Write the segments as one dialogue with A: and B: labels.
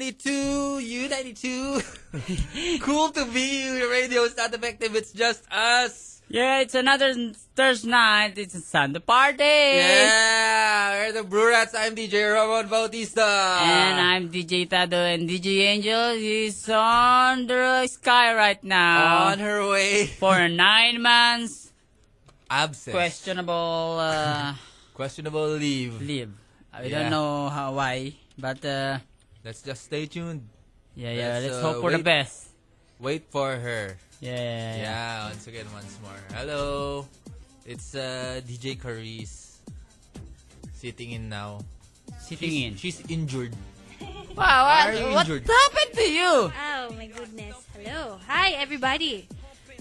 A: 92, U92. cool to be you. The radio is not effective. It's just us.
B: Yeah, it's another Thursday night. It's a Sunday party.
A: Yeah, we're the Blue Rats. I'm DJ Ramon Bautista.
B: And I'm DJ Tado and DJ Angel is on the sky right now
A: on her way.
B: for nine months
A: Absent.
B: questionable uh,
A: Questionable leave.
B: leave. I
A: Yeah.
B: don't know how why, but uh,
A: Let's just stay tuned.
B: yeah, yeah.
A: Let's,
B: Let's,
A: uh,
B: hope for the
A: wait.
B: best.
A: Wait for her.
B: Yeah, yeah, yeah.
A: Yeah, once again, once more. Hello. It's uh, DJ Caris. Sitting in now.
B: sitting in.
A: She's injured.
B: Wow,
A: Why are
B: what,
A: you
B: what
A: injured?
B: happened to you?
C: Oh my goodness. Hello. Hi everybody.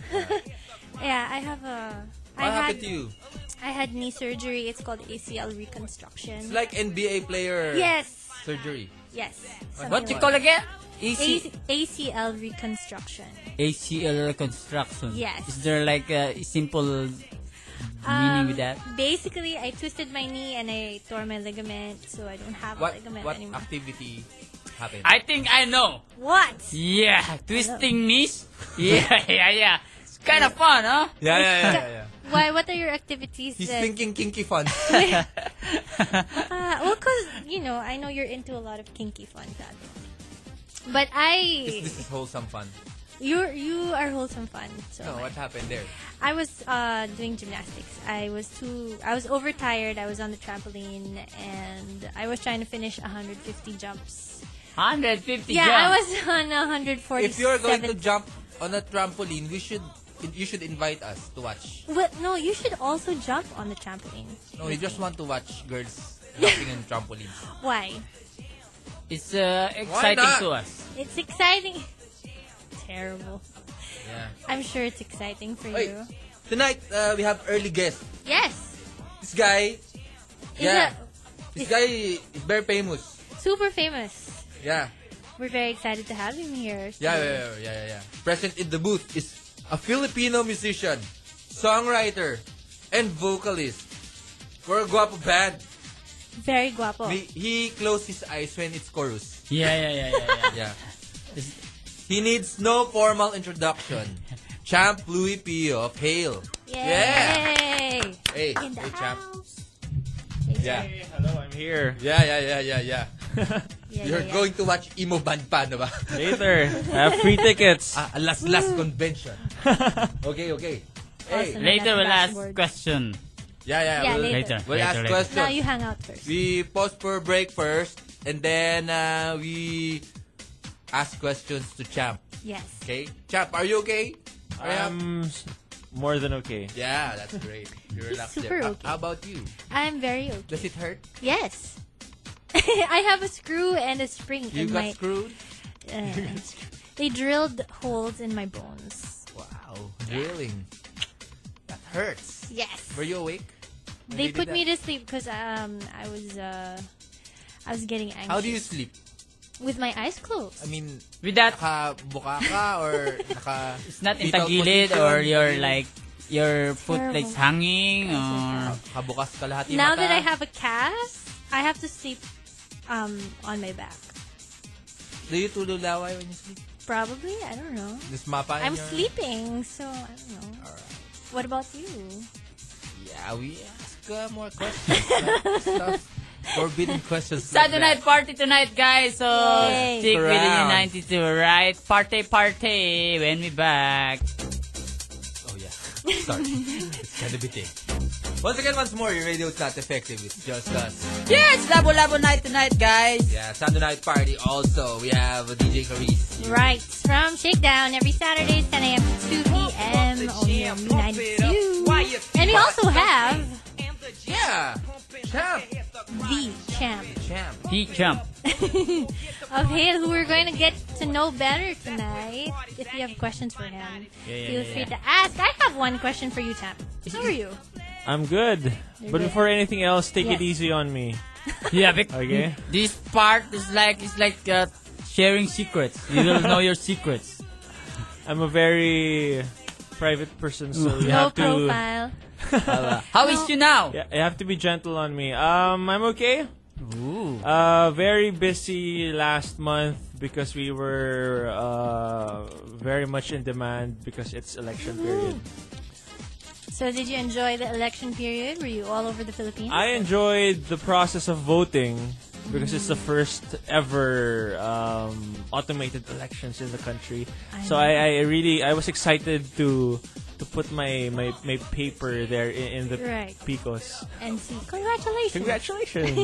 C: yeah, I have a I
A: What
C: had
A: happened to you?
C: I had knee surgery. It's called ACL reconstruction.
A: It's like NBA player
C: yes.
A: surgery.
C: Yes.
B: What
C: something
B: you call
C: like-
B: again?
C: A-
B: AC
C: ACL reconstruction.
B: ACL reconstruction.
C: Yes.
B: Is there like a simple meaning with that?
C: Um, Basically, I twisted my knee and I tore my ligament, so I don't have
A: What
C: a ligament
A: what
C: anymore.
A: activity happened?
B: I think I know.
C: What?
B: Yeah, twisting knees. Yeah, yeah, yeah. It's kind of fun, huh?
A: yeah, yeah, yeah, yeah, yeah.
C: Why? What are your activities?
A: He's
C: that-
A: thinking kinky fun.
C: Uh, well, cause you know, I know you're into a lot of kinky fun, Dad. But I,
A: this is wholesome fun.
C: you you are wholesome fun. So
A: No, what happened there?
C: I was uh, doing gymnastics. I was too. I was overtired. I was on the trampoline, and I was trying to finish 150 jumps.
B: 150
C: Yeah, I
B: jumps.
C: was on 147.
A: If you're going to jump on a trampoline, we should you should invite us to watch.
C: well, no, you should also jump on the trampoline.
A: No, we just want to watch girls jumping on trampolines.
C: Why?
B: It's uh, exciting
A: not?
B: to us.
C: It's exciting. Terrible.
A: Yeah.
C: I'm sure it's exciting for
A: Wait.
C: you.
A: Tonight uh, we have early guest.
C: Yes.
A: This guy.
C: He's
A: Yeah.
C: a-
A: This guy is very famous.
C: super famous.
A: Yeah.
C: We're very excited to have him here.
A: Yeah, yeah, yeah, yeah, yeah, yeah. Present in the booth is a Filipino musician, songwriter, and vocalist for a guapo band.
C: Very guapo.
A: He, he closed his eyes when it's chorus.
B: Yeah, yeah, yeah, yeah. yeah.
A: Yeah. he needs no formal introduction. Champ Louis P. of Hale. Yeah.
C: Yay.
A: Hey,
C: In the
A: hey, champ.
C: house.
A: Yeah.
D: Hey, hello, I'm here.
A: Yeah, yeah, yeah, yeah, yeah.
C: Yeah,
A: You're
C: yeah, yeah.
A: going to watch Imo Band pa, no ba?
D: Later, I have free tickets.
A: Ah, last last convention. Okay, okay. Hey.
C: Awesome.
B: Later we'll
C: Last
B: ask
C: word.
B: question.
A: Yeah, yeah.
C: Yeah,
A: we'll-
B: Later.
A: We'll
B: later,
A: ask
B: later.
A: questions.
C: Now you hang out first.
A: We pause for a break first, and then uh, we ask questions to Champ.
C: Yes.
A: Okay, Champ, are you okay? Are you up?
D: I'm s- more than okay.
A: yeah, that's great. You relax
C: super
A: there. How-
C: okay.
A: How about you?
C: I'm very okay.
A: Does it hurt?
C: Yes. I have a screw and a spring
A: You
C: in my.
A: got screwed?
C: uh, they drilled holes in my bones.
A: Wow, drilling. That hurts.
C: Yes.
A: Were you awake? when
C: They
A: did
C: put me
A: that?
C: to sleep because um I was uh I was getting anxious.
A: How do you sleep?
C: With my eyes closed.
A: I mean,
B: With that,
A: nakabuka ka or naka...
B: it's not
A: fetal
B: intagilid
A: position?
B: or your like your foot
C: Terrible.
B: legs hanging or
A: Kabukas ka lahat yung
C: now
A: mata.
C: that I have a cast, I have to sleep um on my back.
A: Do you tululaway when you sleep?
C: Probably, I don't know.
A: This mapa
C: I'm
A: in your-
C: sleeping, so I don't know. What about you?
A: Yeah, we ask uh, more questions. like stuff, forbidden questions.
B: Saturday
A: like
B: night party tonight, guys. So
C: Yay.
B: stick with
A: Around.
B: the 92, right? Party, party. When we back.
A: that. Oh, yeah. Sorry. it's gonna be thick. Once again, once more, your radio's not effective. It's just us.
B: Yes, labo labo night tonight, guys.
A: Yeah, Saturday night party also. We have DJ Caris.
C: Right, from Shakedown every Saturday, 10 a.m. to 2 p.m. only on U92. And we also have
A: Yeah! Champ!
C: the champ
A: Champ.
B: He jump.
C: of Hale, who we're going to get to know better tonight. If you have questions for him,
B: yeah,
C: feel
B: yeah,
C: free to ask. I have one question for you, champ. How are you?
D: I'm good. But
C: good.
D: before anything else, take it
C: Yes.
D: easy on me.
B: Yeah, bec-
D: Okay?
B: this part is like it's like uh, sharing secrets. You will know your secrets.
D: I'm a very private person, so you
C: Low
D: have to
C: profile.
B: How is you now?
D: yeah, you have to be gentle on me. Um, I'm okay.
B: Ooh.
D: Uh, very busy last month because we were uh, very much in demand because it's election period.
C: So did you enjoy the election period? Were you all over the Philippines?
D: I enjoyed the process of voting because it's the first ever um, automated elections in the country.
C: I
D: so I, I really I was excited to to put my my, my paper there in, in the
C: Right.
D: picos.
C: and see.
D: Oh.
C: Congratulations.
D: Congratulations.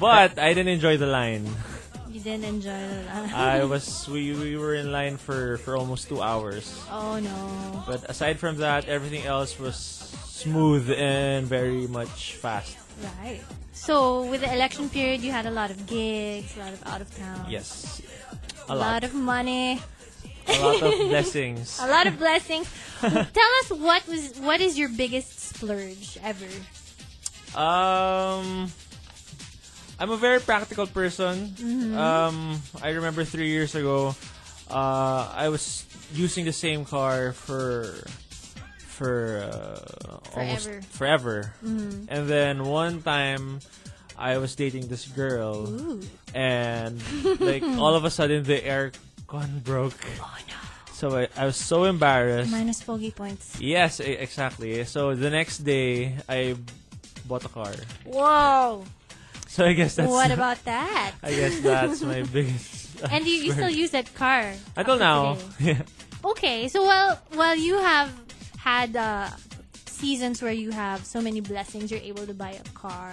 D: but I didn't enjoy the line.
C: You didn't enjoy the
D: I was we, we were in line for for almost 2 hours.
C: oh no.
D: But aside from that, everything else was smooth and very much fast.
C: Right. So with the election period, you had a lot of gigs, a lot of out of town.
D: Yes. A
C: A lot
D: lot.
C: of money,
D: A lot of blessings.
C: a lot of blessings. Tell us what was what is your biggest splurge ever?
D: Um I'm a very practical person.
C: Mm-hmm.
D: Um I remember 3 years ago, uh I was using the same car for for uh, almost
C: Forever. Mm-hmm.
D: forever. And then one time I was dating this girl
C: Ooh.
D: and like all of a sudden the air con broke.
C: Oh no.
D: So I, I was so embarrassed.
C: Minus bogey points.
D: Yes, e- exactly. So the next day, I bought a car.
C: Whoa.
D: So I guess that's.
C: what about that?
D: I guess that's my biggest.
C: And you, you still use that car
D: Until
C: up to
D: now,
C: today.
D: yeah.
C: Okay, so while while you have had uh, seasons where you have so many blessings, you're able to buy a car.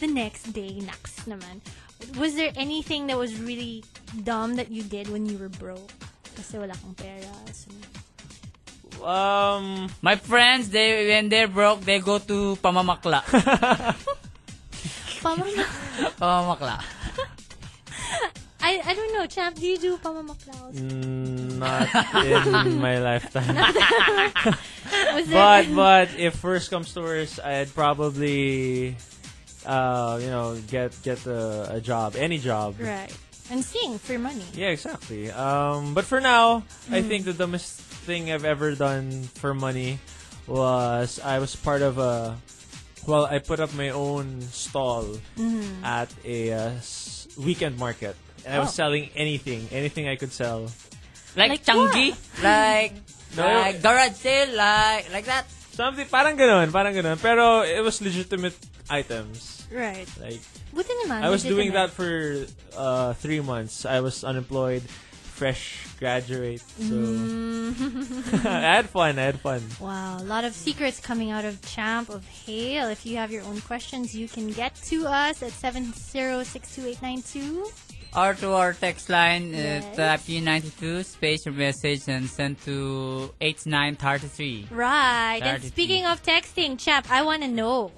C: The next day, next naman. Was there anything that was really dumb that you did when you were broke? Kasi wala kang pera. So,
D: um,
B: My friends, they when they're broke, they go to pamamakla.
C: pamamak.
B: pamamakla.
C: I, I don't know, champ, do you do pamamaklaw?
D: mm, not in my lifetime.
C: Was there
D: but but if first comes to worst, I'd probably, uh, you know, get get a, a job, any job.
C: right. And sing for money.
D: Yeah, exactly. Um, but for now, I
C: Hmm.
D: think the dumbest thing I've ever done for money was I was part of a. Well, I put up my own stall
C: Mm-hmm.
D: at a uh, s- weekend market, and I was
C: Oh.
D: selling anything, anything I could sell.
B: Like,
C: Like
B: changi. Like,
D: No.
B: like garage sale. Like, like that.
D: Something parang ganun, parang ganun. Pero it was legitimate items.
C: Right.
D: Like
C: Buti naman.
D: I was doing that
C: legitimate.
D: for uh, three months. I was unemployed, fresh graduate, so
C: Mm.
D: I had fun. I had fun.
C: Wow, a lot of secrets coming out of Champ of Hale. If you have your own questions, you can get to us at 7062892.
B: Or to our text line,
C: Yes.
B: uh, type U92, space your message, and send to 8933.
C: Right. And
B: Charity.
C: speaking of texting, Champ, I want to know.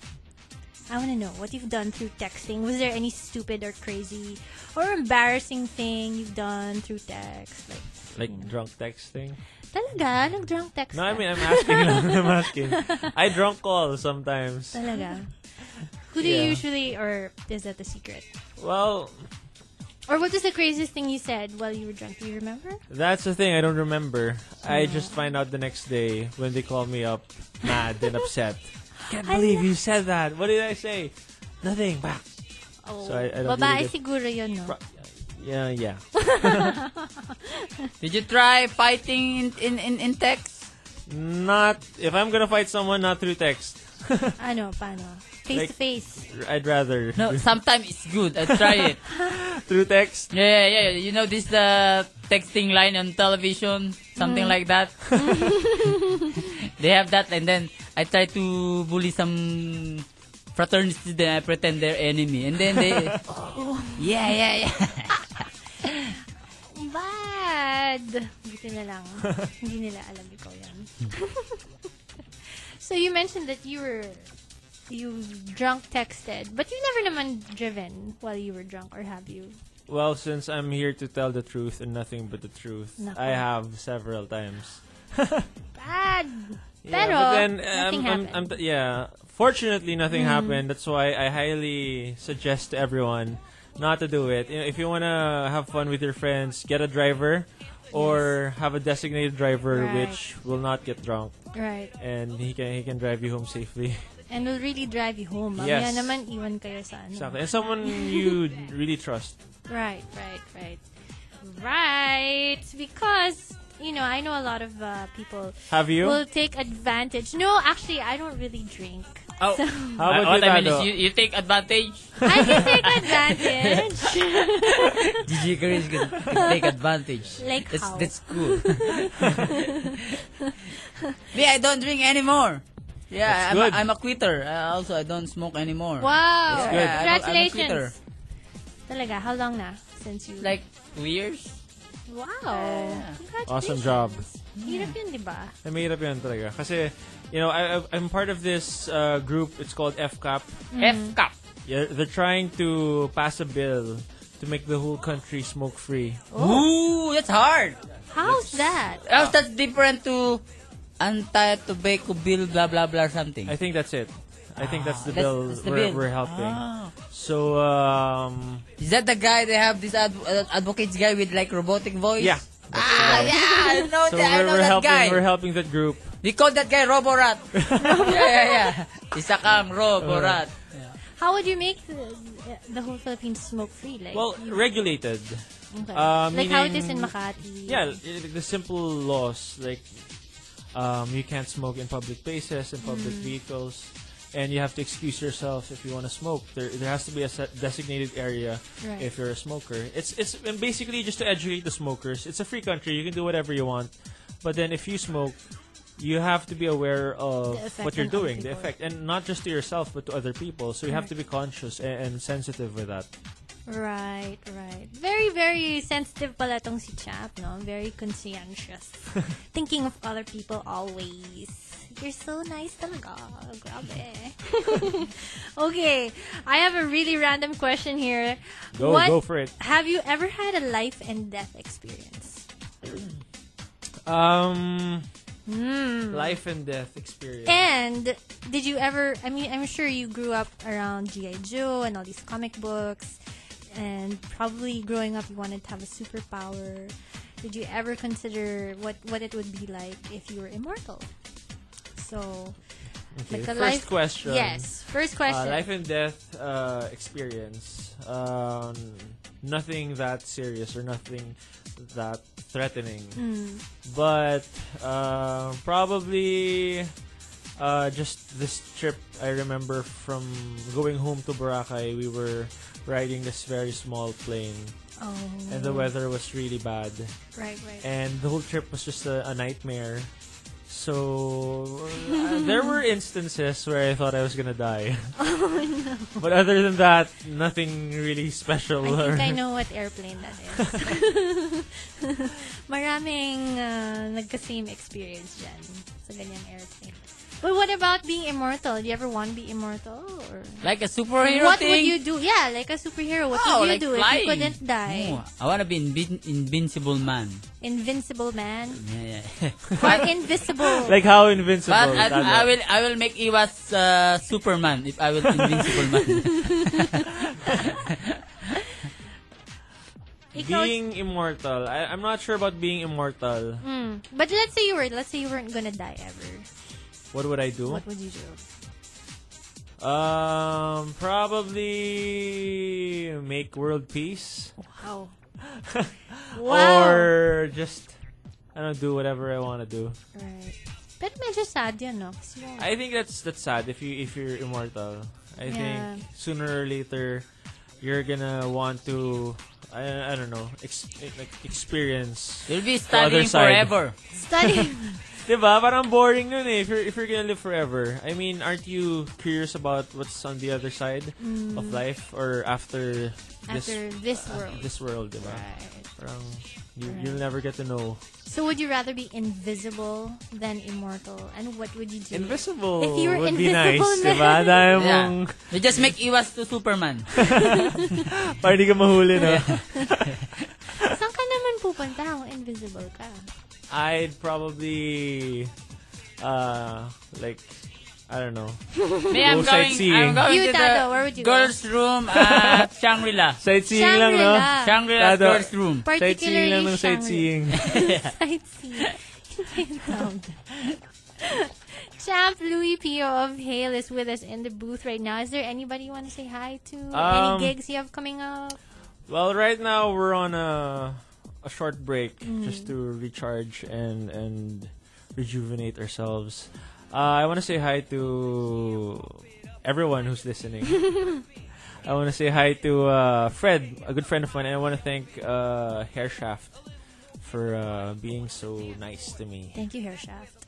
C: I want to know what you've done through texting. Was there any stupid or crazy or embarrassing thing you've done through text? Like,
D: Like
C: Hmm.
D: drunk texting?
C: talaga? Nag-drunk text
D: No, I
C: ka?
D: mean I'm asking. lang. I'm asking. I drunk call sometimes.
C: Talaga? Who do
D: Yeah.
C: you usually, or is that the secret?
D: Well,
C: Or what was the craziest thing you said while you were drunk? Do you remember?
D: that's the thing. I don't remember. I
C: Hmm.
D: just find out the next day when they call me up, mad and upset. Can't believe you said that. What did I say? Nothing. Back.
C: Oh,
D: So I- I don't
C: babae
D: really get-
C: siguro yun, no?
D: Pro- Yeah, yeah.
B: Did you try fighting in, in, in, in text?
D: Not if I'm gonna fight someone, not through text.
C: Ano, Ah, paano? Face
D: Like-
C: to face.
D: I'd rather
B: No, sometimes it's good. I try it.
D: through text.
B: Yeah, yeah, yeah. You know this the texting line on television,
C: Mm.
B: something like that. they have that, and then I try to bully some fraternity. Then I pretend they're enemy, and then they, yeah, yeah, yeah.
C: Bad! Buti na lang. Hindi nila alam ikaw yan. so you mentioned that you were you drunk texted, but you never naman driven while you were drunk, or have you?
D: Well, since I'm here to tell the truth and nothing but the truth,
C: Nako.
D: I have several times.
C: Bad!
D: Yeah,
C: Pero,
D: but then, uh, I'm, I'm,
C: nothing
D: I'm
C: happened. Mm.
D: t- yeah. Fortunately, nothing happened. That's why I highly suggest to everyone not to do it. You know, if you want to have fun with your friends, get a driver or have a designated driver
C: Right.
D: which will not get drunk
C: right.
D: and he can he can drive you home safely.
C: and will really drive you home. Mamaya
D: Yes.
C: naman, iwan kayo sa ano.
D: Exactly. And someone you really trust.
C: Right, right, right. Right. Because, you know, I know a lot of uh, people
D: Have you?
C: will take advantage. No, actually, I don't really drink.
A: Oh.
C: So,
D: How
B: Uh,
D: about
B: what
D: you,
B: I mean is
D: Dado?
B: you, you take advantage.
C: I can take advantage.
B: Gigi Grace can take advantage.
C: Like
B: that's,
C: how?
B: That's cool. Me, I don't drink anymore. Yeah,
D: That's
B: I'm a,
D: good.
B: I'm a quitter. Uh, also, I don't smoke anymore.
C: wow.
B: Yeah, I'm a- I'm a quitter.
C: Congratulations. Talaga, how long na since you...
B: Like two years.
C: wow.
B: Yeah.
C: Congratulations.
D: Awesome job.
C: Hirap yun, di ba?
D: Ay, mahirap yun talaga. Kasi, you know, I, I- I'm part of this uh, group. It's called FCAP.
B: Mm. F cup.
D: Yeah, they're trying to pass a bill to make the whole country smoke-free.
B: Ooh, that's hard.
C: How's that?
B: How's that's different to anti-tobacco bill, blah blah blah something.
D: I think that's it. I think that's the
B: That's-
D: bill
B: Ah, that's the
D: we're,
B: bill.
D: we're helping.
B: Ah.
D: So, um,
B: Is that the guy they have this ad- uh, advocates guy with like robotic voice?
D: Yeah.
B: Oh, Ah, yeah, I know
D: so
B: that. I
D: we're,
B: know
D: we're
B: that
D: helping.
B: guy.
D: We're helping that group.
B: We call that guy Roborat. yeah, yeah, yeah. Isa kang Roborat.
C: How would you make the, the whole Philippines smoke-free? Like,
D: Well, regulated.
C: okay.
D: uh,
C: like how it is in
D: meaning-
C: Makati.
D: Yeah, i- the simple laws like um, you can't smoke in public places, in public
C: Mm.
D: vehicles, and you have to excuse yourself if you want to smoke. There, there has to be a set designated area
C: Right.
D: if you're a smoker. It's it's and basically just to educate the smokers. It's a free country; you can do whatever you want. But then if you smoke, you have to be aware of
C: The effect
D: what you're
C: on other
D: doing, the
C: people.
D: effect, and not just to yourself but to other people. So you have to be conscious and, and sensitive with that.
C: Right, right. Very, very sensitive pala tong si Chap, no? Very conscientious. Thinking of other people always. You're so nice talaga. Grabe. okay, I have a really random question here.
D: Go
C: What-
D: go for it.
C: Have you ever had a life and death experience?
D: Um, life and death experience.
C: And did you ever? I mean, I'm sure you grew up around GI Joe and all these comic books, and probably growing up you wanted to have a superpower. Did you ever consider what what it would be like if you were immortal? So,
D: Okay,
C: like a
D: First
C: life-
D: question.
C: yes. First
D: Uh,
C: question.
D: life and death uh, experience. Um, nothing that serious or nothing that threatening,
C: Mm.
D: but uh, probably uh, just this trip. I remember from going home to Boracay, we were riding this very small plane,
C: Oh.
D: and the weather was really bad.
C: Right. Right.
D: and the whole trip was just a, a nightmare. So uh, there were instances where I thought I was gonna die,
C: oh
D: but other than that, nothing really special.
C: no. I
D: or-
C: think I know what airplane that is. Maraming uh, nagka-same experience dyan sa ganyang airplane. But what about being immortal? Do you ever want to be immortal? Or
B: Like a superhero
C: what
B: thing.
C: would you do? Yeah, like a superhero. What
B: Oh,
C: would you do
B: like flying.
C: if you couldn't die?
B: Oh, I wanna be invin- invincible man.
C: Invincible man
B: Yeah, yeah.
C: or invisible?
D: like how invincible.
B: But I,
D: that
B: I
D: was.
B: will I will make Iwas uh, Superman if I will invincible man.
C: Ikaw-
D: being immortal. I, I'm not sure about being immortal.
C: Mm. But let's say you were, let's say you weren't gonna die ever.
D: What would I do?
C: What would you do?
D: Um, probably make world peace,
C: Wow. wow.
D: or just I don't do whatever I want to do.
C: Right. Pero medyo sad yun, no? Kasi yung-
D: I think that's that's sad if you if you're immortal. I
C: Yeah.
D: think sooner or later you're gonna want to I, I don't know ex, like experience.
B: You'll be
D: other
B: studying
D: side.
B: forever.
C: Study.
D: 'Di ba? Parang boring nun eh if you're if you're gonna live forever. I mean, aren't you curious about what's on the other side of life or after this uh,
C: Mm. after this world.
D: this world, 'di ba?
C: Right.
D: Parang you, you'll never get to know.
C: So would you rather be invisible than immortal? And what would you do?
D: Invisible
C: If you were
D: would be nice,
C: invisible,
D: 'di ba? Dahil mong
B: Yeah. You just make Iwas to Superman.
D: parang hindi ka mahuli, no?
C: Saan ka naman pupunta kung invisible ka?
D: I'd probably uh like I don't know.
B: Me, I'm
D: Go
B: going,
D: sightseeing.
B: I'm going
C: You,
B: to
C: Tado,
B: the
C: where would you go?
B: girls' room at Shangri-La.
D: Sightseeing lang, no?
C: Shangri-La.
B: Shangri-La
D: Tado.
B: girls' room.
D: Sightseeing
C: Particularly
D: lang ng
C: Shangri-
D: sightseeing.
C: Sightseeing. Hindi, tawag. Champ Louis Pio of Hale is with us in the booth right now. Is there anybody you want to say hi to?
D: Um,
C: Any gigs you have coming up?
D: Well, right now we're on a a short break just to recharge and and rejuvenate ourselves. Uh, I want to say hi to everyone who's listening. I want to say hi to uh, Fred, a good friend of mine, and I want to thank uh, Hairshaft for uh, being so nice to me.
C: Thank you, Hairshaft.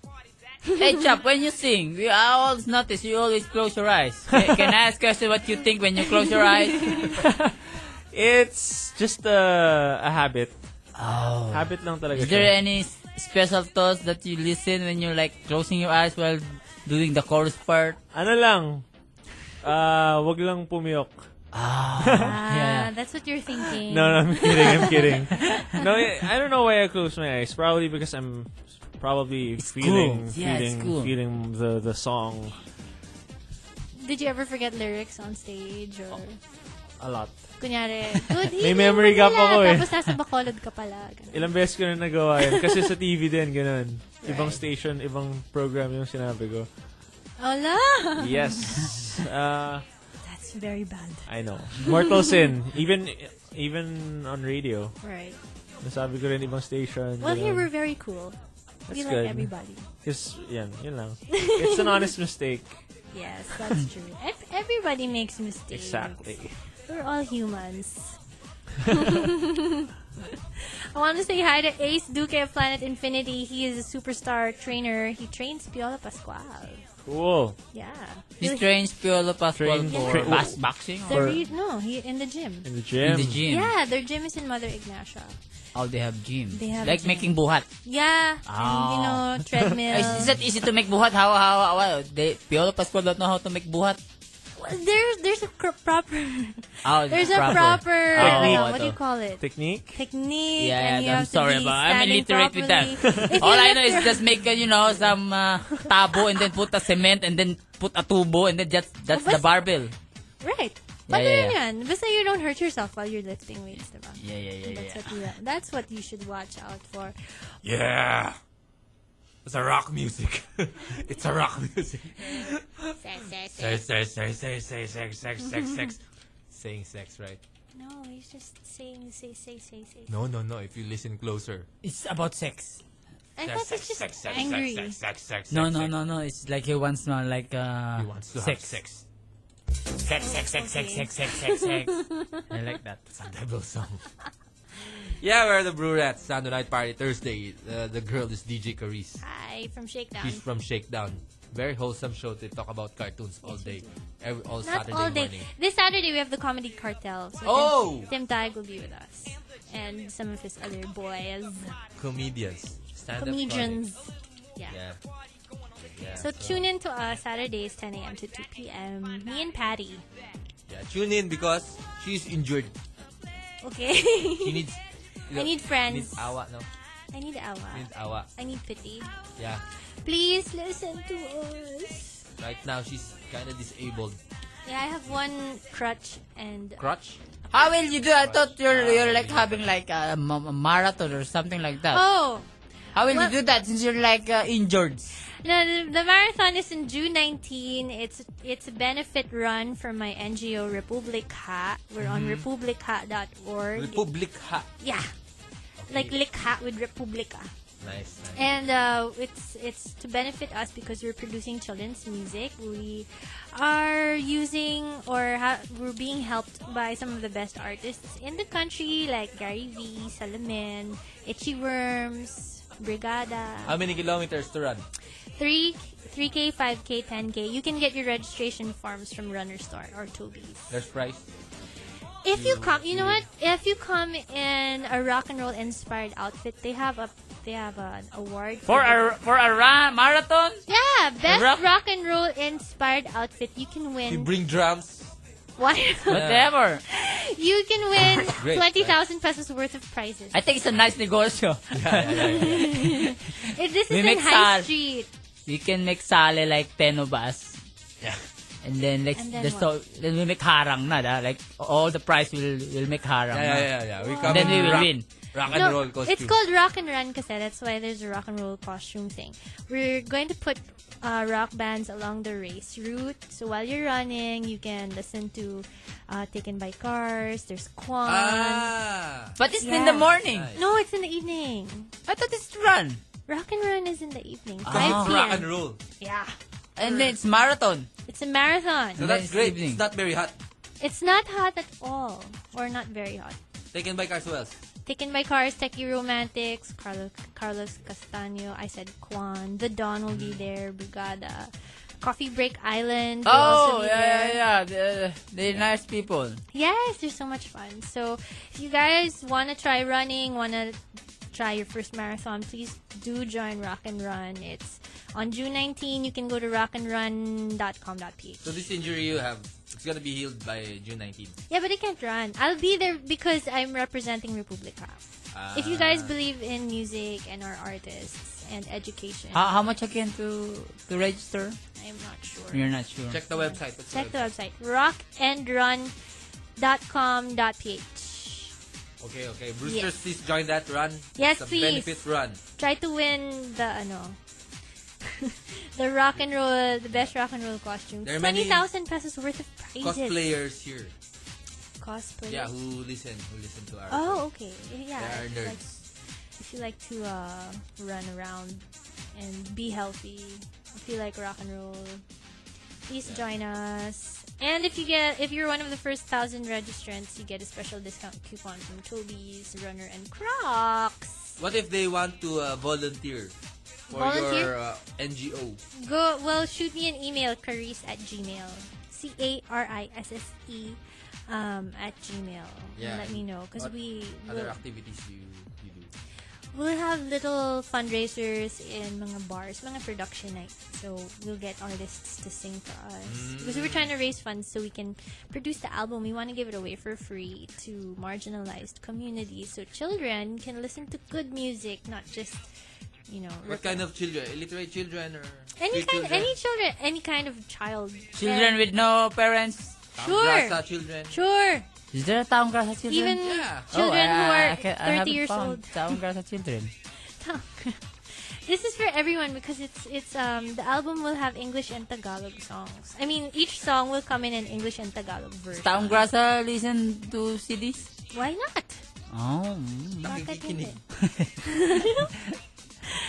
B: hey, Chap, when you sing, we I always notice you always close your eyes. Can can I ask question what you think when you close your eyes?
D: It's just a, a habit.
B: Oh.
D: Habit lang talaga.
B: Is there
D: siya.
B: any s- special thoughts that you listen when you're like closing your eyes while doing the chorus part?
D: Ano lang? Uh, wag lang pumiyok.
C: Ah,
B: Yeah.
C: that's what you're thinking.
D: No, no, I'm kidding. I'm kidding. No, I I don't know why I close my eyes. Probably because I'm probably feeling,
B: cool. Yeah,
D: feeling,
B: it's cool.
D: feeling the the song
C: Did you ever forget lyrics on stage? Or,
D: Oh, a lot.
C: kunyari, good
D: May
C: evening,
D: memory gap
C: Manila,"
D: ako eh.
C: Tapos nasa Bacolod ka pala. ganun.
D: Ilang beses ko na nagawa yun. Kasi sa TV din, ganun. Ibang
C: Right.
D: station, ibang program yung sinabi ko.
C: Hola!
D: Yes. Uh,
C: That's very bad.
D: I know. Mortal Sin. Even even on radio.
C: Right.
D: Nasabi ko rin ibang station.
C: Well, here we're
D: ganun.
C: very cool. we
D: That's
C: like
D: good.
C: everybody.
D: Kasi, yan, yun lang. It's an honest mistake.
C: Yes, that's true. Ev- everybody makes mistakes.
D: Exactly.
C: We're all humans. I want to say hi to Ace Duque of Planet Infinity. He is a superstar trainer. He trains Piola Pascual.
D: Cool.
C: Yeah.
B: He
C: He'll-
B: trains Piolo Pascual
D: Train-
B: for
D: train-
B: bas- boxing
C: the
B: or
C: re- no, he in the gym.
D: In the gym.
B: in the gym.
C: Yeah, their gym is in Mother Ignacia.
B: Oh, they have gym.
C: They have
B: like
C: gym.
B: making buhat.
C: Yeah, and, you
B: Ah.
C: know, treadmill.
B: Is, is that easy to make buhat? How, how, how, how- They, Piolo Pascual don't know how to make buhat.
C: Well, there's there's a cr- proper
B: Oh,
C: there's a proper
D: Technique.
C: uh, what do you call it?
D: Technique.
C: technique
B: Yeah,
C: and you
B: I'm
C: have to
B: sorry
C: be
B: about- I'm
C: standing
B: illiterate with
C: properly.
B: that.
C: If you
B: All I
C: lift
B: know is
C: your-
B: just make, uh, you know, some uh, tabo and then put a cement and then put a tubo and then just, that's
C: Bas-
B: the barbell.
C: right.
B: Yeah,
C: Pag
B: yeah,
C: yeah,
B: yeah.
C: yan. Basta you don't hurt yourself while you're lifting weights, diba?
B: Yeah, yeah, yeah,
C: That's
B: yeah.
C: what you, that's what you should watch out for.
A: Yeah. It's a rock music. it's a rock music.
C: Sex, sex, sex.
A: Sex, sex, sex, sex, sex, sex, sex, sex, sex. Saying sex, right?
C: No, he's just saying say say say say.
A: No, no, no. If you listen closer.
B: It's about sex.
C: I
A: Sex,
C: thought
A: sex,
C: it's just
A: sex, sex,
C: angry.
A: sex, sex, sex, sex,
B: No,
A: sex,
B: no,
A: sex.
B: no, no. It's like he wants now, like uh,
A: He wants to have
B: sex.
A: sex. Sex, sex, sex, sex, sex, sex, sex, sex.
B: I like that.
A: Devil song. yeah, we're the Brew Rats. Sunday night party Thursday. Uh, the girl is DJ Carice.
C: Hi from Shakedown.
A: She's from Shakedown. Very wholesome show. They talk about cartoons all day, every all
C: Not
A: Saturday
C: all day.
A: morning.
C: This Saturday we have the comedy cartel. So
A: Oh!
C: Tim, Tim Taig will be with us, and some of his other boys,
A: Comedians, stand-up
C: comedians. Yeah.
A: comedy. Yeah. Yeah.
C: So tune in to us Saturdays 10 a.m. to 2 p.m. Me and Patty.
A: yeah, tune in because she's injured.
C: Okay.
A: She needs.
C: I need friends.
A: Needs awa, no?
C: I need awa.
A: Needs awa.
C: I need pity.
A: Yeah.
C: Please listen to us.
A: Right now she's kind of disabled.
C: Yeah, I have one crutch and
A: Crutch.
B: How will you do? I thought you're you're like having like a, ma- a marathon or something like that.
C: oh.
B: How will
C: well-
B: you do that since you're like uh, injured?
C: No, the, the marathon is in June 19. It's it's a benefit run for my NGO Republica. We're on republica.org.
A: Republika.
C: yeah. Like Likha with Republica.
A: Nice. nice.
C: And uh, it's it's to benefit us because we're producing children's music. We are using or ha- we're being helped by some of the best artists in the country, like Gary Vee, Salamin, Itchy Worms, Brigada.
A: How many kilometers to run?
C: 3 3k 5k 10k you can get your registration forms from runner store or toby's
A: There's price.
C: if you come you know what if you come in a rock and roll inspired outfit they have a they have an award
B: For
C: the-
B: a for a ra- marathon?
C: yeah best rock,
B: rock-
C: and roll inspired outfit you can
A: You
C: win
A: bring drums.
C: what
B: Whatever.
C: you can win
A: Great,
C: 20000 pesos worth of prizes
B: I think it's a nice negosyo.
C: if this
B: We
C: is in
B: make
C: high
B: sal.
C: street
B: We can make sale like 10 of us.
A: Yeah.
B: And then like
C: And then
B: there's so then we make harang na da. Like all the price will will make harang.
A: Yeah,
B: na.
A: yeah, yeah. yeah. We come
B: Then
A: in
B: we will
A: rock,
B: win.
A: Rock and roll costume.
C: It's called Rock and Run kasi that's why there's a rock and roll costume thing. We're going to put uh, rock bands along the race route. So while you're running, you can listen to uh, Taken by Cars, there's Kwan.
A: Ah.
B: But it's in
C: Yeah.
B: the morning.
A: Nice.
C: No, it's in the evening.
B: I thought it's run.
C: Rock and Run is in the evening. 5
B: Ah.
C: p.m.
A: Rock and roll.
C: Yeah.
B: And then it's marathon.
C: It's a marathon.
A: So
B: Nice
A: that's great.
B: evening.
A: It's not very hot.
C: It's not hot at all. Or not very hot.
A: Taken by Carswells.
C: Taken by Cars, Techie Romantics, Carlos, Carlos Castaño, I said Kwan, The Dawn will be
B: Mm.
C: there, Brigada, Coffee Break Island. will also
B: Oh,
C: be
B: yeah,
C: there.
B: yeah, yeah. They're, they're nice people.
C: Yes, there's so much fun. So if you guys want to try running, want to try your first marathon, please do join Rock and Run. It's on June 19. You can go to rockandrun.com.ph.
A: So this injury you have, it's gonna be healed by June 19.
C: Yeah, but I can't run. I'll be there because I'm representing Republica.
A: Ah.
C: If you guys believe in music and our artists and education,
B: How, how much again to to register?
C: I'm not sure.
B: You're not sure.
A: Check the website. What's
C: Check the
A: website?
C: website rockandrun.com.ph.
A: Okay, okay. Brewsters, please join that run.
C: Yes,
A: it's a
C: please.
A: benefit run.
C: Try to win the ano. the rock and roll, the best rock and roll costume.
A: There are
C: Twenty
A: many
C: thousand pesos worth of prizes.
A: Cosplayers here.
C: Cosplay.
A: Yeah, who listen, who listen to our
C: Oh, okay. Yeah.
A: They are
C: if you like-
A: nerds.
C: If you like to uh, run around and be healthy, if you like rock and roll, please join us. And if you get, if you're one of the first thousand registrants, you get a special discount coupon from Toby's, Runner, and Crocs.
A: What if they want to uh, volunteer for
C: Volunteer?
A: your uh, NGO?
C: Go. Well, shoot me an email, caris at gmail, c a r i s s e, um, at gmail.
A: Yeah.
C: Let me know because
A: What
C: we
A: Other
C: will-
A: activities you, you do.
C: We'll have little fundraisers in mga bars, mga production nights. So we'll get artists to sing for us. Because we're trying to raise funds so we can produce the album. We want to give it away for free to marginalized communities so children can listen to good music, not just, you know.
A: What kind of children? Illiterate children or
C: Any
A: street
C: kind,
A: children?
C: any children, any kind of child.
B: Children
C: And-
B: with no parents.
A: Tamgrasa children.
C: Sure.
B: Is there a town grass of children?
C: Even
A: Yeah.
C: children
B: oh, I-
C: who
B: I-
C: are
B: I can-
C: 30
B: I haven't
C: years
B: found
C: old.
B: Town grass of children.
C: Tongue. This is for everyone because it's it's um the album will have English and Tagalog songs. I mean, each song will come in an English and Tagalog version.
B: Town grass uh, listen to CDs.
C: Why not?
B: Oh. mm.
C: Bakit hindi?
A: Nakikinig.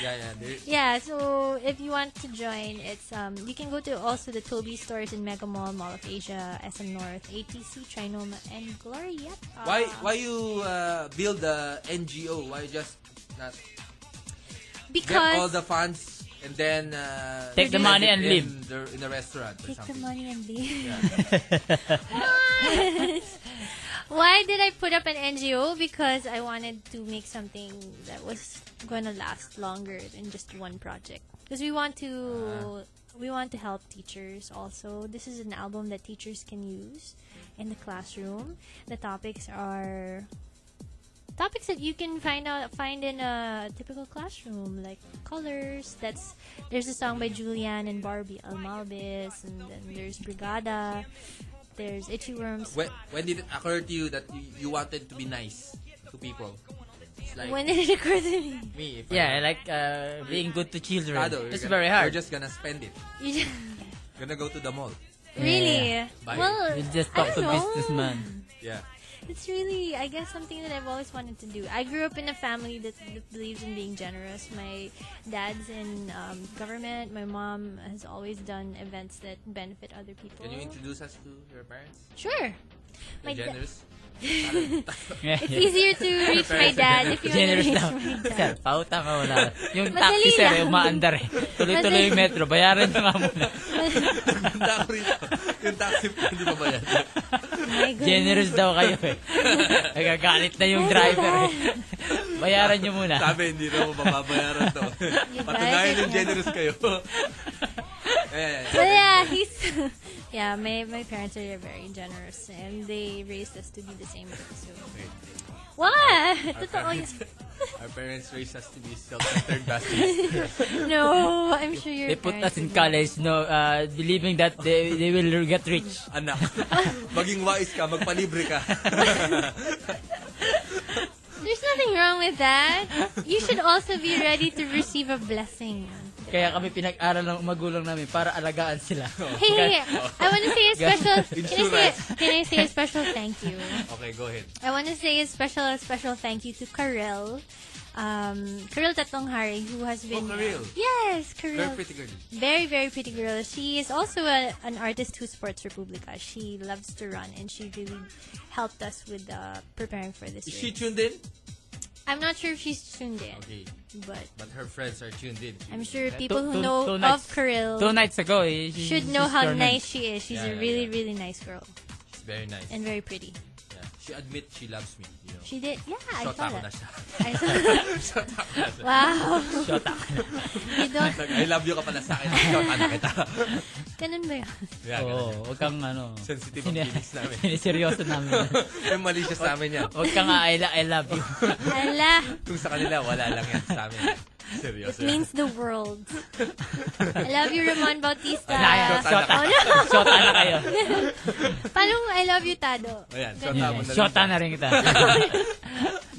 A: Yeah, yeah. There,
C: Yeah, so if you want to join, it's um you can go to also the Toby stores in Mega Mall, Mall of Asia, SM North, ATC, Trinoma, and Ah, Glorieta.
A: why why you uh, build a NGO? Why just not get all
C: Because
A: the funds and then uh,
B: Take the
A: spend
B: money
A: it
B: and
A: in
B: leave.
A: the, in the restaurant or
C: take the
A: something.
C: money and leave.
A: Yeah.
C: Why did I put up an NGO? Because I wanted to make something that was going to last longer than just one project. Because we want
B: Uh-huh.
C: to we want to help teachers also. This is an album that teachers can use in the classroom. The topics are topics that you can find out find in a typical classroom like colors that's there's a song by Julianne and Barbie Almalbis and then there's Brigada there's Itchy Worms
A: When, when did it occur to you that you, you wanted to be nice to people? It's like
C: when did it occur to me
A: me. If
B: Yeah,
A: I,
B: like uh, being good to children.
A: Rado, we're
B: It's
A: gonna-
B: very hard.
A: We're just gonna spend it.
C: You just-
A: Gonna go to the mall.
C: really
B: yeah.
A: Bye.
C: well
B: we just
C: Oh, I
B: talk
C: don't
B: to
C: know.
B: businessman.
A: Yeah.
C: it's really I guess something that I've always wanted to do I grew up in a family that, that believes in being generous my dad's in um, government my mom has always done events that benefit other people
A: Can you introduce us to your parents?
C: sure
A: Your
C: My da-
A: generous.
B: Yeah,
C: It's
B: yeah.
C: easier to reach my dad if you want to
B: Generous
C: reach
B: daw.
C: my
B: Sir,
C: dad.
B: pauta ka wala. Yung
C: Madali
B: taxi sir, eh,
C: lang.
B: umaandar eh. Tuloy-tuloy yung
C: Madali.
B: metro. Bayaran nyo nga muna.
A: Tanda ko rin. Yung taxi, hindi pa ba yan?
C: My goodness.
B: Generous daw kayo eh. Nagagalit na yung driver eh. Bayaran nyo muna.
A: Sabi, hindi na mo mababayaran to.
C: You
A: Patunayan
C: guys are
A: yung generous kayo. eh,
C: But yeah, he's yeah. My my parents are very generous, and they raised us to be the same. way, So what? Totoo yun.
A: our parents raised us to be self-centered bastards.
C: No, I'm sure your
B: They put us
C: parents
B: in
C: would-
B: college, no, uh, believing that they, they will get rich.
A: Anak, maging wise ka, magpalibre ka.
C: There's nothing nothing wrong with that. You should also be ready to receive a blessing.
B: Kaya kami pinag-aral ng magulang namin para alagaan sila.
C: Hey, I want to say a special. Can I say,
A: Insurance.
C: can I say a special thank you?
A: Okay, go ahead.
C: I want to say a special, a special thank you to Karel. Um, Karel Tatonghari, who has been.
A: Oh, Karel.
C: Yes,
A: Very
C: Karel.
A: pretty girl.
C: Very, very pretty girl. She is also a, an artist who supports Republica. She loves to run and she really helped us with uh, preparing for this.
A: Is she
C: race.
A: tuned in?
C: I'm not sure if she's tuned in,
A: Okay.
C: but
A: But her friends are tuned in.
C: I'm sure
A: That-
C: people who
B: two-
C: know
B: two
C: of
B: nights. Two
C: Karel
B: nights ago, eh, she-
C: should know
B: she's
C: how
B: turned-
C: nice she is. She's a
A: Yeah, yeah,
C: really,
A: yeah.
C: really nice girl
A: It's very nice.
C: and very pretty.
A: Yeah. She admit she loves me, you know.
C: She did, yeah, I
A: Shota
C: saw
A: ako na
C: that.
A: siya.
C: I saw that.
A: Shota ako na siya.
C: Wow. you don't,
A: Like, I love you ka pala sa akin. Shota na kita.
C: ganun ba yun?
A: Yeah,
B: Oo,
A: ganun.
B: oh, huwag kang ano.
A: Sensitive ang
B: Sine-
A: feelings namin.
B: Siniseryoso namin.
A: May mali siya sa amin yan.
B: Huwag kang I, lo- I love you.
C: Ala,
A: Kung sa kanila, wala lang yan sa amin.
C: it
A: Seryoso.
C: means the world. I love you, Ramon Bautista.
B: Wala yan. Shota.
C: Oh, no.
B: Shota na kayo.
C: Paano kung I love you, Tado?
A: Ayan, shota
B: Yeah,
A: mo na.
B: Shota na rin kita.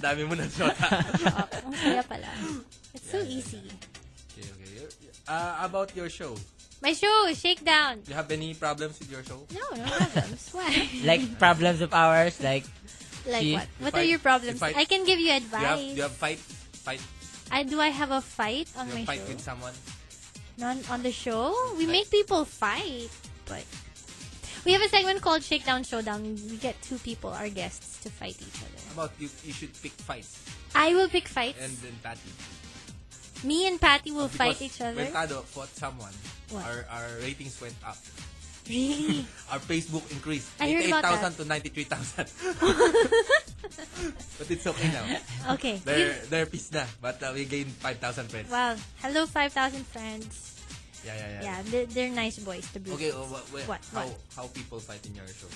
A: Dami mo na shota.
C: Oh, ang saya pala. It's so easy.
A: okay, okay. Uh, about your show.
C: My show, Shakedown.
A: You have any problems with your show?
C: No, no problems. Why?
B: like problems of ours, like
C: Like
B: You-
C: what? What
A: fight.
C: are your problems?
A: You fight.
C: I can give you
A: Do you have,
C: advice.
A: do you have fight? Fight?
C: I do. I have a fight
A: Do
C: on
A: you
C: my
A: have fight
C: show.
A: with someone?
C: Not on the show. We
A: Fight.
C: make people fight, but we have a segment called Shakedown Showdown. We get two people, our guests, to fight each other.
A: About you, you should pick fights.
C: I will pick fights.
A: And then Patty.
C: Me and Patty will fight
A: Because
C: each other.
A: When Tado fought someone,
C: What?
A: our, our ratings went up.
C: Really?
A: Our Facebook increased.
C: I heard about
A: 88,000 to 93,000. but it's okay now.
C: Okay.
A: They're, they're peace na. But uh, we gained 5,000 friends.
C: Wow. Hello, five thousand friends.
A: Yeah, yeah, yeah.
C: Yeah, they're, they're nice boys. The Blue
A: Okay,
C: Bloods.
A: well, what,
C: What,
A: how,
C: what?
A: how people fight in your show?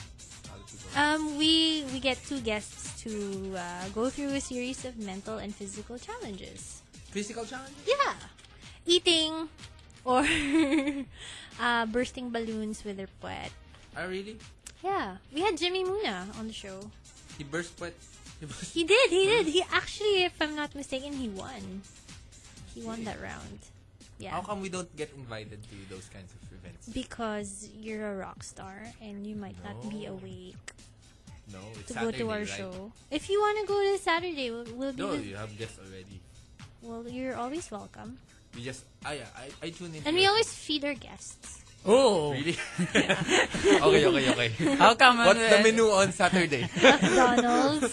A: How do people
C: Um, we we get two guests to uh, go through a series of mental and physical challenges.
A: Physical challenge?
C: Yeah, eating or uh, bursting balloons with their puwet.
A: Ah, really?
C: Yeah, we had Jimmy Muna on the show. Mm.
A: He burst sweat. He burst.
C: He did, he did. He actually, if I'm not mistaken, he won. He won that round.
A: How
C: Yeah,
A: come we don't get invited to those kinds of events?
C: because you're a rock star and you might not be
A: No.
C: awake
A: No, Oh. it's
C: to go
A: Saturday,
C: to our
A: right?
C: show. If you want to go to Saturday, we'll, we'll be.
A: No,
C: with-
A: you have guests already.
C: Well, you're always welcome.
A: We just, ah, yeah, I, I tune in.
C: And
A: to
C: we
A: your
C: always feed our guests.
A: show.
B: oh,
A: Really? okay, okay, okay.
B: how come
A: What's
B: when,
A: the menu on Saturday?
C: McDonald's.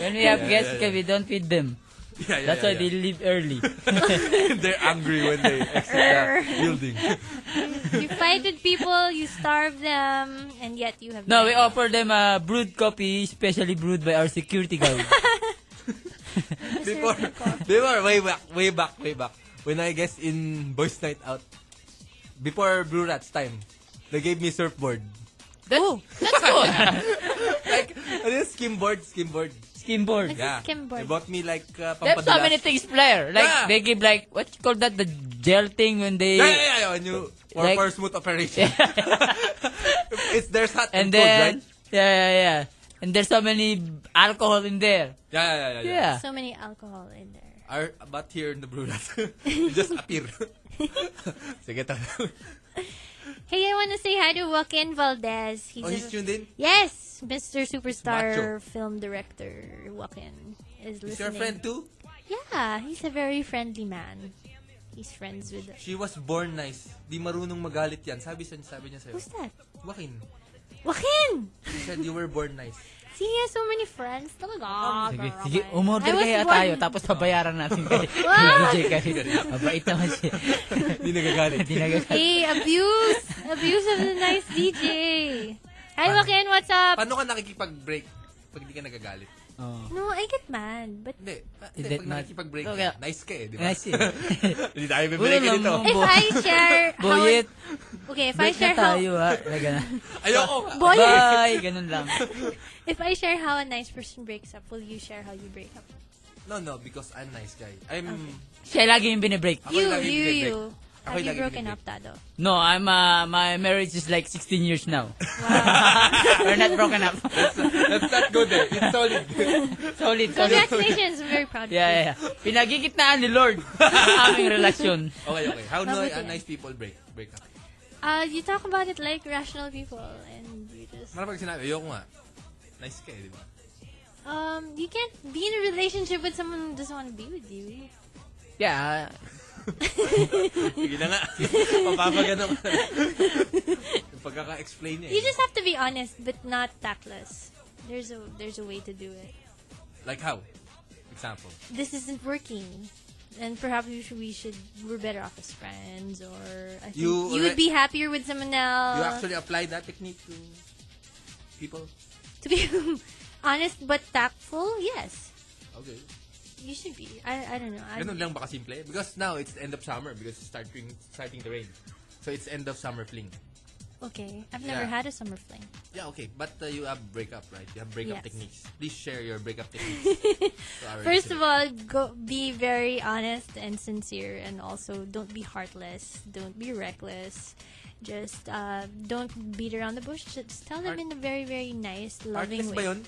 B: when we have
A: Yeah,
B: guests,
A: yeah, yeah.
B: we don't feed them.
A: yeah, yeah,
B: That's
A: yeah,
B: why they leave early.
A: yeah. They're angry when they exit the building.
C: you fight with people, you starve them, and yet you have
B: no, we offer them a brewed coffee, specially brewed by our security guard.
A: before, before, way back, way back, way back. When I guess in Boys Night Out, before Blue Rats time, they gave me surfboard.
B: That's, that's good.
A: Like, what is skimboard, skimboard.
B: Skimboard.
C: It's a skimboard.
A: They bought me like uh,
B: There's so
A: pampadulas.
B: many things, player. Like,
A: Yeah.
B: they give like, what you call that? The gel thing when they...
A: Yeah, yeah, yeah, yeah. when you- for,
B: Like-
A: for smooth operation. it's there's hot
B: And
A: and,
B: then,
A: cold, right?
B: yeah, yeah, yeah. And there's so many alcohol in there.
A: Yeah, yeah, yeah, yeah. yeah.
B: Yeah.
C: so many alcohol in there.
A: Our, but here in the Blue Rats, you just appear. Sige, tara.
C: Hey, I want to say hi to Joaquin Valdez. He's
A: Oh, he's
C: a,
A: tuned in?
C: yes, Mr. Superstar
A: Macho.
C: film director Joaquin is listening.
A: Is your friend too?
C: Yeah, he's a very friendly man. He's friends with.
A: She was born nice. Di marunong magalit yan. Sabi, sa- sabi niya sa'yo.
C: Who's that?
A: Joaquin,
C: Joaquin!
A: she said you were born nice.
C: See, he has so many friends.
A: Oh,
C: Talaga.
B: Sige,
C: girl,
B: sige,
C: man.
B: umorder
C: I was
B: kaya
C: born-
B: tayo, tapos babayaran natin kayo.
C: Wow!
B: DJ kayo. Mabait naman siya.
A: Hindi nagagalit.
B: Hindi nag-
C: Hey, abuse! abuse of the nice DJ. Hi, Joaquin, what's up?
A: Paano ka nakikipag-break pag di ka nagagalit?
B: Oh.
C: No, I get mad. But
A: Hindi. Pa-
B: Is
A: Hindi,
B: that
A: pag
B: not-
A: nakikipag-break,
B: Okay.
A: ka, nice ka eh, di ba?
B: Nice eh.
A: Hindi tayo
B: Wala
A: bibreak eh
B: lang
A: dito.
B: mo.
C: if I share... how I-
B: Boyet,
C: okay, if I
B: break na
C: share
B: tayo
C: how...
B: ha. Talaga na.
A: Ayoko!
C: Boy,
B: Bye! Ganun lang.
C: if I share how a nice person breaks up, will you share how you break up?
A: No, no, because I'm nice guy. I'm...
B: Siya lagi yung binibreak.
A: Ako
C: You,
A: lagi
C: you,
A: binibreak.
C: you. Have
A: Ako'y
C: you
A: lagi
C: broken
A: nag-break.
C: up, Tado?
B: No, I'm uh, my marriage is like 16 years now.
C: Wow.
B: We're not broken up.
A: That's not good eh. It's solid.
B: solid, solid.
C: Congratulations. I'm very proud of
B: Yeah,
C: you.
B: yeah, yeah. Pinagigitnaan ni Lord ang aming relasyon.
A: Okay, okay. How do
C: Mabuti
A: uh,
C: yan.
A: nice people break break up?
C: Uh, you talk about it like rational people and you just...
A: Marapag sinabi, ayoko nga. Nice ka eh, di ba?
C: Um, you can't be in a relationship with someone who doesn't want to be with you.
B: Yeah.
A: Sige na nga. Papapagano ka. Yung Pagkaka-explain niya
C: You
A: eh.
C: just have to be honest, but not tactless. There's a there's a way to do it.
A: Like how? Example.
C: This isn't working, and perhaps we should, we should we're better off as friends, or I think
A: You
C: you,
A: alre-
C: would be happier with someone else.
A: You actually apply that technique to people?
C: to be honest but tactful, yes,
A: Okay.
C: you should be. I I don't know. I,
A: Ganun lang ba kasimple? Because now it's the end of summer because it's starting, starting to rain. So it's end of summer fling.
C: okay, I've never
A: Yeah.
C: had a summer fling.
A: Yeah, okay. But uh, you have breakup, right? You have
C: Yes.
A: breakup techniques. Please share your breakup techniques. to our
C: First of
A: listeners.
C: all, go be very honest and sincere, and also don't be heartless. Don't be reckless. Just uh, don't beat around the bush. Just tell them in
A: Heart-
C: a very, very nice, loving
A: Heartless
C: way.
A: ba yun?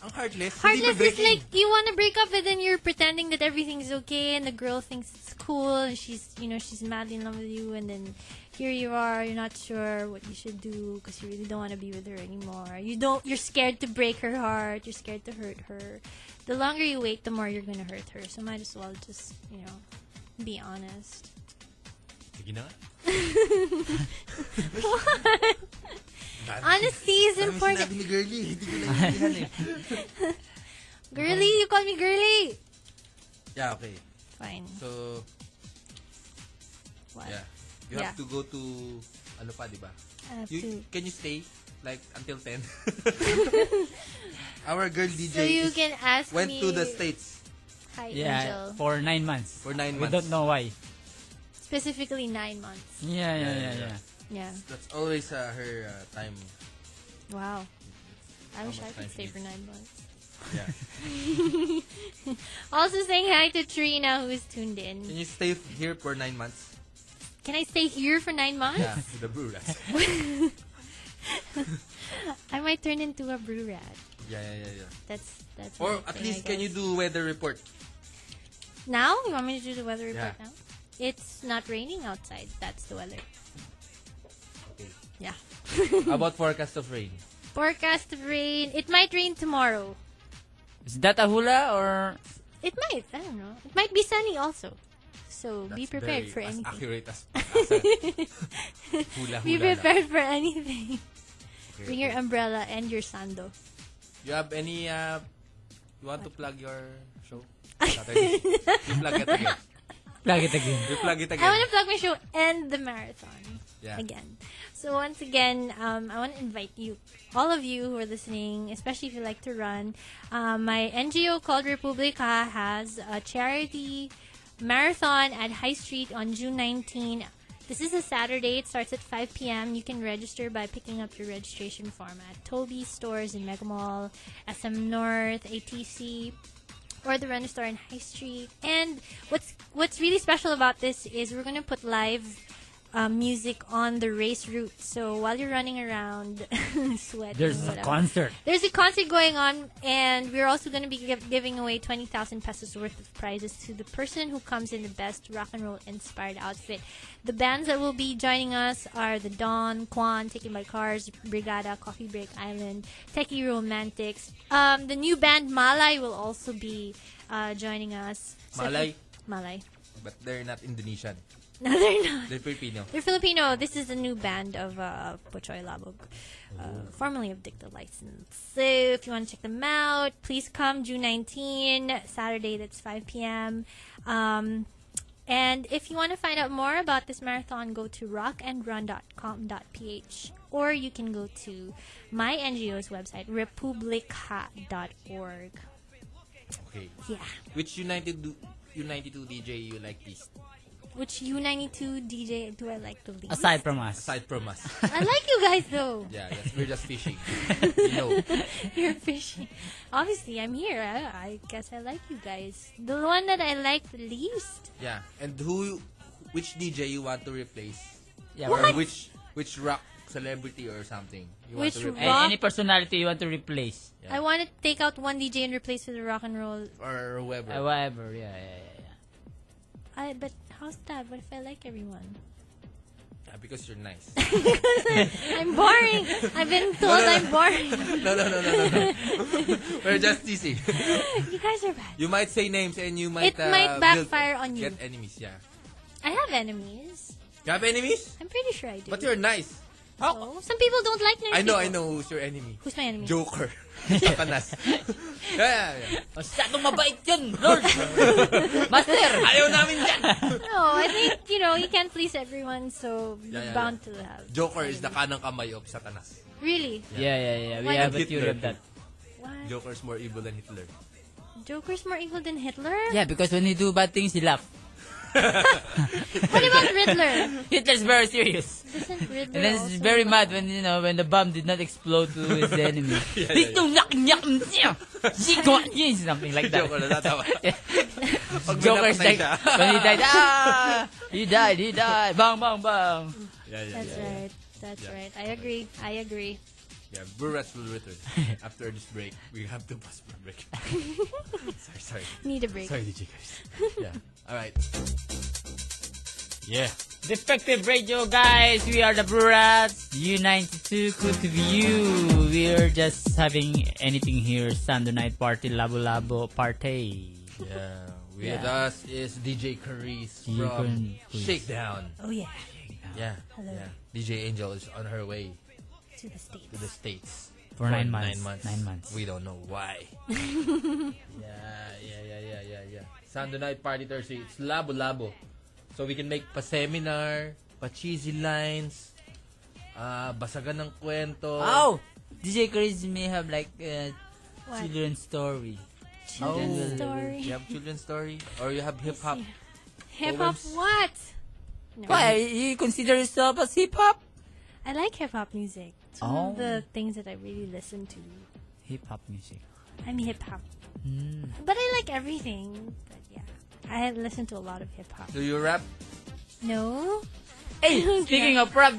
A: Ang heartless? Hindi
C: Heartless
A: ba
C: is
A: breaking?
C: like you want to break up, but then you're pretending that everything's okay, and the girl thinks it's cool, and she's you know she's madly in love with you, and then here you are, you're not sure what you should do because you really don't want to be with her anymore. You don't, you're scared to break her heart, you're scared to hurt her. The longer you wait, the more you're gonna hurt her. So might as well just you know be honest.
A: Sige na nga. Dami-
C: Honesty is
A: dami
C: important.
A: sinabi ni Girlie. Hindi ko na-
C: Girly, you call me girly.
A: Yeah, okay.
C: Fine.
A: So,
C: What?
A: yeah. You have
C: Yeah.
A: to go to, ano pa, di ba?
C: I have
A: You,
C: to.
A: can you stay, like, until 10? Our girl DJ
C: So you
A: is-
C: can ask
A: went
C: me.
A: to the States
C: Hi, Angel.
B: Yeah, for nine months.
A: for nine
B: We
A: months.
B: don't know why.
C: Specifically nine months.
B: Yeah, yeah, yeah, yeah.
C: Yeah.
A: That's always uh, her uh, time.
C: Wow. I
A: How
C: wish I
A: much time
C: could
A: she
C: stay for
A: needs.
C: nine months.
A: Yeah.
C: Also saying hi to Trina who's tuned in.
A: Can you stay here for nine months?
C: Can I stay here for nine months?
A: Yeah, with the brew rats.
C: I might turn into a brew rat.
A: Yeah, yeah, yeah, yeah.
C: That's that's my
A: Or at
C: thing,
A: least
C: I
A: can you
C: guess.
A: do weather report?
C: now? You want me to do the weather report
A: Yeah.
C: now? It's not raining outside. That's the weather.
A: Okay.
C: Yeah.
A: How about forecast of rain?
C: Forecast of rain. It might rain tomorrow.
B: Is that a hula or
C: It might. I don't know. It might be sunny also. So be
A: That's
C: prepared
A: very
C: for
A: as
C: anything.
A: accurate as as a hula
C: Be
A: hula. lang.
C: prepared for anything.
A: Okay,
C: Bring your
A: okay.
C: umbrella and your sando.
A: You have any uh, you want to plug your show? Saturday. you plug it again.
B: plug it again?
A: You plug it again.
C: I want to plug my show and the marathon
A: Yeah.
C: again. So once again, um, I want to invite you, all of you who are listening, especially if you like to run. Um, my NGO called Republica has a charity marathon at High Street on June 19. This is a Saturday. It starts at 5 p.m. You can register by picking up your registration form at Toby stores in Mega Mall, SM North, ATC, or the Runner Store in High Street. And what's what's really special about this is we're gonna put live uh, music on the race route. So while you're running around, sweating.
B: There's a
C: whatever.
B: concert.
C: There's a concert going on, and we're also going to be giv giving away 20,000 pesos worth of prizes to the person who comes in the best rock and roll inspired outfit. The bands that will be joining us are The Dawn, Kwan, Taken by Cars, Brigada, Coffee Break Island, Techie Romantics. Um, the new band Malay will also be uh, joining us. So if
A: Malay?
C: you- Malay.
A: But they're not Indonesian.
C: No, they're not.
A: They're Filipino.
C: They're Filipino. This is a new band of uh, Pochoy Labog, uh, formerly of Dicta License. So if you want to check them out, please come June 19, Saturday, that's 5 p.m. Um, and if you want to find out more about this marathon, go to rockandrun.com.ph or you can go to my NGO's website, republica.org.
A: Okay.
C: Yeah.
A: Which United do, United 2 DJ you like least?
C: Which U92 DJ do I like the least?
B: Aside from us.
A: Aside from us.
C: I like you guys though.
A: Yeah, yes, we're just fishing. you know.
C: You're fishing. Obviously, I'm here. I, I guess I like you guys. The one that I like the least,
A: Yeah. And who which DJ you want to replace?
B: Yeah,
A: Or
B: right.
A: which which rock celebrity or something? You
C: Which
A: want to replace?
B: A- Eh, any personality you want to replace.
C: I
A: Yeah.
C: want to take out one DJ and replace with rock and roll.
A: Or whoever.
B: Uh, whatever, yeah, yeah, yeah. yeah.
C: I, but how's that? What if I like everyone?
A: Yeah, because you're nice.
C: I'm boring. I've been told
A: uh,
C: I'm boring.
A: no, no, no, no, no. no. We're just teasing.
C: you guys are bad.
A: You might say names and you might.
C: It
A: uh,
C: might
A: build-
C: backfire on you.
A: Get enemies, yeah.
C: I have enemies.
A: You have enemies?
C: I'm pretty sure I do.
A: But you're nice.
C: So, some people don't like nerdy
A: I know, I
C: people.
A: know who's your enemy.
C: Who's my enemy?
A: Joker. Satanas. yeah, yeah, yeah.
B: Masyadong mabait yun, Lord! Master!
A: Ayaw namin yan!
C: No, I think, you know, you can't please everyone, so
A: Yeah, yeah,
C: you're bound to have.
A: Joker is the kanang kamay of Satanas.
C: Really?
B: Yeah, yeah, yeah. We
C: Why
B: have
A: not
B: a theory
A: Hitler?
B: of that.
C: What?
A: Joker's more evil than Hitler.
C: Joker's more evil than Hitler?
B: Yeah, because when he do bad things, he laugh.
C: What about Riddler?
B: Hitler's very serious.
C: Doesn't Riddler
B: And then
C: also
B: he's very
C: laugh?
B: mad when, you know, when the bomb did not explode to his enemy.
A: yeah,
B: He's too yuck, yuck, yuck. She got you, something like that.
A: Joker natatawa. Pag may
B: Joker's like,
A: napatay siya.
B: when he died, ah! He died, he died. Bang, bang, bang.
A: yeah, yeah,
C: That's
A: yeah.
C: right. That's
A: Yeah.
C: right. I agree. I agree.
A: Yeah, Burats will return. After this break, we have to pause for a break. sorry, sorry.
C: Need a break.
A: Sorry, DJ guys. Yeah. Alright. Yeah.
B: Defective Radio, guys. We are the Blue Rats. U92, good to be you. We're just having anything here. Sunday night party, labo labo party.
A: Yeah. With
B: Yeah.
A: us is DJ Carice
B: DJ
A: from
B: Carice.
A: Shakedown.
C: Oh, yeah.
A: Yeah.
C: Hello.
A: yeah. DJ Angel is on her way
C: To the States.
A: to the States.
B: For nine months. Nine months.
A: We don't know why. yeah, yeah, yeah, yeah, yeah, yeah. Sunday night party Thursday. It's labo labo. So we can make pa seminar, pa cheesy lines, ah basagan ng kwento.
B: Oh! DJ Chris may have like uh,
C: What?
B: children's story.
C: Children's
A: Oh.
C: story.
A: You have children's story or you have hip hop.
C: Hip hop,
A: poems.
C: what? No.
B: Why? You consider yourself as hip hop?
C: I like hip hop music. It's one
B: Oh.
C: of the things that I really listen to.
B: Hip hop music.
C: I'm hip hop.
B: Hmm.
C: But I like everything. But yeah. I listen to a lot of hip hop.
A: Do you rap?
C: No?
B: Hey,
C: Yeah.
B: speaking of rap,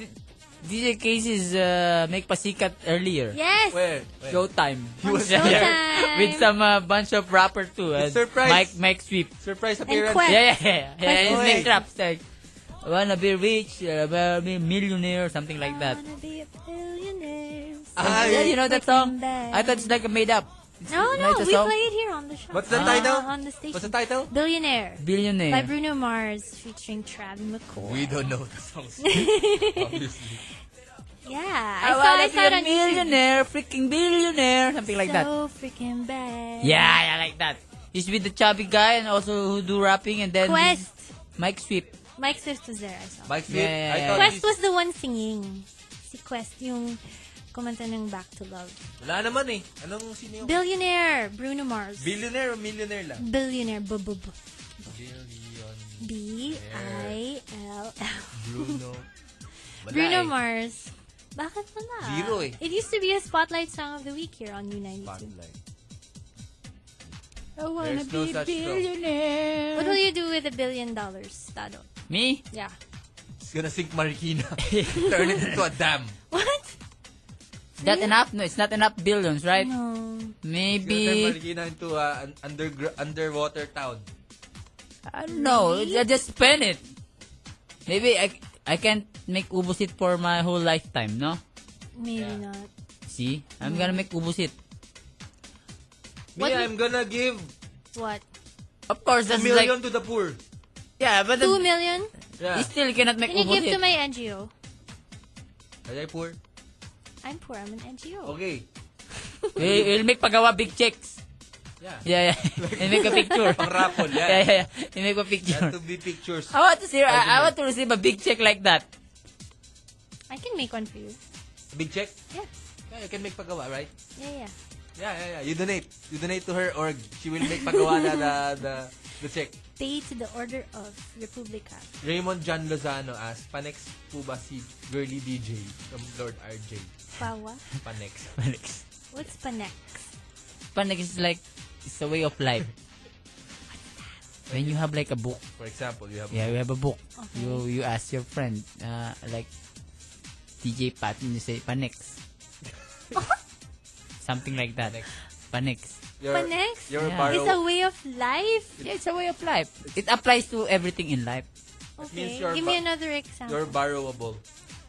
B: DJ Chris is uh, make pasikat earlier.
C: Yes!
A: Where? Where?
B: Showtime. He
C: On
B: there.
C: Showtime.
B: With some uh, bunch of rapper too. Uh,
A: Surprise.
B: Mike, Mike Sweep.
A: Surprise
C: and
A: appearance.
C: Quest.
B: Yeah, yeah, yeah. yeah
C: Mike
B: he
A: Sweep.
B: make raps like, I wanna be rich, I wanna be millionaire, something like
C: I
B: that.
C: wanna be a billionaire.
A: Ah,
B: yeah, you know that song?
C: Back.
B: I thought it's like a made up. It's
C: No, no,
B: not a
C: we
B: song.
C: play it here on the show.
A: What's the
B: Ah.
A: title?
C: Uh, on the station.
A: What's the title?
C: Billionaire
B: Billionaire.
C: by Bruno Mars featuring Travis McCoy.
A: We don't know the songs. Obviously.
C: Yeah,
B: I
C: I,
B: wanna
C: saw,
B: be
C: I saw it
B: Oh, a
C: on YouTube.
B: millionaire, freaking billionaire, something like that.
C: So freaking bad.
B: Yeah, yeah, like that. He's with the chubby guy and also who do rapping and then
C: Quest.
B: Mike Sweep.
C: Mike Swift was there. I saw.
A: Mike
B: Yeah,
A: Fit,
B: yeah,
A: I
B: yeah.
A: thought
C: Quest
A: you-
C: was the one singing. Si Quest yung kumanta ng Back to Love.
A: Wala naman eh. Anong sino yung...
C: Billionaire Bruno Mars.
A: Billionaire o millionaire lang?
C: Billionaire. B b b
A: Billion.
C: B I L L.
A: Bruno. Wala
C: Bruno
A: eh.
C: Mars. Bakit wala?
A: Zero eh.
C: It used to be a spotlight song of the week here on U92.
A: Spotlight.
C: I wanna
A: There's no
C: be
A: such show.
C: billionaire. What will you do with a billion dollars, Tado?
B: Me?
C: Yeah.
A: It's gonna sink Marikina. Turn it into a dam.
C: What?
B: Is that enough? No, it's not enough billions, right?
C: No.
A: It's gonna turn
B: Maybe
A: Marikina into a, an undergr- underwater town.
B: I don't know. I just spend it. Maybe I I can't make ubus it for my whole lifetime, no?
C: Maybe
A: Yeah.
C: not.
B: See, I'm gonna make ubus it.
A: Me,
C: What-
A: I'm gonna give
C: What?
B: Of course,
A: a
B: that's
A: million
B: like
A: to the poor.
B: yeah, but
C: Two
B: the,
C: million?
A: Yeah.
B: you still cannot make
C: Can you
B: ubus
C: give to
B: it.
C: my NGO?
A: Are they poor?
C: I'm poor. I'm an NGO.
A: Okay.
B: We- We'll make pagawa big checks.
A: Yeah.
B: Yeah, yeah. and make a picture.
A: Pangrapol, yeah.
B: yeah, yeah, yeah. And make a picture.
A: Got to be pictures.
B: I want to see. I, I want to receive a big check like that.
C: I can make one for you.
A: Big check.
C: Yeah.
A: Yeah, you can make pagawa, right?
C: Yeah, yeah.
A: Yeah, yeah, yeah. You donate. You donate to her org. She will make pagawa na the, the, the check.
C: Pay to the Order of Republica.
A: Raymond John Lozano asks, Panex po ba si girly DJ from Lord RJ?
C: Pawa?
A: Panex.
B: Panex.
C: What's Panex?
B: Panex is like it's a way of life. When you have like a book,
A: For example, you have
B: yeah, you have a book.
C: Okay.
B: You you ask your friend, uh, like DJ Patton, you say Panex. Something like that. Panex.
A: your,
C: Panex?
A: your
B: Yeah.
A: borrow-
C: It's a way of life.
B: Yeah, it's a way of life. It applies to everything in life.
C: Okay.
A: means you're
C: Give me
A: ba-
C: another
A: you're
C: example.
A: borrowable.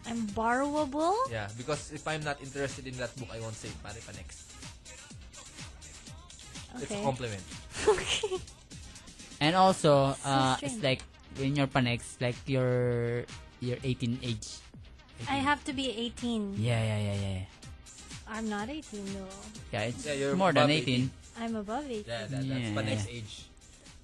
C: I'm borrowable.
A: Yeah, because if I'm not interested in that book, I won't say pare pa next. It's a
C: Okay.
A: compliment.
C: okay.
B: And also, uh,
C: strange.
B: it's like when you're Panex, like your your 18 age.
C: I have to be 18.
B: Yeah, yeah, yeah, yeah. yeah.
C: I'm not 18 though.
B: Yeah, it's
A: Yeah, you're
B: more than
A: above
B: 18.
C: I'm above 18.
A: Yeah, that, that's
B: Yeah.
A: pa next age.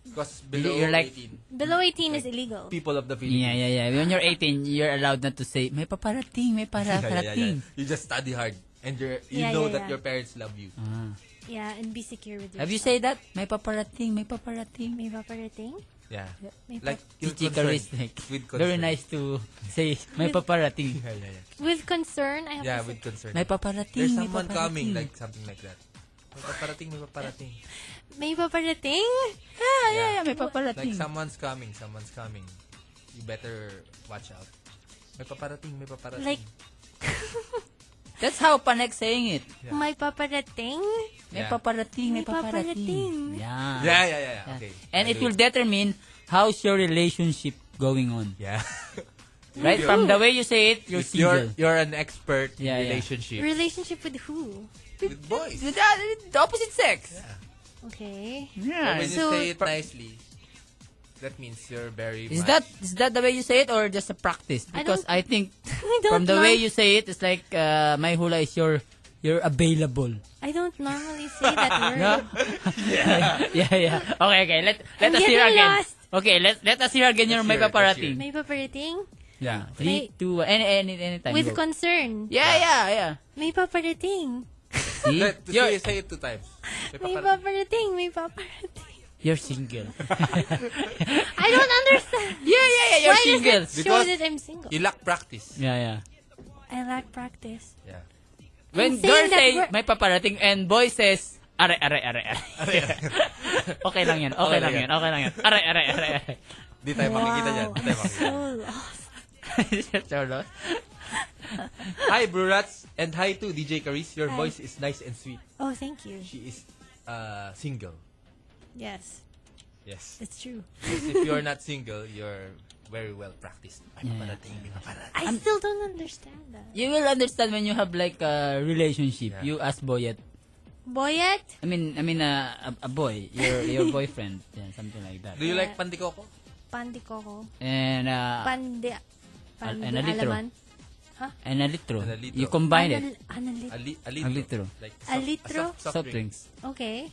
A: Because
B: You're
A: below
B: like-
A: 18,
C: Below 18 is illegal.
A: people of the
B: Yeah,
A: Philippines.
B: yeah, yeah. When you're 18, you're allowed not to say, may paparating, may para- parating.
A: You just study hard. And you're, you
C: Yeah,
A: know
C: yeah,
A: that
C: yeah.
A: your parents love you.
B: Ah.
C: Yeah, and be secure with yourself.
B: Have you said that? May paparating, may paparating.
C: May paparating?
A: Yeah.
C: May
A: Like, you're
B: Chichi
A: concerned.
B: Karis, like,
A: With concern.
B: very nice to say, may paparating.
A: Yeah, yeah, yeah.
C: With concern, I have
A: Yeah,
C: to
A: with
C: say,
A: concern.
B: May paparating,
A: There's
B: may
A: someone
B: paparating.
A: coming, like something like that. May paparating, may paparating.
C: may paparating? Ah,
B: yeah, yeah,
A: Yeah.
B: yeah, may
A: Like
B: paparating.
A: someone's coming, someone's coming. You better watch out. May paparating, may paparating.
C: Like,
B: That's how Panek saying it.
A: Yeah.
C: may paparating?
B: May
A: Yeah.
B: paparating,
C: May
B: may
C: paparating.
B: paparating. Yeah.
A: yeah, yeah, yeah,
B: Ah.
A: yeah.
B: Yeah.
A: Okay.
B: And
A: I
B: it
A: do
B: will determine how's your relationship going on.
A: Yeah.
B: Right? From the way you say it, you're
A: If you're
B: single.
A: you're an expert in
B: Yeah, yeah.
A: relationship
C: Relationship with who?
A: with boys.
B: The, the- the opposite sex.
C: Okay.
A: But
B: Yeah.
A: when
C: So-
A: you say it nicely, that means you're very.
B: Is
A: much-
B: that is that the way you say it or just a practice?
C: I
B: Because
C: don't-
B: I, think
C: I don't
B: from the way
C: norm-
B: you say it, it's like uh, my hula is your you're available.
C: I don't normally say that word.
B: Yeah. yeah, yeah. Okay, okay. Let let
C: I'm
B: us hear
C: getting
B: again.
C: lost.
B: Okay, let let us hear again your
A: Let's
B: may
A: hear it, let's
B: paparating.
C: May paparating?
B: Yeah.
C: May-
B: Three, two, one. any any any time.
C: With
B: go.
C: concern.
B: yeah, yeah, yeah.
C: May paparating?
B: See?
A: Let, to
B: You're,
A: say, say it two times.
C: May paparating? May paparating?
B: you're single.
C: I don't understand.
B: Yeah, yeah, yeah. You're
C: Why
B: single.
C: does it show
A: Because-
C: that I'm single?
A: You lack practice.
B: Yeah, yeah.
C: I lack practice.
A: Yeah.
B: When
C: saying
B: girls
C: that
B: say
C: we're-
B: may paparating and boy says are are are are. okay lang yan. Okay
A: Okay
B: lang
A: lang
B: yan. Okay lang yan. Are are are are.
A: Di tayo makikita dyan.
C: Wow,
A: Di tayo
C: I'm
A: makikita.
C: so lost.
B: Solo.
A: hi, Brurats. And hi to DJ Caris. Your
C: Hi.
A: voice is nice and sweet.
C: Oh, thank you.
A: She is uh, single.
C: Yes,
A: Yes.
C: it's true.
A: if you're not single, you're very well practiced. May
B: Yeah,
A: paparating, may paparating.
C: I still don't understand that.
B: You will understand when you have like a relationship.
A: Yeah.
B: You as boyet.
C: Boyet?
B: I mean, I mean uh, a, a boy, your your boyfriend, yeah, something like that.
A: Do you like
C: Yeah.
A: pandikoko?
C: Pandikoko.
B: And
A: Ah.
B: uh,
C: Pandi... Pandi...
B: and a litro.
C: Alaman.
B: and a litro.
A: And a litro.
B: You combine it.
C: Anal- analit-
A: A, li- a
B: A litro.
A: litro. Like
C: A litro?
A: soft, soft,
B: Soft
A: drink.
B: drinks.
C: Okay.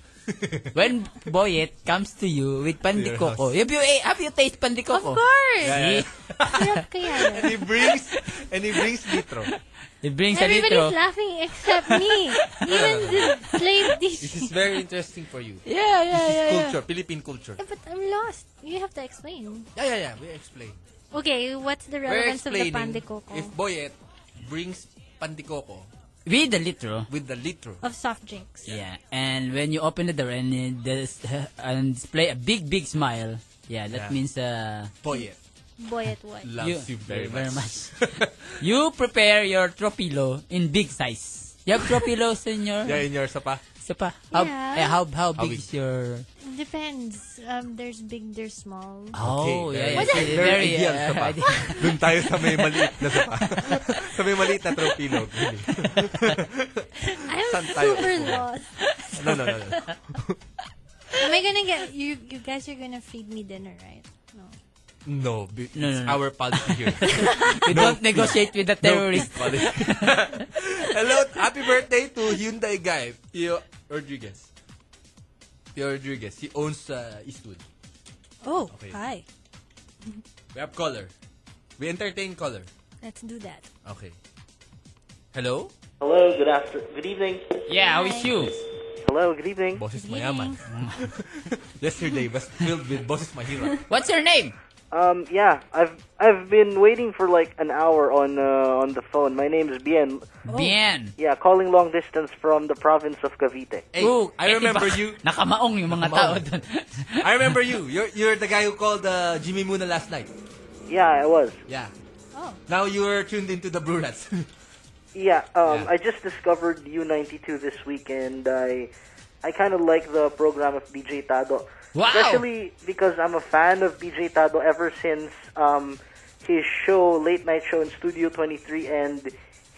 B: When boyet comes to you with pandikoko, have you eh, have you taste
C: Of
B: pandikoko?
C: course!
A: Yeah, yeah.
C: Hirap kaya yun.
A: and he brings, and he brings litro.
B: It brings a litro.
C: Everybody's laughing except me. Even the slave
A: This
C: DJ.
A: is very interesting for you.
B: Yeah, yeah, yeah. yeah.
A: Culture, Philippine culture.
C: But I'm lost. You have to explain.
A: Yeah, yeah, yeah. We explain.
C: Okay, what's the
A: We're
C: relevance of the
A: explaining
C: pandikoko?
A: if Boyet brings pandikoko
B: With the litro.
A: with the litro.
C: Of soft drinks.
B: Yeah, and when you open the door and uh, there's, and display a big, big smile, yeah, that
A: Yeah.
B: means uh,
A: Boyet
C: Boyet what?
A: loves you, very, much.
B: you prepare your tropilo in big size. You have tropilo in your
A: yeah, in your sapa.
B: so pa. How,
C: Yeah.
B: eh, how how
A: How
B: big
A: big?
B: is your?
C: Depends. Um, there's big, there's small.
B: Oh yeah, yeah, yeah,
A: very, very, ideal
B: uh,
A: sapa.
B: ideal.
A: Doon tayo sa may maliit na sapa. sa may maliit na tropilo. Really.
C: I'm
A: Saan tayo
C: super
A: upo?
C: lost.
A: No, no, no. no.
C: Am I gonna get you? You guys are gonna feed me dinner, right? No.
A: No, be-
B: No, no,
A: it's
B: no.
A: our policy here.
B: We don't negotiate with the terrorist.
A: No, please, Colin. Hello, happy birthday to Hyundai guy, Pio Rodriguez. Pio Rodriguez, he owns uh, Eastwood.
C: Oh,
A: Okay.
C: hi.
A: We have color. We entertain color.
C: Let's do that.
A: Okay. Hello?
E: Hello, good after, good evening.
B: Yeah, how is you?
E: Hello, good evening.
A: Boses
C: Good evening.
A: mayaman. Yesterday was filled with boses mahirap.
B: What's your name?
E: Um, yeah, I've I've been waiting for like an hour on uh, on the phone. My name is Bien.
B: Bien.
E: Yeah, calling long distance from the province of Cavite.
A: Hey,
B: Oh,
A: I remember
B: eh,
A: you.
B: iba- Nakamaong yung mga tao
A: Nakamaong.
B: doon.
A: I remember you. You're you're the guy who called uh, Jimmy Muna last night.
E: Yeah, I was.
A: Yeah.
C: Oh.
A: Now you are tuned into the Blue Rats.
E: Yeah, um, I
A: Yeah.
E: just discovered U92 this week, and I I kind of like the program of DJ Tado.
A: Wow!
E: Especially because I'm a fan of DJ Tado ever since um, his show, late night show in Studio 23, and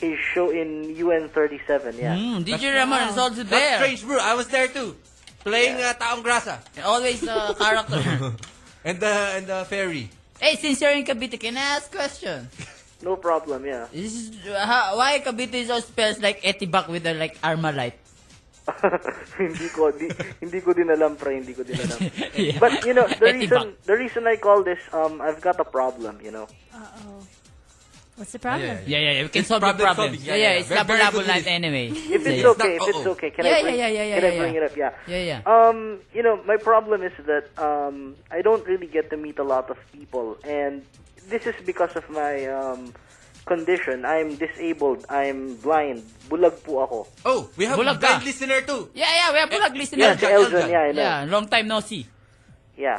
E: his show in UN37. Yeah.
B: Mm,
A: Hmm,
B: DJ Ramon is also
A: Not
B: there.
A: strange, bro. I was there too, playing uh, Taong Grasa
B: Always a character.
A: and the and the fairy.
B: hey, since you're in Cavite, can I ask question?
E: No problem. Yeah.
B: This is, ha- why Cavite is also spells like Etibac with a like Armalite?
E: hindi ko di, hindi ko din alam pre, hindi ko din alam.
B: Yeah.
E: But you know, the
B: Etibac.
E: reason the reason I call this um I've got a problem, you know.
C: Uh-oh. What's the problem?
A: Oh,
B: Yeah,
A: Yeah,
B: yeah, yeah. We can
A: It's
B: solve the
A: problem
B: problem.
A: solving.
B: Yeah,
A: Yeah,
B: yeah,
A: yeah.
B: it's
A: Very- very
B: double
A: good
B: night
A: with it.
B: anyway.
E: If it's
A: yeah.
E: okay,
A: Not- oh.
E: if it's
A: uh-oh.
E: okay, can
B: Yeah,
E: I bring,
B: yeah, yeah, yeah,
E: can
B: yeah,
E: I bring
B: yeah.
E: it up? Yeah.
B: Yeah, yeah.
E: Um, you know, my problem is that um I don't really get to meet a lot of people, and this is because of my um condition. I'm disabled. I'm blind. Bulag po ako.
A: Oh, we have
B: Bulag
A: a
B: ka.
A: blind listener too.
B: Yeah, yeah, we are Bulag
E: Yeah,
B: listener.
A: Eljan,
E: si Eljan,
A: Eljan.
E: yeah, I know.
B: Yeah, long time no see.
E: yeah.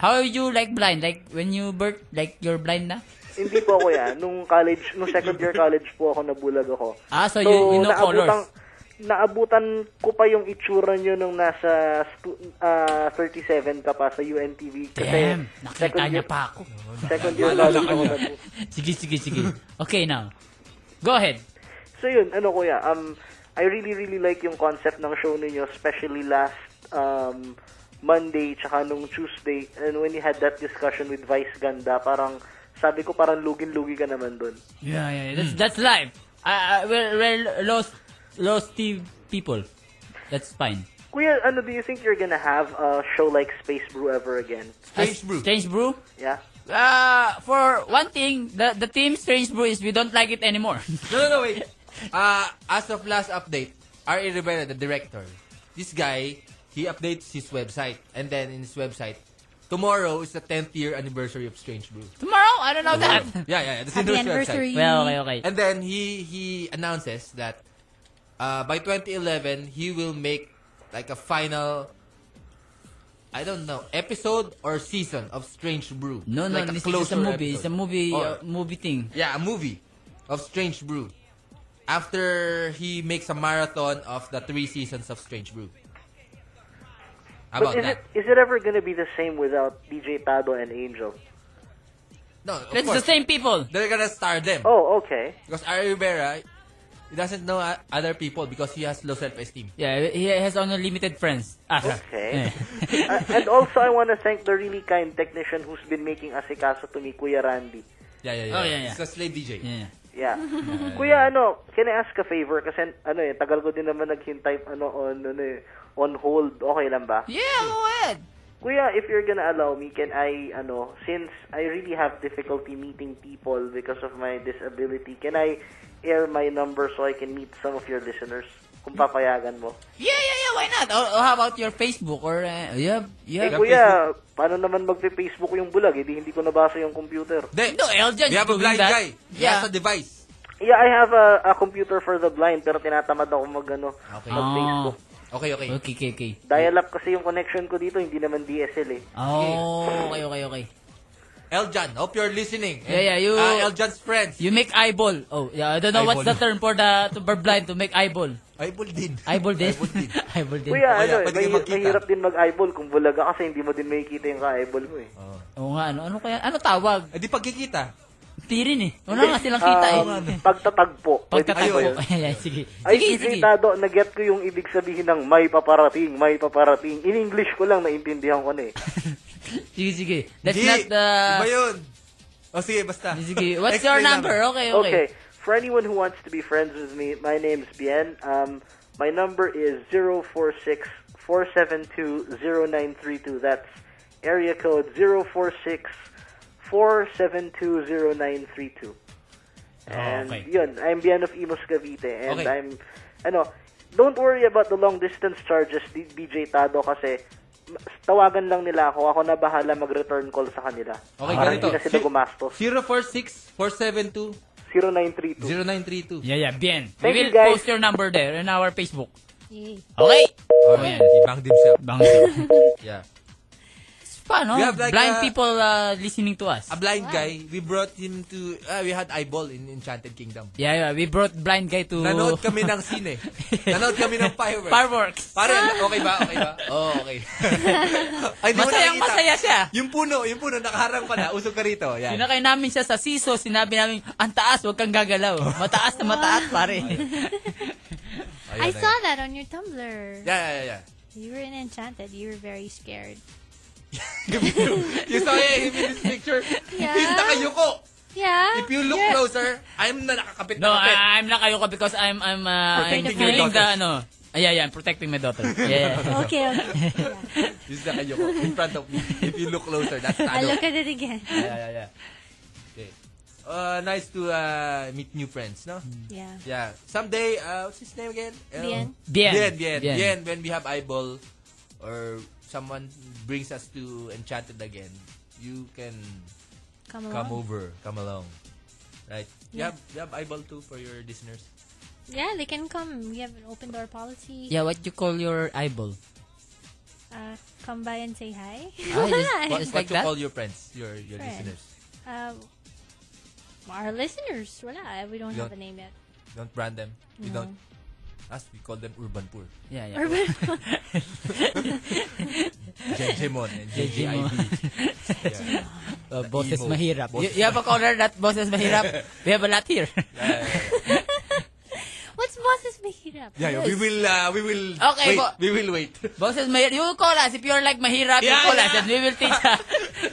B: How are you like blind? Like when you birth, like you're blind na?
E: Hindi po ako yan. Nung college, nung second year college po ako, nabulag ako.
B: Ah, so you- you know colors.
E: Naabutan ko pa yung itsura nyo nung nasa stu- ah, 37 ka pa sa UNTV. Kasi
B: Damn, nakita
E: year,
B: niya pa ako.
E: Second year college ako. nabu-
B: Sige, sige, sige. Okay now. Go ahead.
E: So yun, ano kuya, um, I really really like yung concept ng show ninyo, especially last um, Monday tsaka nung Tuesday and when you had that discussion with Vice Ganda, parang sabi ko parang lugin-lugi ka naman dun.
B: Yeah, yeah, yeah. That's, that's life. I, I, we're, we're lost, lost people. That's fine.
E: Kuya, ano, do you think you're gonna have a show like Space Brew ever again?
B: As-
A: Strange brew.
B: Strange brew?
E: Yeah?
B: Uh, for one thing, the, the team Strange Brew is we don't like it anymore.
A: No, no, no, wait. Uh, as of last update, R.A. Rivera, the director, this guy, he updates his website. And then in his website, tomorrow is the 10th year anniversary of Strange Brew.
B: Tomorrow? I don't know that.
A: Yeah, yeah, yeah. This is
C: Happy
A: his website.
C: anniversary.
B: Well, okay, okay.
A: And then he he announces that uh, by 2011 he will make like a final I don't know episode or season of Strange Brew.
B: No, no,
A: like
B: this is a
A: closer
B: movie. It's a
A: episode.
B: movie,
A: Or-
B: uh, movie thing.
A: yeah, a movie of Strange Brew. After he makes a marathon of the three seasons of Strange Brew. How about
E: But is
A: that?
E: it is it ever gonna be the same without DJ Tado and Angel?
A: No, of
B: That's
A: course.
B: the same people.
A: They're gonna star them.
E: Oh, okay.
A: Because Ari Rivera, he doesn't know uh, other people because he has low self-esteem.
B: Yeah, he has only limited friends. Ah,
E: Okay.
B: yeah.
E: Uh, and also, I want to thank the really kind technician who's been making asikaso to me, Kuya Randy.
A: Yeah, yeah, yeah.
B: Oh, yeah, yeah.
A: It's a slave DJ.
B: yeah.
E: Yeah. Kuya, ano, can I ask a favor? Kasi, ano eh, tagal ko din naman naghintay, ano, on, ano eh, on hold. Okay lang ba?
B: Yeah, go ahead.
E: Kuya, if you're gonna allow me, can I, ano, since I really have difficulty meeting people because of my disability, can I air my number so I can meet some of your listeners? Kung papayagan mo.
B: Yeah, yeah, yeah, why not? Or, or how about your Facebook? Or, uh, you have, you
E: Eh,
B: have,
E: kuya, paano naman magpe-Facebook yung bulag? Eh, di hindi ko nabasa yung computer.
A: They,
B: no, Eljan,
A: we have a
B: doing
A: blind
B: that.
A: guy. He
B: Yeah.
A: has a device.
E: Yeah, I have a, a computer for the blind pero tinatamad ako mag, ano,
A: Okay.
E: mag-Facebook.
B: Oh,
A: Okay, okay.
B: okay, okay, okay.
E: Dial-up kasi yung connection ko dito, hindi naman DSL eh.
B: Oh, okay, okay, okay.
A: Ah. Eljan, hope you're listening.
B: Yeah, yeah, you-
A: Uh, Eljan's friends.
B: You make eyeball. Oh, yeah, I don't know what's the
A: Eyeball.
B: term for the to for blind to make eyeball.
A: Eyeball din.
B: Eyeball din.
A: Eyeball din.
B: eyeball din.
E: Kuya,
A: Kuya,
E: ano, eh,
A: pwede kayo
E: mahi-
A: magkita.
E: mahirap din mag-eyeball kung bulag ka kasi hindi mo din makikita yung ka-eyeball mo eh.
A: Oh.
B: Oo nga, ano, ano kaya? Ano tawag?
A: Eh, di Oh, pagkikita.
B: Tirin eh. Wala nga silang kita eh.
A: ano?
E: Um, pagtatagpo. Pwede
B: Pagtatagpo.
E: ba yun?
B: Ayan, sige.
E: Ay,
B: Sige, sige.
E: DJ Tado, nag-get ko yung ibig sabihin ng may paparating, may paparating. In English ko lang, naintindihan ko na eh.
B: Sige, sige. That's
A: Di.
B: not the...
A: Iba yun. O sige, Oh, basta.
B: Sige, what's your
A: Explain lang.
B: number? Okay, okay.
E: Okay, for anyone who wants to be friends with me, my name's Bien. Um, my number is 046 472 0932. That's area code 046 472 0932. And
B: Oh, Ah, Okay.
E: yun, I'm Bien of Imus Cavite. And
A: Okay.
E: I'm, ano, don't worry about the long distance charges, D- DJ Tado, kasi tawagan lang nila ako. Ako na bahala mag-return call sa kanila.
A: Okay,
E: Para
A: ganito.
E: hindi na sila gumastos.
A: 046-472-0932.
E: 0932.
B: Yeah, yeah, bien.
E: Thank you,
B: we will
E: guys.
B: post your number there in our Facebook.
C: Yay.
B: Okay?
A: Oh, yeah. He banged himself.
B: Bang. It's
A: Yeah.
B: fun, no?
A: We have like
B: Blind
A: a-
B: people uh, listening to us.
A: A blind guy, we brought him to, ah, we had Eyeball in Enchanted Kingdom.
B: Yeah, yeah, we brought blind guy to...
A: Nanood kami ng scene eh. Nanood kami ng fireworks.
B: Fireworks.
A: Pare, okay ba? Okay ba? Oo, okay. Ay, di mo
B: Masayang
A: nakikita.
B: masaya siya.
A: Yung puno, yung puno, nakaharang pa na. Usog ka rito. Yan.
B: Sinakay namin siya sa siso, sinabi namin, ang taas, huwag kang gagalaw. Mataas na mataas, pare.
A: Ayun,
C: I
A: ayun.
C: saw that on your Tumblr.
A: Yeah, yeah, yeah.
C: You were in Enchanted. You were very scared.
A: you saw him in this picture.
C: Yeah.
A: He's nakayuko.
C: Yeah.
A: If you look
C: You're-
A: closer, I'm na nakakapit
B: no,
A: nakapit.
B: I- I'm not kayo ko because I'm, I'm, uh, I'm
A: Protecting your
B: feeling the,
A: daughters.
B: ano, Ah, yeah, yeah, I'm protecting my daughter. Yeah, yeah.
C: Okay, okay. Yeah.
A: He's nakayuko in front of me. If you look closer, that's ano.
C: I'll
A: Tano.
C: look at it again.
A: Yeah, yeah, yeah. Okay. Uh, nice to uh, meet new friends, no?
C: Yeah.
A: Yeah. Someday, uh, what's his name again? El-
C: Bien.
B: Bien.
A: Bien, Bien.
B: Bien.
A: Bien, when we have eyeball or someone brings us to Enchanted again, you can
C: Come
A: come
C: along.
A: over, come along. Right? You,
C: Yeah.
A: have, you have eyeball too for your listeners.
C: Yeah, they can come. We have an open door policy.
B: Yeah, what you call your eyeball?
C: Uh, come by and say hi.
B: Ah, just-
A: What,
B: Just
A: what
B: like
A: you
B: that?
A: call your friends, your your
C: Friends.
A: listeners.
C: Uh, our listeners, wala. We don't
A: You
C: have a
A: don't-
C: name yet.
A: You don't brand them. You
C: No.
A: don't. Us, we call them urban poor.
B: Yeah, yeah.
C: Urban.
A: Jejimon and
B: Jejimon.
A: JJIB. yeah.
B: Uh, boses
A: Emo.
B: mahirap. You,
A: Boses
B: you have a corner that boses mahirap. We have a lot here.
C: What's bosses mahirap?
A: Yeah, yeah, we will, uh, we will
B: Okay,
A: wait.
B: bo-
A: we will wait.
B: Boses mahirap. You call us if you're like mahirap. you
A: Yeah,
B: call us
A: yeah.
B: and we will teach uh,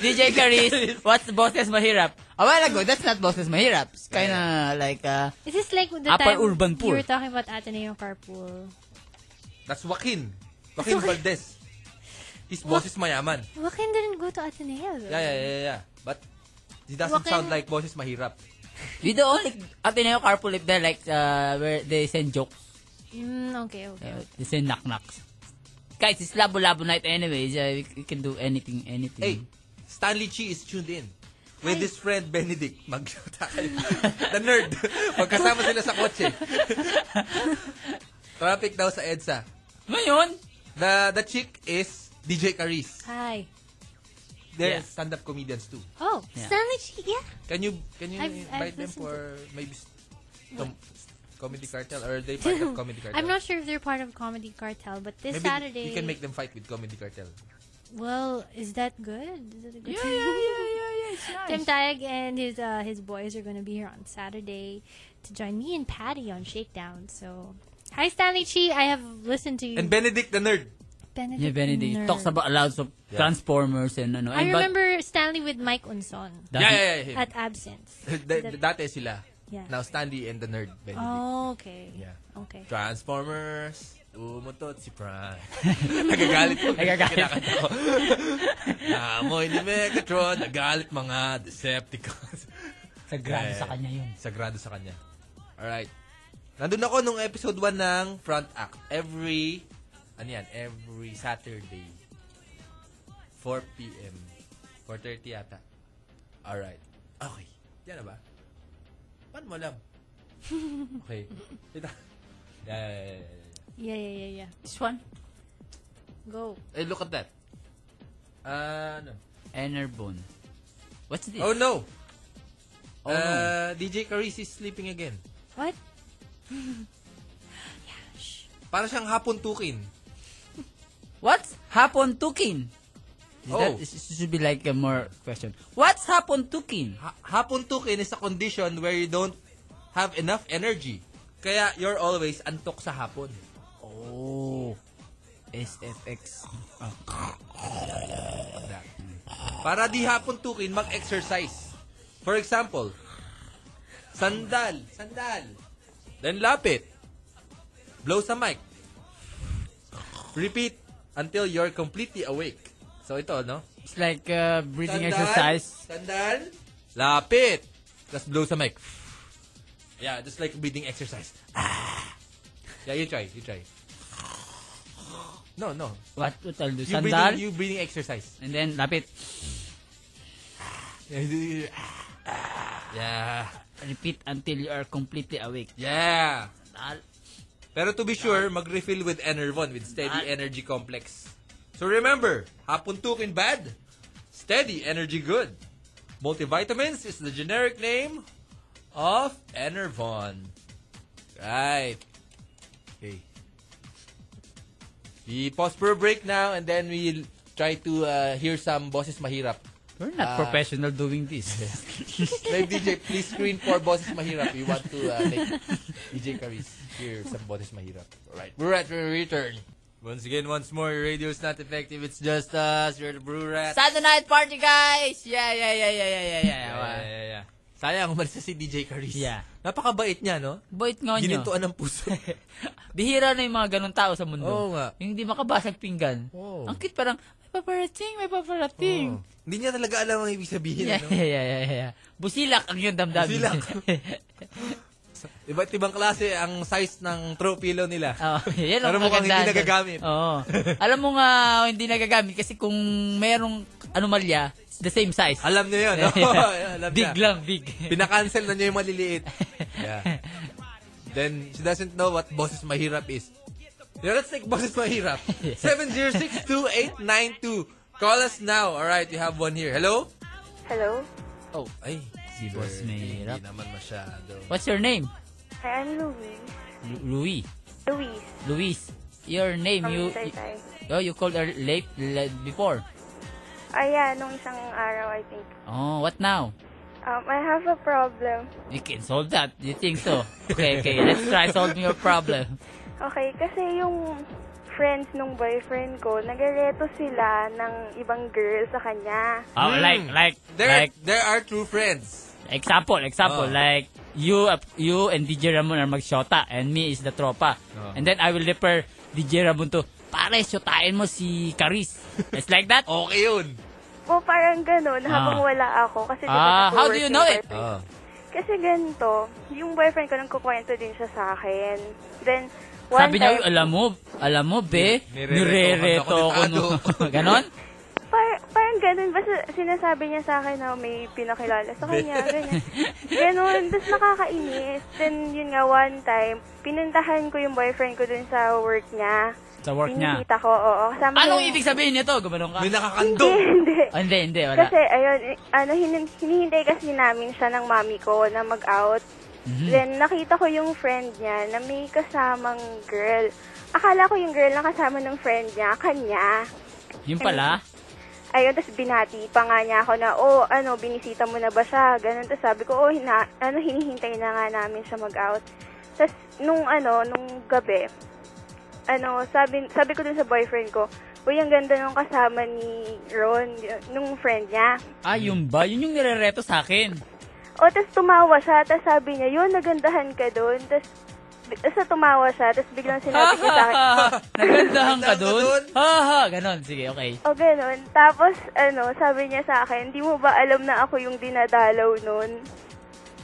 B: DJ Caris what's boses mahirap. A while ago, that's not boses mahirap. It's kind of like uh,
C: Is this like the
B: Upper
C: time
B: urban
C: you
B: poor.
C: were talking about Ateneo Carpool?
A: That's Joaquin. Joaquin Valdez. His boss is mayaman.
C: Joaquin didn't go to Ateneo. Though.
A: Yeah, yeah, yeah, yeah. But it doesn't
C: Joaquin-
A: sound like boses mahirap.
B: we the only Ateneo carpool if they're like uh, where they send jokes,
C: Mm, okay, okay.
B: uh, they send knock knocks. Guys, it's labo labo night anyways. Uh, we, we can do anything, anything.
A: Hey, Stanley Chi is tuned in. With his friend Benedict, magkita kayo. The nerd. Magkasama sila sa kotse. Traffic daw sa EDSA.
B: Ngayon,
A: The the chick is DJ Caris.
C: Hi.
A: They're
B: Yeah.
A: stand-up comedians too.
C: Oh,
B: Yeah.
C: Stanley Chi. Yeah.
A: Can you can you
C: I've-
A: invite
C: I've
A: them
C: listened
A: for maybe s- tom- comedy cartel or they part of comedy cartel?
C: I'm not sure if they're part of Comedy Cartel, but this
A: Maybe
C: Saturday.
A: you can make them fight with comedy cartel.
C: Well, is that good? Is that a good yeah, yeah, yeah, yeah, Tim Tayag and his uh, his boys are going to be here on Saturday to join me and Patty on Shakedown. So, hi Stanley Chi, I have listened to you.
A: And Benedict the nerd.
C: Benedict,
B: yeah, Benedict
C: Nerd.
B: talks about lots of
A: Yeah.
B: Transformers and ano.
C: I
B: and but-
C: remember Stanley with Mike Unson
B: That-
A: Yeah, yeah, yeah.
C: at Absinthe.
A: D- dati sila.
C: Yeah.
A: Now Stanley and the nerd Benedict.
C: Oh, okay.
A: Yeah.
C: Okay.
A: Transformers. Umutot si Prime. Nagagalit po.
B: Nagagalit.
A: Kinakanta ko. Naamoy ni Megatron. Nagalit mga Decepticons.
B: Sagrado
A: Eh,
B: sa kanya yun.
A: Sagrado sa kanya. Alright. Nandun ako nung episode 1 ng Front Act. Every, ano yan, every Saturday. 4 p.m. 4.30 yata. Alright. Okay. Yan na ba? Paano mo alam? Okay. Ito. Yeah, yeah, yeah, yeah, yeah.
C: Yeah, yeah, yeah, yeah.
B: This one?
C: Go.
A: Hey, look at that. Ah, ano?
B: Enerbone. What's this?
A: Oh, no!
B: Oh, no.
A: uh, DJ Caris is sleeping again.
C: What?
A: Para siyang hapon tukin.
B: What's hapon tukin? Is
A: Oh.
B: That is- should be like a more question. What's hapon tukin?
A: ha- hapon tukin is a condition where you don't have enough energy. Kaya you're always antok sa hapon.
B: Oh. SFX.
A: Para di hapon tukin, mag-exercise. For example, sandal, sandal. Then lapit. Blow sa mic. Repeat until you're completely awake. So ito, no?
B: It's like uh, breathing exercise.
A: Sandal. Lapit. Just blow sa mic. Yeah, just like breathing exercise. Ah. Yeah, you try. You try. No, no.
B: What? What I'll do?
A: You
B: Sandal?
A: breathing, you breathing exercise.
B: And then, lapit.
A: Yeah.
B: Repeat until you are completely awake.
A: Yeah.
B: Sandal.
A: Pero to be sure, mag-refill with Enervon with Steady
B: Ah.
A: Energy Complex. So remember, hapon tukin bad, steady energy good. Multivitamins is the generic name of Enervon. Right. Okay. We pause for a break now and then we'll try to uh, hear some Boses Mahirap.
B: We're not
A: Ah.
B: professional doing this.
A: Live DJ, please screen for Boses Mahirap. We want to uh, make DJ Caris hear some Boses Mahirap. Alright, we're at your return. Once again, once more, your radio's not effective. It's just us. You're the Brew Rat.
B: Saturday night party, guys! Yeah, yeah, yeah, yeah, yeah, yeah, yeah.
A: yeah,
B: yeah.
A: yeah, yeah, yeah. Sayang, umalis na si DJ Caris.
B: Yeah.
A: Napakabait niya, no?
B: Boit nga nyo.
A: Ginintuan ng puso.
B: Bihira na yung mga ganun tao sa mundo.
A: Oo nga.
B: Yung hindi makabasag pinggan.
A: Oo.
B: Ang cute parang, may paparating, may paparating.
A: Hindi niya talaga alam ang ibig sabihin,
B: Yeah,
A: ano?
B: yeah, yeah, yeah, yeah. Busilak ang yung damdamin.
A: Busilak. Iba't ibang klase ang size ng throw pillow nila.
B: Oo, Oh, yan ang
A: Pero mukhang hindi
B: kagandahan.
A: nagagamit.
B: Oo. Alam mo nga hindi nagagamit kasi kung merong anomalya, it's the same size.
A: Alam niya yun, no? alam niya.
B: big lang, big.
A: Pinakancel na niya yung maliliit. Yeah. Then, she doesn't know what Boses Mahirap is. Yeah, let's take Boses Mahirap. 706-2892. Call us now. Alright, we have one here. Hello?
F: Hello?
A: Oh, ay.
B: Si
A: sir,
B: Boss Mahirap.
A: Hindi naman masyado.
B: What's your name?
F: Hi, I'm Louise.
B: Lu- Louis.
F: Louise
B: Luis. Your name,
F: from
B: you,
F: Taytay.
B: you- oh, you called her late, late before.
F: Ah, yeah, nung isang araw, I think.
B: Oh, what now?
F: Um, I have a problem.
B: You can solve that. You think so? Okay, okay. Let's try solving your problem.
F: Okay, kasi yung friends nung boyfriend ko, nagareto sila ng ibang girl sa kanya.
B: Oh,
A: Hmm.
B: like, like,
A: There,
B: like,
A: there are true friends.
B: Example, example,
A: Oh.
B: like you uh, you and DJ Ramon are magshota and me is the tropa.
A: Oh.
B: And then I will refer DJ Ramon to, pare, shotain mo si Karis. It's like that?
A: Okay yun.
F: O parang ganun, habang
B: Ah.
F: wala ako. Kasi di ba
B: Ah,
F: nag-work
B: how do you
F: yung
B: know it?
F: boyfriend
A: Ah.
F: Kasi ganito, yung boyfriend ko nagkukwento din siya sa akin. Then, one
B: Sabi niya,
F: time,
B: "Uy, alam mo, alam mo, be,
A: Nire-reto
B: nirereto ako.
A: ako ni
B: No.
A: Tado."
B: Ganon?
F: par- parang ganun, basta sinasabi niya sa akin na may pinakilala sa kanya, ganyan. ganun, tapos nakakainis. Then, yun nga, one time, pinuntahan ko yung boyfriend ko dun sa work niya.
B: Sa work niya.
F: Pinikita ko, oo. Kasama
B: Anong
F: yung-
B: ibig sabihin nito? Gumanong ka?
A: May
F: Hindi,
A: nakakandong.
F: hindi.
B: Oh, hindi, hindi, wala.
F: Kasi, ayun, eh, ano, hin- hinihintay kasi namin siya ng mami ko na mag-out.
B: Mm-hmm.
F: Then, nakita ko yung friend niya na may kasamang girl. Akala ko yung girl na kasama ng friend niya, kanya.
B: Yun pala.
F: Ayun, tapos binati pa nga niya ako na, oh, ano, binisita mo na ba siya? Ganun, tapos sabi ko, oh, hina- ano, hinihintay na nga namin siya mag-out. Tapos, nung ano, nung gabi, ano, sabi, sabi ko dun sa boyfriend ko, uy, ang ganda nung kasama ni Ron, nung friend niya.
B: Ah, yun ba? Yun yung nirereto sa akin.
F: O, tas tumawa siya, tas sabi niya, yun, nagandahan ka doon. Tas, bi- tas na tumawa siya, tas biglang
B: Ha,
F: sinabi niya sa
B: ha,
F: akin,
B: ha, ha. Ah, Nagandahan ka
A: Nagandahan ka dun?
B: dun? Ha, ha. Ganon, sige, okay.
F: o "Oh, ganun. Tapos, ano, sabi niya sa akin, di mo ba alam na ako yung dinadalaw nun?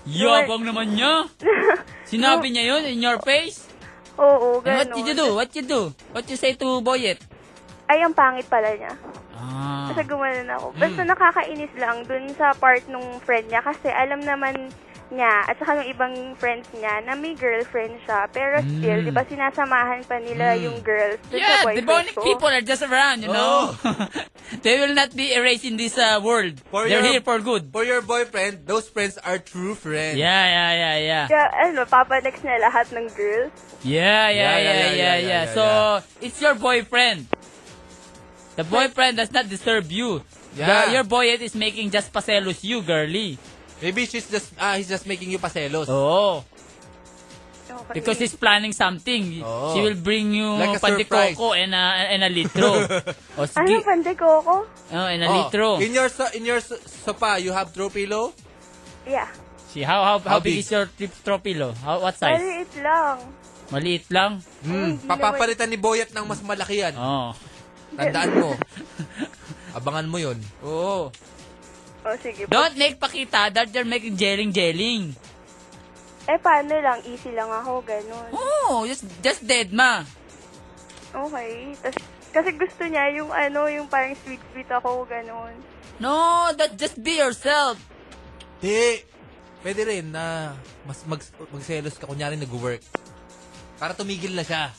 B: Yabang naman niya. Sinabi niya yun in your face?
F: Oo,
B: And
F: ganun.
B: Ano, what did you do? What you do? What you say to Boyet?
F: Ay, ang pangit pala niya.
B: Ah.
F: Kasi gumanon ako. Basta nakakainis lang dun sa part nung friend niya kasi alam naman niya at saka yung ibang friends niya na may girlfriend siya. Pero still, di ba sinasamahan pa nila yung girls dun sa
B: Hmm. Yeah,
F: boyfriend
B: demonic
F: ko.
B: people are just around, you know. they will not be erased in this uh, world.
A: For
B: They're
A: your-
B: here for good.
A: For your boyfriend, those friends are true friends.
B: Yeah, yeah, yeah, yeah.
F: Kaya, ano, papanex na lahat ng girls.
B: Yeah, yeah,
A: Yeah, yeah,
B: yeah,
A: yeah,
B: yeah,
A: yeah,
B: yeah.
A: yeah,
B: So, it's your boyfriend. The boyfriend does not disturb you.
A: Yeah.
B: The- your boyet is making just paselos you, girly.
A: Maybe she's just, ah, he's just making you paselos.
B: Oh.
F: Okay.
B: Because he's planning something.
A: Oo.
B: She will bring you
A: Oh. Like a
B: pandikoko and a, and a litro.
F: Ano,
B: o sige.
F: pande ko ako?
B: Oh, and a
A: Oh,
B: litro.
A: In your, so- in your so- sopa, you have throw pillow?
F: Yeah.
B: See, how, how, how,
A: How
B: big
A: big?
B: is your trip tropilo? How, what size?
F: Maliit lang.
B: Maliit lang?
A: Mm, papapalitan ni Boyet ng mas malaki yan.
B: Oo.
A: Tandaan mo. Abangan mo yun.
B: Oo.
F: O, sige.
B: Don't make pakita that you're making jelling-jelling.
F: Eh, paano lang? Easy lang ako, ganun.
B: Oh, just, just dead ma.
F: Okay. Tapos, Kasi gusto niya yung ano, yung parang sweet-sweet ako, ganun.
B: No, that just be yourself.
A: Di. Pwede rin na mas mag, magselos ka. Kunyari nag-work. Para tumigil na siya.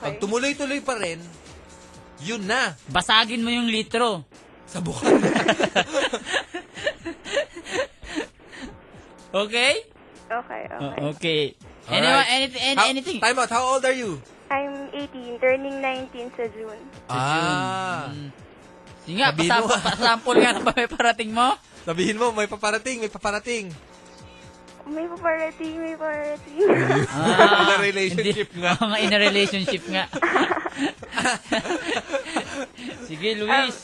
A: Pag
F: Okay.
A: tumuloy-tuloy pa rin, yun na.
B: Basagin mo yung litro.
A: Sa bukan.
B: Okay?
F: Okay, okay.
B: Oh, okay.
A: Alright.
B: Anyway, anything, any,
A: How-
B: anything.
A: Time out. How old are you?
F: I'm 18, turning 19 sa June.
A: Ah.
B: Mm. Sige nga,
A: Sabihin mo.
B: pasample, pasample nga na ba may parating mo?
A: Sabihin mo, may paparating, may paparating.
F: May paparating, may paparating.
A: In a relationship
B: Ah. hindi, nga. Oo nga, in a relationship nga. Sige, Luis.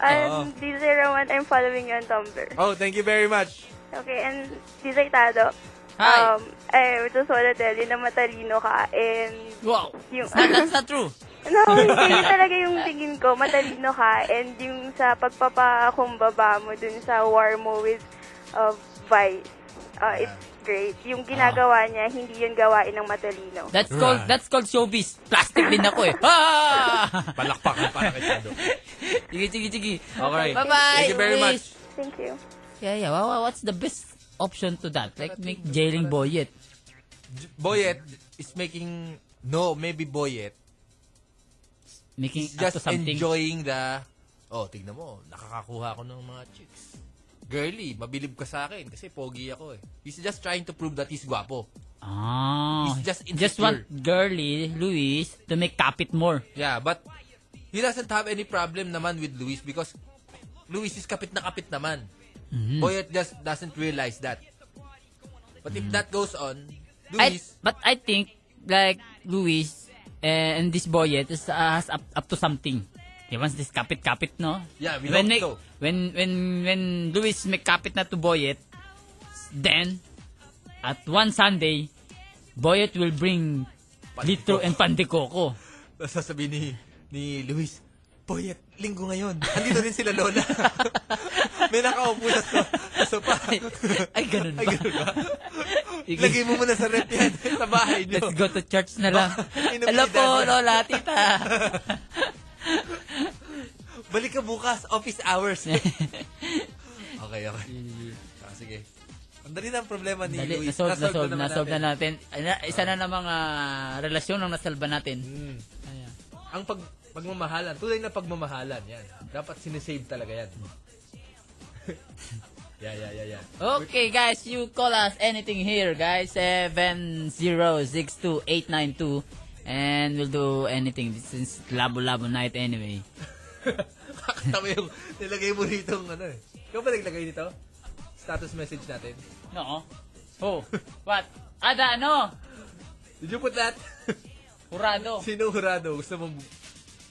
F: Um, I'm DJ01, I'm following you on Tumblr.
A: Oh, thank you very much.
F: Okay, and DJ Tado.
B: Hi.
F: Um, I just wanna tell you na matalino ka and
B: wow.
F: yung...
B: It's not- that's not true.
F: No, hindi yun talaga yung tingin ko. Matalino ka. And yung sa pagpapakumbaba mo dun sa war mo with uh, Vice, uh, it's great. Yung ginagawa niya, hindi yun gawain ng matalino.
B: Ah. That's called,
A: Right.
B: that's called showbiz. Plastic din ako eh. Ah!
A: Palakpakan para kay Shadow.
B: sige, sige, sige.
A: Okay.
B: Bye-bye,
A: Thank you very
B: Luis.
A: much.
F: Thank you.
B: Yeah, yeah. Wow, wow, what's the best option to that? Like, make jailing boyet.
A: J- Boyet is making, no, maybe Boyet.
B: Making
A: He's
B: up to
A: just
B: something.
A: enjoying the, oh, tignan mo, nakakakuha ko ng mga chicks. Girly, mabilib ka sa akin kasi pogi ako eh. He's just trying to prove that he's guwapo.
B: Ah.
A: He's just
B: just want
A: insecure.
B: girly Luis to make kapit more.
A: Yeah, but he doesn't have any problem naman with Luis because Luis is kapit na kapit naman.
B: Mm-hmm.
A: Boyet just doesn't realize that. But
B: Mm-hmm.
A: if that goes on,
B: I,
A: Luis,
B: but I think like Luis eh, and this boyet is uh, has up, up to something. He wants this kapit kapit no.
A: Yeah, we
B: when
A: hope
B: make,
A: so.
B: when when when Luis make kapit na to boyet, then at one Sunday, boyet will bring litro and pandikoko.
A: sasabihin ni, ni Luis, Boyet, linggo ngayon. Andito din sila Lola. May nakaupo sa, so- sa sopa.
B: Ay, ganun ba?
A: Ay, ganun ba? Lagay mo muna sa rep yan sa bahay nyo.
B: Let's go to church na lang.
A: Inumin
B: Hello
A: ni
B: po,
A: Daddy.
B: Lola, tita.
A: Balik ka bukas, office hours. okay, okay. Ah, sige. Ang dali na ang problema ni
B: Dali,
A: Luis.
B: nasolve, nasolve,
A: naman
B: nasolve
A: natin.
B: na natin. Ay, na- Isa na namang ah, relasyon ang nasalba natin.
A: Mm. Ang pag pagmamahalan, tunay na pagmamahalan, yan. Dapat sinisave talaga yan. yeah, yeah, yeah, yeah.
B: Okay, guys, you call us anything here, guys. 7062892. And we'll do anything since Labo Labo Night anyway.
A: Kakatawa yung nilagay mo rito ang ano eh. Ikaw ba naglagay dito? Status message natin.
B: No? Oh, what? Ada, ano?
A: Did you put that?
B: Hurado.
A: Sino hurado? Gusto mong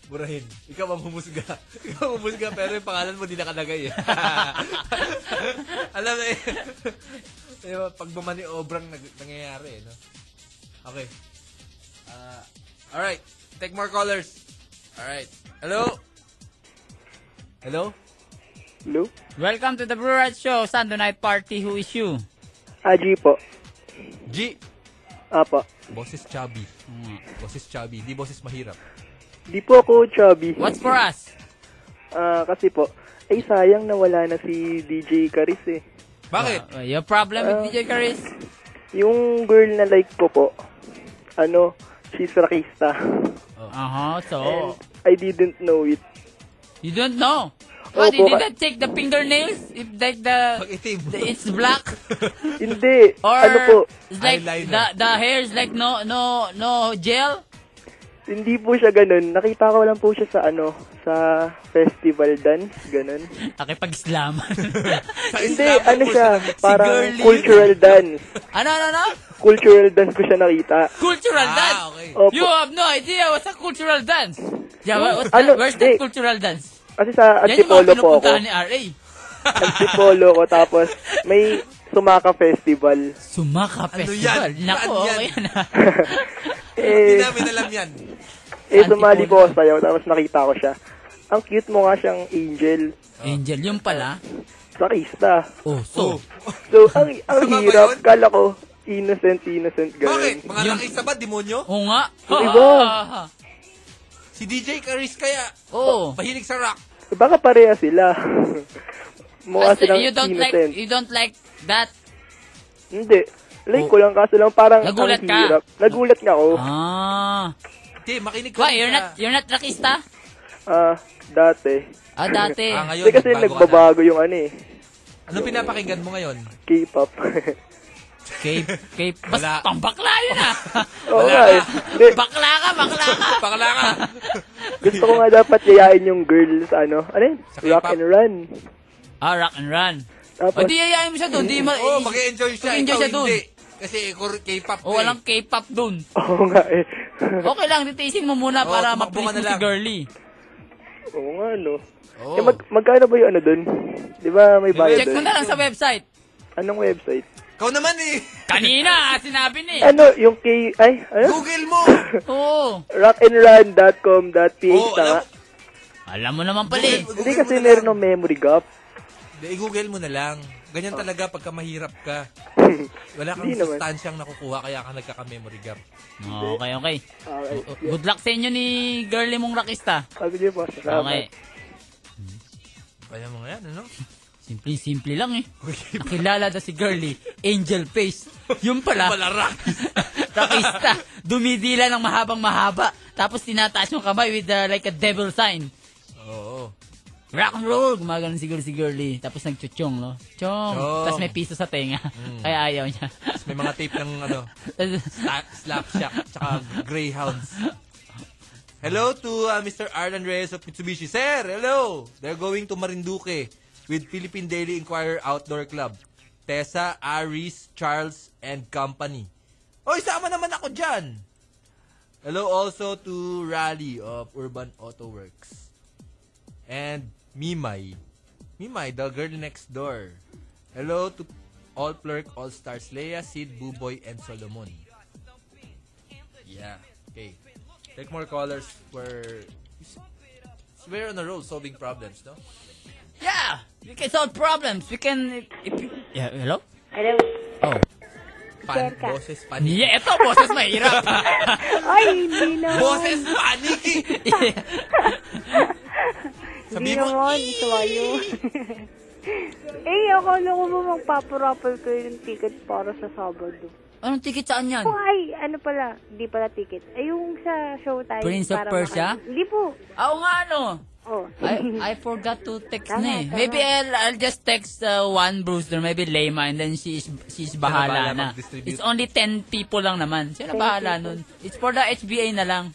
A: burahin. Ikaw ang humusga. Ikaw ang humusga pero yung pangalan mo di nakalagay eh. Alam na eh. Diba, pag bumani obrang nag- nangyayari eh. No? Okay. Ah, alright. Take more callers. Alright. Hello? Hello?
E: Hello?
B: Welcome to the Brewerette Show, Sunday Night Party. Who is you?
E: Aji po.
A: G.
E: Apa.
A: Boses chubby.
B: Mm.
A: Boses chubby. Di boses mahirap.
E: Di po ako chubby.
B: What's for us?
E: Ah, kasi po, ay sayang nawala na si DJ Karis eh.
B: Uh,
A: Bakit?
B: your problem with DJ Caris?
E: Yung girl na like ko po, ano, she's rakista.
B: Uh-huh, so...
E: And I didn't know it.
B: You don't know. What,
E: Opo, ka-
B: you didn't take the fingernails? If like the,
A: Pag itim.
B: the- it's black
E: Hindi.
B: or
E: ano po,
B: it's like
A: Eyeliner.
B: the the hair is like no no no gel.
E: hindi po siya ganun. Nakita ko lang po siya sa ano, sa festival dance, ganun.
B: Nakipag-islaman.
E: Hindi,
A: Islam
E: ano
A: po
E: siya,
A: sila. Si
E: parang
A: girly.
E: cultural dance.
B: ano ano ano?
E: Cultural dance ko siya nakita.
B: Cultural
A: Ah,
B: dance.
A: okay.
E: Opo.
B: You have no idea what's a cultural dance. Yeah, what, what's
E: Ano,
B: that? Where's that
E: di-
B: cultural dance?
E: Kasi sa
B: Yan yung mga
E: Antipolo po ako.
B: pinupuntahan ni RA.
E: Antipolo ko, tapos may Sumaka Festival.
B: Sumaka Festival.
A: Ano yan?
B: Nako,
A: Saan yan?
B: okay na.
A: Hindi
E: Eh,
A: namin alam yan.
E: eh sumali po ako sa'yo, tapos nakita ko siya. Ang cute mo nga siyang angel.
B: Angel, yung pala.
E: Sarista.
B: Oh, so.
E: So, ang, ang
A: Tama ba
E: hirap.
A: yun?
E: Kala ko, innocent, innocent, ganun.
A: Bakit? Mga
B: Yung-
A: nakisa ba? Demonyo?
B: Oo nga.
E: Yung iba.
A: Si DJ Caris kaya. Oh,
B: Oo.
A: Mahilig sa rock.
G: Eh, Baka pareha sila. Mukha
B: As-
G: silang
B: Ah, you don't like
G: innocent.
B: you don't like that.
G: Hindi. Like
B: Oh.
G: ko lang, kaso lang parang
B: Nagulat
G: ang
B: ka?
G: hirap. Nagulat nga ako.
B: Ah.
A: Hindi, makinig ka.
B: Why
A: rin
B: you're
A: sa-
B: not you're not rockista?
G: Ah, dati.
B: Ah, dati.
A: Ah, ngayon,
G: Hindi kasi
A: nagbago ka na.
G: nagbabago yung ano eh,
A: Ano pinapakinggan mo ngayon?
G: K-pop.
B: K, K,
A: Wala.
B: basta pang bakla yun ah.
G: Oo
A: Wala
G: nga eh. Hindi,
B: bakla ka, bakla ka.
A: Pakala ka.
G: gusto ko nga dapat yayain yung girls, ano, ano yun?
A: Sa
G: Rock
A: K-pop?
G: and run.
B: Ah, rock and run. O,
G: Tapos,
B: di yayain mo siya doon. Di ma...
A: Oo, oh, mag-enjoy siya.
B: Mag-enjoy
A: Ikaw
B: siya dun.
A: hindi. Kasi kur- K-pop. eh.
B: O, walang K-pop doon.
G: oo nga eh.
B: Okay lang, titiisin mo muna
A: Oo,
B: para
A: Oh, tumakbo ka
B: mag-please mo si
A: na lang.
B: girly.
G: oo nga no.
A: Oh.
G: Eh, mag, magkano ba yung ano dun? Di ba may bayad eh.
B: Check mo
G: dun?
B: na lang sa website.
G: Anong website?
A: Ikaw naman eh.
B: Kanina, ah, sinabi ni.
G: Ano, yung K, ay, ano?
A: Google mo.
B: Oo.
G: rockandrun.com.ph
A: Oo,
G: tama?
A: alam mo.
B: Alam mo naman pala eh.
A: Google-
G: Hindi
A: Google
G: kasi
A: mo na
G: meron
A: lang.
G: ng memory gap.
A: Hindi, I-google mo na lang. Ganyan talaga pagka mahirap ka. Wala kang
G: Oh. Hindi naman.
A: sustansyang nakukuha kaya ka nagkaka-memory gap.
B: Okay, okay.
G: Okay.
B: Oh, Good luck sa inyo ni girly mong eh. rockista.
G: Sabi niyo Ah, po,
B: Okay.
G: salamat.
A: Kaya mo nga yan, ano?
B: Simple-simple lang eh. Nakilala na si Girly, Angel Face. Yun pala.
A: Wala rock.
B: Rakista. Dumidila ng mahabang mahaba. Tapos tinataas yung kamay with uh, like a devil sign.
A: Oo.
B: Rock and roll! Gumagano siguro si Girly. Tapos nagchuchong, no? Chong!
A: Chong. Hmm.
B: Tapos may piso sa tenga. Kaya ayaw niya.
A: Tapos May mga tape ng ano,
B: Tapos-
A: sla- Slapshack, tsaka Greyhounds. Hello to uh, Mr. Arlan Reyes of Mitsubishi. Sir, hello! They're going to Marinduque with Philippine Daily Inquirer Outdoor Club. Tessa, Aris, Charles, and company. Oy, sama naman ako dyan! Hello also to Rally of Urban Auto Works. And Mimay. Mimay, the girl next door. Hello to All Plurk, All Stars, Leia, Sid, Buboy, and Solomon. Yeah. Okay. Take more callers. We're, we're on a roll solving problems, no?
B: yeah! We can solve problems. We can... If, yeah, hello?
H: Hello.
B: Oh.
A: Pan,
H: Sure ka.
A: boses, paniki.
B: Yeah, eto, boses mahirap.
H: Ay, hindi naman.
A: Boses, paniki!
H: Hindi
A: Sabi mo,
H: naman. Swayo. eh, akala ko mo magpaparapal ko yung ticket para sa Sabado.
B: Anong ticket saan yan?
H: Oh, ay, ano pala? Hindi pala ticket. Ay, yung sa showtime.
B: Prince of
H: para
B: Persia?
H: maka- ano. Hindi po.
B: Oo nga, ano?
H: Oh.
B: I I forgot to text
H: Tama,
B: na eh.
H: tama.
B: Maybe I'll, I'll just text uh, one brewster, maybe Lema, and then she's she's bahala
A: bahala
B: na.
A: mag-distribute.
B: It's only 10 people lang naman. Siya na bahala nun. It's for the HBA na lang.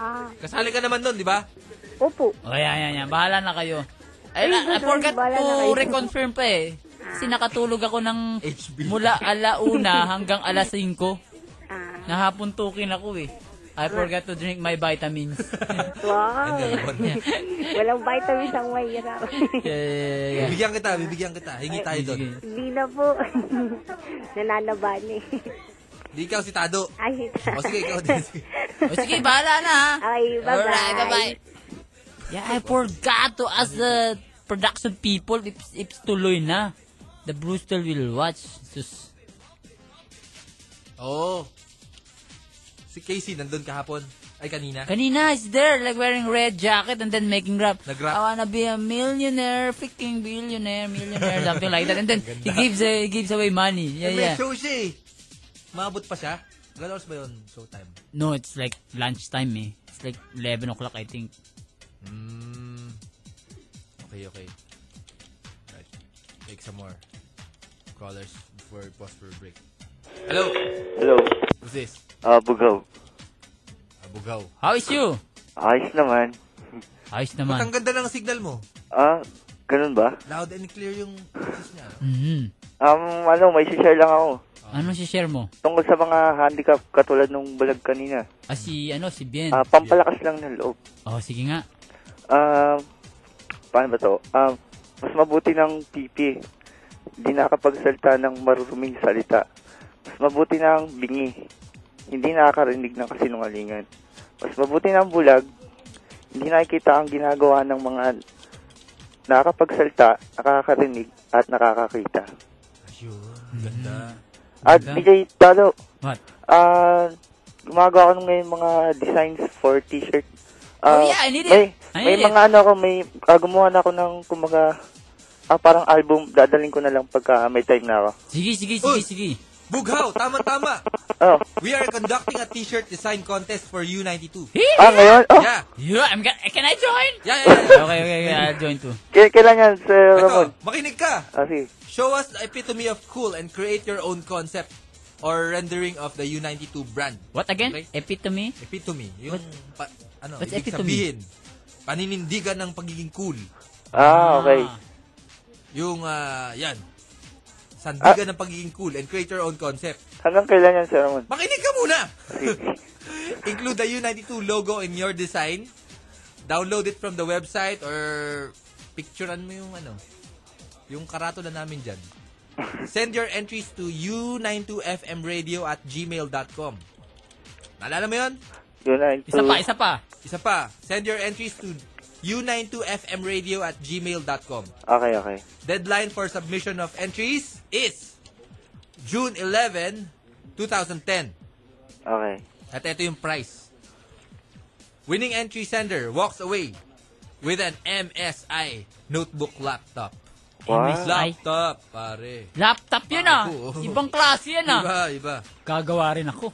H: ah,
A: kasali ka naman nun, di ba?
H: opo.
B: O yan, yan, yan. Bahala na kayo. Ay,
H: Ay,
B: na- I
H: ganun,
B: forgot
H: bahala na
B: to
H: kayo. Ah.
B: reconfirm pa eh. Kasi nakatulog ako ng
A: HB.
B: mula alauna hanggang alas 5.
H: Ah,
B: Nahapon tukin ako eh. I forgot to drink my vitamins.
H: wow.
A: Ayun.
H: Walang vitamins ang mahirap.
B: Yeah, yeah, yeah, yeah.
A: Bibigyan kita, bibigyan kita. Hingi tayo doon.
B: Sige.
H: Hindi na po. Nananaban eh.
A: Di ikaw si Tado.
H: Ay,
A: O sige, ikaw din. Sige.
B: O sige, bahala na ha.
H: Okay, bye-bye.
B: Alright, bye-bye. Yeah, I forgot to ask the production people if, if tuloy na. The Brewster will watch. Sus.
A: Oo. Si Casey, nandun kahapon. Ay, kanina.
B: Kanina, is there, like wearing red jacket and then making rap.
A: Nag-rap.
B: I wanna be a millionaire, freaking billionaire, millionaire, something like that. And then, he gives, uh, he gives away money. Yeah,
A: Eh, May
B: yeah.
A: show siya eh. Maabot pa siya. Ilan oras ba yun? Showtime.
B: No, it's like lunchtime eh. It's like 11 o'clock, I think.
A: Mm. Okay, okay. Right. Take some more callers before we pause for a break. Hello?
G: Hello.
A: Who's this?
G: Ah, Bugaw.
A: Abugaw.
B: How is you?
G: Ayos naman.
B: Ayos
A: Ba't ang
B: naman.
A: ganda ng signal mo?
G: Ah, ganun ba?
A: Loud and clear yung boses niya.
B: Mhm.
G: Um, ano, may share lang ako.
B: Ano si share mo?
G: Tungkol sa mga handicap katulad nung balag kanina.
B: Ah, si, ano, si Bien.
G: Ah, pampalakas lang ng loob.
B: Oh, sige nga.
G: Um, paano ba to? Um, mas mabuti ng pipi. Hindi nakakapagsalita ng maruruming salita. Mas mabuti ng bingi. Hindi nakakarinig ng kasinungalingan. Mas mabuti ng bulag. Hindi nakikita ang ginagawa ng mga nakakapagsalita, nakakarinig, at nakakakita.
A: Ayun. Ganda.
G: At
B: Ganda.
G: DJ Talo,
B: Mm-hmm. What?
G: Ah, gumagawa ko ngayon mga designs for t-shirt.
E: Ah,
B: Oh, yeah, I need it.
E: May,
B: I
E: may
B: need it.
E: mga ano ako, may ah, gumawa na ako ng kumaga ah, parang album, dadaling ko na lang pagka may time na ako.
B: Sige, sige, sige,
A: Uy!
B: sige.
A: Bughaw, tama-tama.
E: Oh,
A: We are conducting a t-shirt design contest for U92.
B: Hee!
E: ah, ngayon? Oh,
A: Yeah.
B: Yeah, I'm gonna, can I join?
A: Yeah, yeah, yeah.
B: Okay, okay, okay, I'll join too.
E: k- kailan yan, Sir Ramon?
A: Ito, makinig ka.
E: Ah, sige.
A: Show us the epitome of cool and create your own concept or rendering of the U92 brand.
B: What again?
A: Okay.
B: Epitome?
A: Epitome. Yung, pa, ano,
B: What's
A: ibig
B: epitome?
A: sabihin, paninindigan ng pagiging cool.
E: Ah, okay.
A: Yung, ah, yan.
E: Ah.
A: Sandigan ng pagiging cool and create your own concept.
E: Hanggang kailan yan, Sir Ramon?
A: Makinig ka muna! Include the U92 logo in your design. Download it from the website or picturean mo yung ano, yung karatula namin dyan. Send your entries to u92fmradio at gmail.com. Naalala mo yun?
E: Yun na.
B: Isa pa, isa pa.
A: Isa pa, send your entries to u92fmradio at gmail.com.
E: Okay, okay.
A: Deadline for submission of entries is June 11, 2010.
E: Okay.
A: At ito yung price. Winning entry sender walks away with an MSI notebook laptop.
E: Wow.
A: Laptop, pare.
B: Laptop yun ah.
A: Bago.
B: Ibang klase yan ah.
A: Iba, iba.
B: Gagawa rin ako.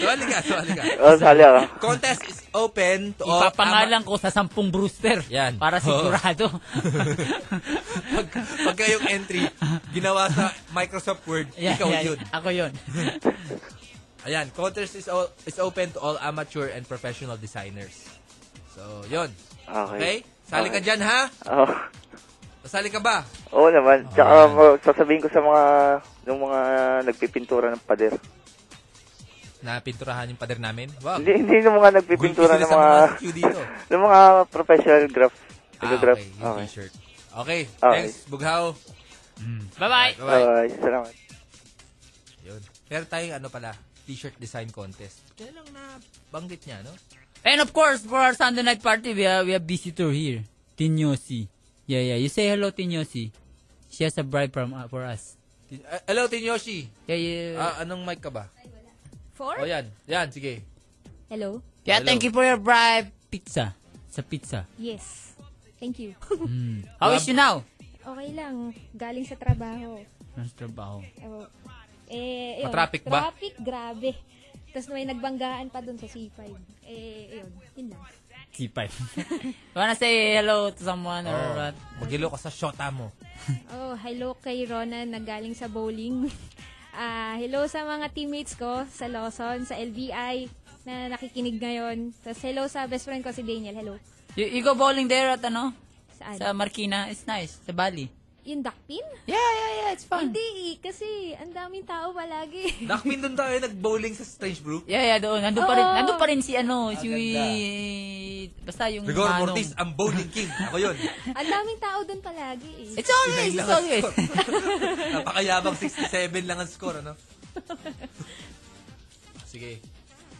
A: Sawali ka, sawali ka.
E: Oh, sali ako.
A: Contest is open to all...
B: Ipapangalan ko sa sampung Brewster.
A: Yan.
B: Para
A: Oo.
B: sigurado.
A: pag, pagka yung entry, ginawa sa Microsoft Word,
B: Yan,
A: ikaw
B: yan.
A: yun.
B: Ako yun.
A: Ayan, contest is, all, is open to all amateur and professional designers. So, yun.
E: Okay.
A: Okay? Sali ka dyan, ha?
E: Oh.
A: Sali ka ba?
E: Oo naman. Tsaka um, sasabihin ko sa mga yung mga nagpipintura ng pader.
A: Napinturahan yung pader namin? Wow.
E: Hindi, hindi yung mga nagpipintura
A: Gulpi
E: ng
A: sila
E: mga
A: sa Q dito.
E: ng mga professional graph.
A: Ah,
E: graph.
A: okay. Yung t-shirt. Okay.
E: Okay.
A: Thanks, Bughaw.
B: Mm. Bye-bye.
A: Bye-bye.
E: Bye. Salamat.
A: Yun. Meron tayong ano pala, t-shirt design contest. Kaya lang na banggit niya, no?
B: And of course, for our Sunday night party, we have, we have visitor here. Tinyosi. Yeah, yeah. You say hello, Tinyosi. She has a bribe from, uh, for us.
A: Tin- ah, Hello, Tinyoshi.
B: Yeah, yeah.
A: Ah, anong mic ka ba?
I: Four?
A: Oh, yan. Yan, sige.
I: Hello?
B: yeah,
A: hello.
B: thank you for your bribe. Pizza. Sa pizza.
I: Yes. Thank you.
B: How
A: Lab-
B: is you now?
I: okay lang. Galing sa trabaho.
B: Nasa trabaho.
I: Ewan. Eh, yun.
A: Matraffic ba?
I: Traffic, grabe. Tapos may nagbanggaan pa dun sa C5. Eh, yun. Yun lang.
B: C5. Wanna say hello to someone or
A: Oh,
B: what?
A: magilo ka sa shota mo.
I: Oh, hello kay Ronan na galing sa bowling. Ah, hello sa mga teammates ko sa Lawson, sa LBI na nakikinig ngayon. Tapos hello sa best friend ko si Daniel. Hello.
B: You, you go bowling there at ano?
I: Saan?
B: Sa Marquina. It's nice. Sa Bali.
I: Yung duckpin?
B: Yeah, yeah, yeah. It's fun.
I: Hindi eh, kasi ang daming tao palagi.
A: Nakmin doon tayo nag-bowling sa Strange Brew.
B: Yeah, yeah, doon. Nandun pa rin,
I: Oo.
B: nandun pa rin si ano, si...
A: Ah, ganda.
B: Basta yung
A: Rigor
B: manong.
A: Mortis, ang bowling king. Ako yun.
I: ang daming tao doon palagi eh.
B: It's always,
A: Yun
B: it's
A: lang ang
B: always.
A: score. Napakayabang 67 lang ang score, ano? Sige.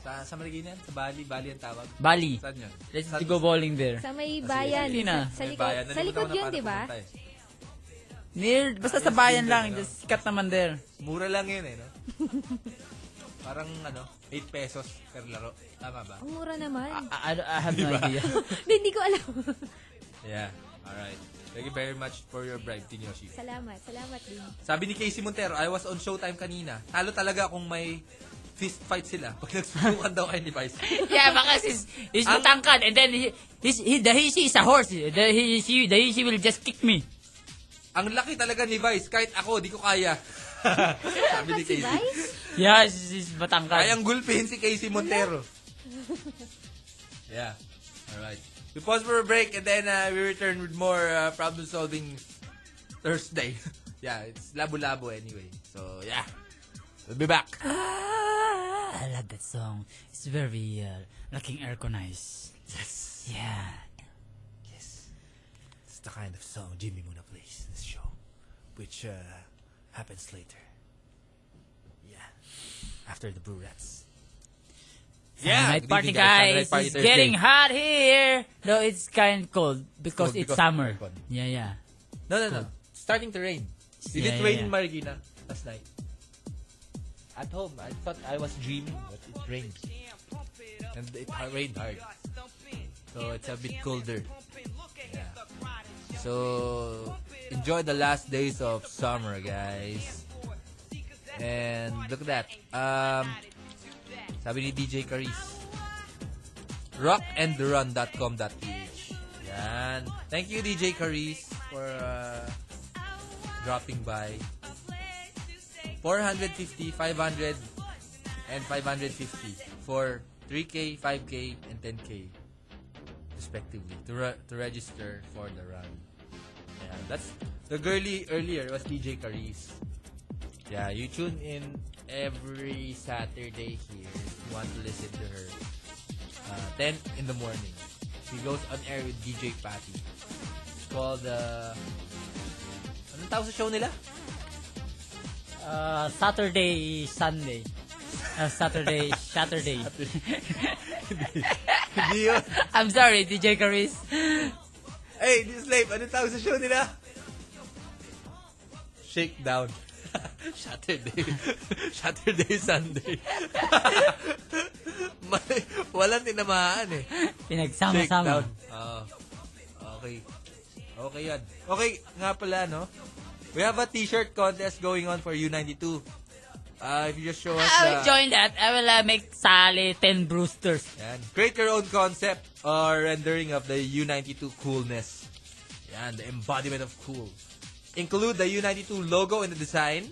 A: Sa, sa Marikina, yan? sa Bali, Bali ang tawag.
B: Bali.
A: Saan yun?
B: Let's
A: Saan-
B: go bowling there.
I: Sa may
A: Ah, sige,
I: bayan.
B: sige na.
I: Sa, sa
A: May
I: likod,
A: bayan.
I: sa
A: Nalimutan
I: likod
A: ko na
I: yun, diba?
A: paano
I: di ba?
A: pumunta eh.
B: Near, basta sa bayan lang. Just sikat naman there.
A: Mura lang yun eh, no? Parang ano, 8 pesos per laro. Tama ba?
I: Ang mura naman.
B: I, I, I have no idea.
I: Hindi, hindi ko alam.
A: Yeah. Alright. Thank you very much for your bribe, Tin Yoshi.
I: salamat, salamat din.
A: Sabi ni Casey Montero, I was on Showtime kanina. Talo talaga kung may fist fight sila pag nagsubukan daw kayo ni Vice.
B: yeah, because he's, he's
A: Ang-
B: matangkad and then he, he's, he, the he, she is a horse. The he, she, the he, she will just kick me.
A: Ang laki talaga ni Vice, kahit ako, di ko kaya. Sabi ni
I: Si
A: Casey.
I: Vice?
B: Yeah, she's, she's matangkad.
A: Kayang gulpin si Casey Montero. yeah. Alright. We pause for a break and then uh, we return with more uh, problem solving Thursday. yeah, it's labo-labo anyway. So, yeah. We'll be back.
B: Ah, I love that song. It's very uh, looking airconized. Yes. Yeah.
A: It's the kind of song Jimmy Muna plays in this show, which uh, happens later. Yeah. After the Brew Rats. Yeah,
B: night
A: good
B: party
A: evening, guys.
B: guys.
A: Night party
B: it's
A: Thursday.
B: getting hot here. Though it's kind of cold because
A: Cold
B: it's,
A: because
B: summer.
A: of the aircon.
B: Yeah, yeah.
A: No, no, no. Starting to rain. Did
B: Yeah,
A: it
B: yeah,
A: rain
B: yeah.
A: in Marikina last night? At home, I thought I was dreaming, but it rained. And it ha- rained hard. So it's a bit colder. Yeah. So enjoy the last days of summer, guys. And look at that. Um, sabi ni DJ Caris. rockandrun.com.ph Yan. Thank you DJ Caris for uh, dropping by. 450, 500, and 550 for 3K, 5K, and 10K respectively to, re- to register for the run. Yeah, that's the girly earlier was DJ Caris. Yeah, you tune in every Saturday here if you want to listen to her. Uh, 10 in the morning. She goes on air with DJ Patty. It's called the... anong tawag sa show nila?
B: Uh, Saturday, Sunday. Uh, Saturday, Saturday.
A: Hindi yun.
B: I'm sorry, DJ Caris.
A: Hey, this slave, anong tawag sa show nila? Shakedown. Saturday. Saturday, Sunday. May, walang tinamaan eh.
B: Pinagsama-sama.
A: Oo. okay. Okay yan. Okay, nga pala, no? We have a t-shirt contest going on for U92. Uh, if you just show us
B: I will
A: the...
B: join that. I will uh, make Sally 10 Brewsters.
A: Yan. Create your own concept or rendering of the U92 coolness. Yan, the embodiment of cool. Include the U92 logo in the design.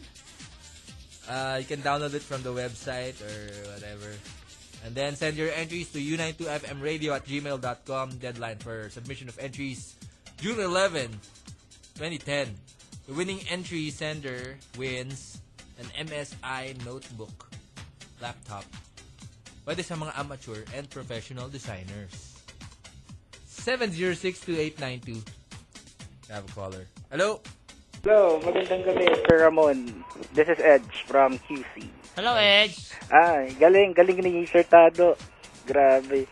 A: Uh, you can download it from the website or whatever. And then send your entries to u92fmradio at gmail.com. Deadline for submission of entries June 11, 2010. The winning entry sender wins an MSI notebook laptop Pwede sa mga amateur and professional designers. 706-2892. I have a caller. Hello?
G: Hello, magandang gabi, Sir Ramon. This is Edge from QC.
B: Hello, Edge.
G: Ah, galing, galing ni Sir Tado. Grabe.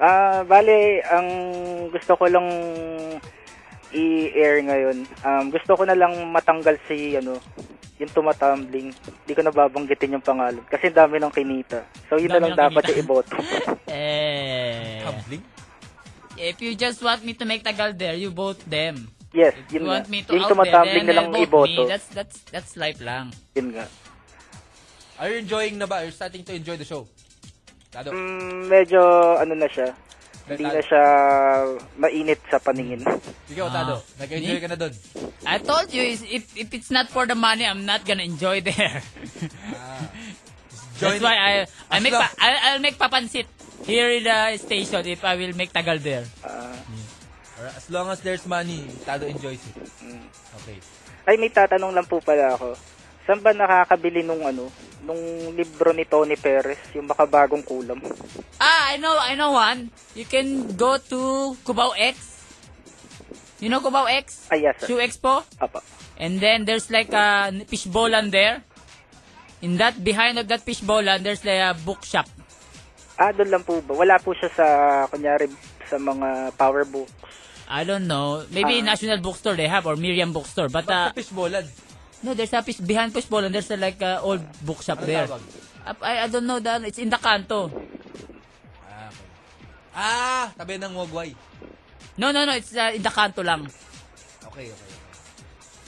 G: Ah, bale, ang gusto ko lang i-air ngayon. Um, gusto ko na lang matanggal si, ano, yung tumatumbling. Hindi ko nababanggitin yung pangalan. Kasi dami ng kinita. So, yun na lang
B: Dami ng
G: dapat
B: kinita.
G: i-iboto.
B: Eh,
A: Tumbling?
B: if you just want me to make Tagal there, you vote them.
G: Yes,
B: If
G: yun
B: you
G: na.
B: want me to
G: Yung
B: out there,
G: tumatumbling na
B: then
G: lang
B: they'll vote me.
G: iboto.
B: That's, that's, that's life lang.
G: Yun nga.
A: Are you enjoying na ba? Are you starting to enjoy the show? Tado.
G: Mm, medyo, ano na siya. Hindi na siya mainit sa paningin.
A: Ikaw,
B: Ah.
A: Tado. Nag-enjoy
B: Me?
A: ka na dun.
B: I told you, is- if, if it's not for the money, I'm not gonna enjoy there.
A: Join
B: That's why I I
A: As
B: make
A: long-
B: pa, I'll, I'll make papansit here in the station if I will make Tagal there.
A: Ah. Alright, As long as there's money, Tado enjoys it.
G: Mm.
A: Okay.
G: Ay, may tatanong lang po pala ako. Saan ba nakakabili nung ano, nung libro ni Tony Perez, yung makabagong kulam?
B: Ah, I know, I know one. You can go to Cubao X. You know Cubao X?
G: Ay, Ah, yes, sir.
B: Shoe Expo?
G: Apa.
B: And then there's like a fish bowlan there. In that, behind of that fish bowlan, there's like a bookshop.
G: Ah, doon lang po ba? Wala po siya sa, kunyari, sa mga power book.
B: I don't know. Maybe
G: Ah.
B: National Bookstore they have or Miriam Bookstore. But uh,
A: Sa fishbowlan.
B: no, there's a fish, behind fish bowlan, there's a, like a old bookshop
A: Ano
B: there.
A: tawag?
B: Up- I, I don't know that. It's in the canto.
A: Ah, okay. Ah, tabi ng Wagway.
B: No, no, no. It's uh, in the canto lang.
A: Okay, okay.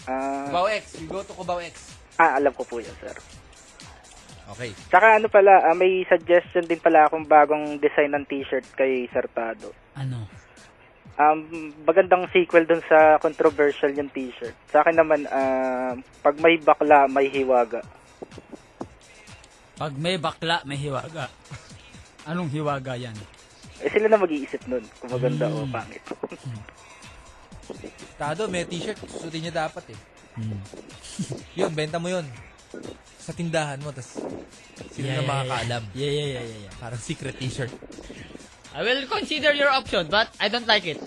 G: Ah,
A: Cubao X. You go to Cubao X.
G: ah, alam ko po yun, sir.
A: Okay.
G: Tsaka ano pala, ah, may suggestion din pala akong bagong design ng t-shirt kay Sir Tado.
B: Ano?
G: Um, magandang sequel dun sa controversial yung t-shirt. Sa akin naman, ah, pag may bakla, may hiwaga.
B: Pag may bakla, may hiwaga. Anong hiwaga yan?
G: Eh, sila na mag-iisip nun kung maganda o pangit.
A: Tado, Hmm. may t-shirt. Susutin niya dapat eh.
B: Hmm.
A: yun, benta mo yun. Sa tindahan mo, tas sino na makakaalam.
B: Yeah, yeah, yeah, yeah, yeah.
A: Parang secret t-shirt.
B: I will consider your option, but I don't like it.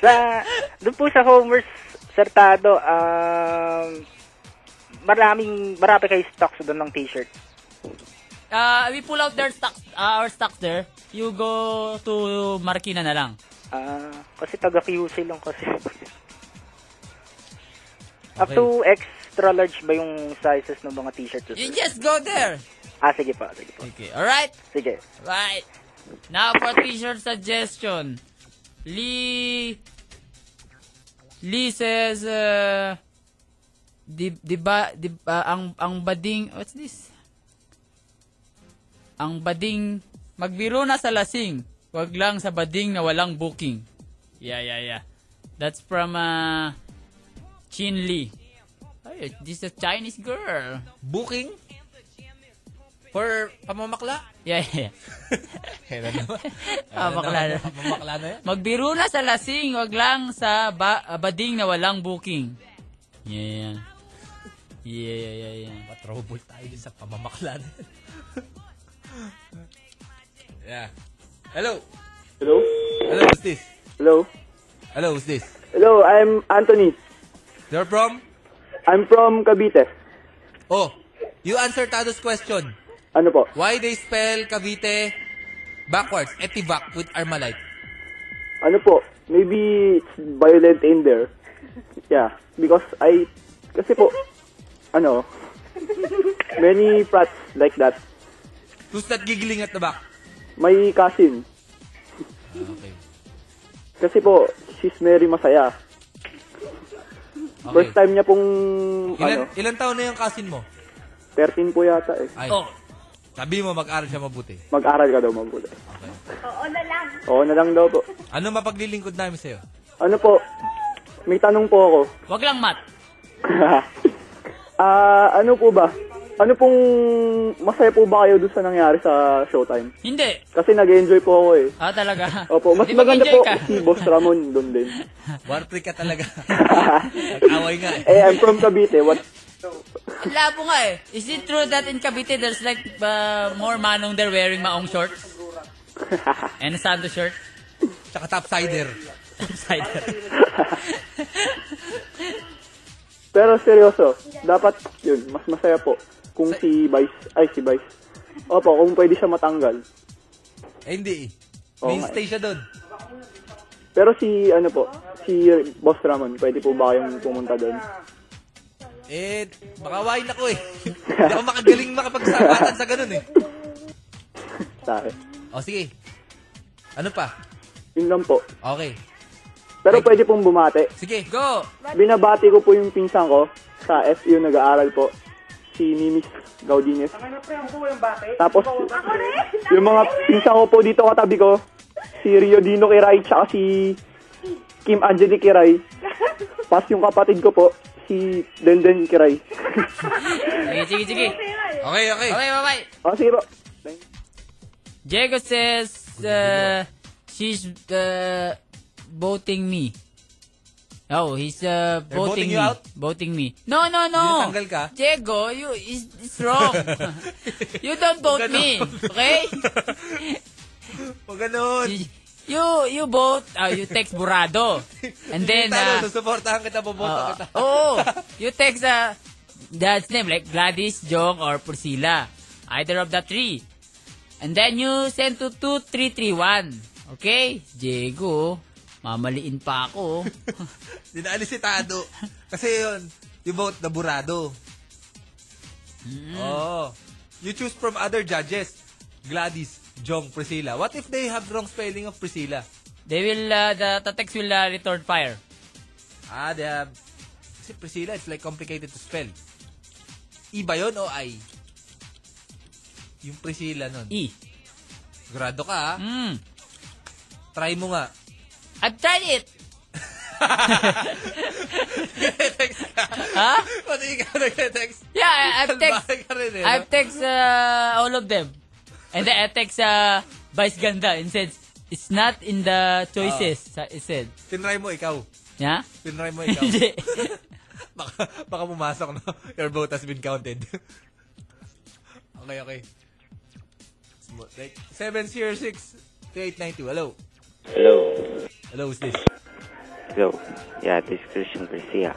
G: sa doon po sa Homer's Sertado, um, maraming marami kayo stocks doon ng t-shirt.
B: Uh, we pull out their stocks, uh, our stocks there. You go to Marikina na lang.
G: Ah, kasi taga QC lang kasi. Up
A: Okay.
G: to extra large ba yung sizes ng mga t-shirt?
B: You just go there.
G: Ah, sige pa, sige pa.
B: Okay, alright?
G: Sige.
B: Right. Now for t-shirt suggestion. Lee Lee says uh, di di ba di ba- ang ang bading what's this? Ang bading magbiro na sa lasing. Wag lang sa bading na walang booking. Yeah, yeah, yeah. That's from uh, Chin Lee. Ay, this is a Chinese girl.
A: Booking? For pamamakla?
B: Yeah, yeah.
A: Kaya naman.
B: Pamamakla na.
A: Pamamakla na yan.
B: Magbiro na sa lasing, wag lang sa ba- ah, bading na walang booking. Yeah, yeah. Yeah, yeah, yeah, yeah.
A: Matrouble tayo din sa pamamakla na yan. yeah. Hello.
J: Hello?
A: Hello, who's this?
J: Hello?
A: Hello, who's this?
J: Hello, I'm Anthony.
A: You're from?
J: I'm from Cavite.
A: Oh, you answer Tado's question.
J: Ano po?
A: Why they spell Cavite backwards? Etivac with Armalite.
J: Ano po? Maybe it's violent in there. Yeah, because I... Kasi po, ano, many prats like that.
A: Who's that giggling at the back?
J: My cousin.
A: Okay.
J: Kasi po, she's very masaya.
A: okay.
J: First time niya pong,
A: Ilan,
J: ano,
A: ilan taon na yung kasin mo?
J: 13 po yata eh.
A: Ay.
B: Oh.
A: Sabi mo, mag-aral siya mabuti.
J: Mag-aral ka daw mabuti. Oo na lang. Oo na lang daw po.
A: Ano mapaglilingkod namin sa'yo?
J: Ano po, may tanong po ako.
B: Wag lang mat.
J: Ah, ano po ba? Ano pong masaya po ba kayo doon sa nangyari sa Showtime?
B: Hindi.
J: Kasi nag-enjoy po ako eh.
B: Ah, talaga.
J: Opo, mas
B: Di ba
J: maganda
B: enjoy
J: po
B: ka?
J: si Boss Ramon doon din.
A: Warpre ka talaga. Nag-away nga eh.
J: Eh, I'm from Cavite. What?
B: Ang Labo nga eh. Is it true that in Cavite there's like uh, more manong there wearing maong shorts? And sando shirt?
A: Tsaka topsider.
B: Upsider.
J: Pero seryoso, dapat yun, mas masaya po kung si Vice, ay si Vice. Opo, kung pwede siya matanggal.
A: Eh, hindi eh.
J: Oo
A: Main
J: nga eh.
A: stay siya doon.
J: Pero si, ano po, si Boss Ramon, pwede po ba kayong pumunta doon?
A: Eh, makawain ako eh. Hindi ako makagaling makapagsapatan sa ganun eh.
J: Sorry.
A: O sige. Ano pa?
J: Yun lang po.
A: Okay.
J: Pero pwede pong bumati.
A: Sige, Eh, go!
J: Binabati ko po yung pinsan ko sa FU nag-aaral po. Si Nimis Gaudines. Tapos, yung mga pinsan ko po dito katabi ko, si Rio Dino Kiray, tsaka si Kim Angelique Kiray. Tapos yung kapatid ko po, si Denden Kiray.
B: Sige, sige, sige.
A: Okay, okay.
B: Okay, bye-bye.
J: O, Oh, sige po.
B: Diego says uh, she's uh, voting me. Oh, he's uh,
A: They're voting
B: voting,
A: you
B: me.
A: out?
B: Voting me. No, no, no.
A: Tinatanggal ka?
B: Diego, you is it's wrong. you don't vote me, okay?
A: Huwag ganun.
B: You- you you vote, uh, you text Burado. And then uh,
A: Talo, susuportahan kita, boboto
B: uh,
A: kita.
B: oh, you text uh, dad's name like Gladys, Jong or Priscilla. Either of the three. And then you send to 2331. Okay? Diego, mamaliin pa ako.
A: Dinaalis si Tado. Kasi yun, you vote the burado.
B: Hmm.
A: Oh. You choose from other judges. Gladys, Jong, Priscilla. What if they have wrong spelling of Priscilla?
B: They will, uh, the, the text will uh, return fire.
A: Ah, they have... Kasi Priscilla, it's like complicated to spell. E ba yun o I? Yung Priscilla nun.
B: E.
A: Grado ka, ah. ha?
B: Mm.
A: Try mo nga.
B: I've tried it.
A: Nag-text ka.
B: Ha?
A: Pati ikaw nag-text.
B: Yeah, I, I've text,
A: Bakit ka rin eh, no?
B: I've text uh, all of them. And then I text uh, Vice Ganda and said, it's not in the choices. sa- It said,
A: Tinry mo ikaw.
B: yeah?
A: Tinry mo ikaw.
B: Hindi.
A: baka, baka pumasok, no? Your vote has been counted. okay, okay. Sm- Like, 706-3892. Hello.
G: Hello.
A: Hello, who's this?
G: Hello. Yeah, this is Christian Garcia.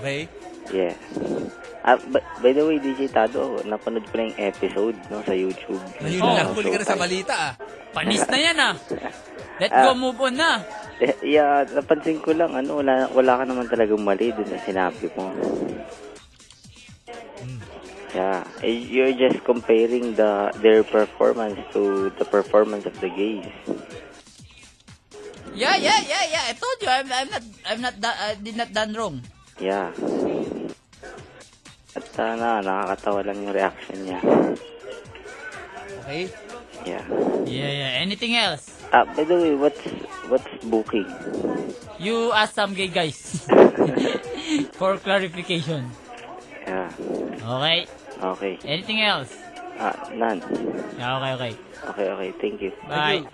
A: Okay.
G: Yeah. Ah, by, by the way, DJ Tado, napanood ko na yung episode no, sa YouTube.
A: Ayun
B: Oh.
A: lang, huli ka na sa balita, ah.
B: Panis na yan ah. Let go, move on na.
G: Eh, Yeah, napansin ko lang, ano,
B: Hmm.
G: wala, wala ka naman talagang mali dun sa sinabi mo. Yeah, eh, you're just comparing the their performance to the performance of the gays.
B: Yeah, yeah, yeah, yeah. I told you, I'm, I'm not, I'm not, da- I did not done wrong.
G: Yeah. At sana, nakakatawa lang yung reaction niya.
A: Okay?
G: Yeah.
B: Yeah, yeah. Anything else?
G: Ah, by the way, what's what's booking?
B: You ask some gay guys for clarification.
G: Yeah.
B: Okay?
G: Okay.
B: Anything else?
G: Ah, none.
B: Yeah, okay, okay.
G: Okay, okay. Thank you.
B: Bye.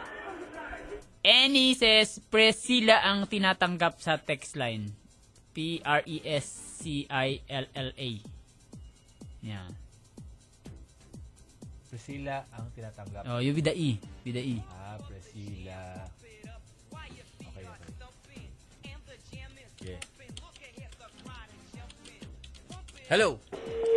B: Annie says, Priscilla ang tinatanggap sa text line. E P-R-E-S-C-I-L-L-A. Yeah.
A: Priscilla ang tinatanggap.
B: Oh, you with the E. With the E.
A: Ah, Priscilla. Okay, okay. Yeah. Hello.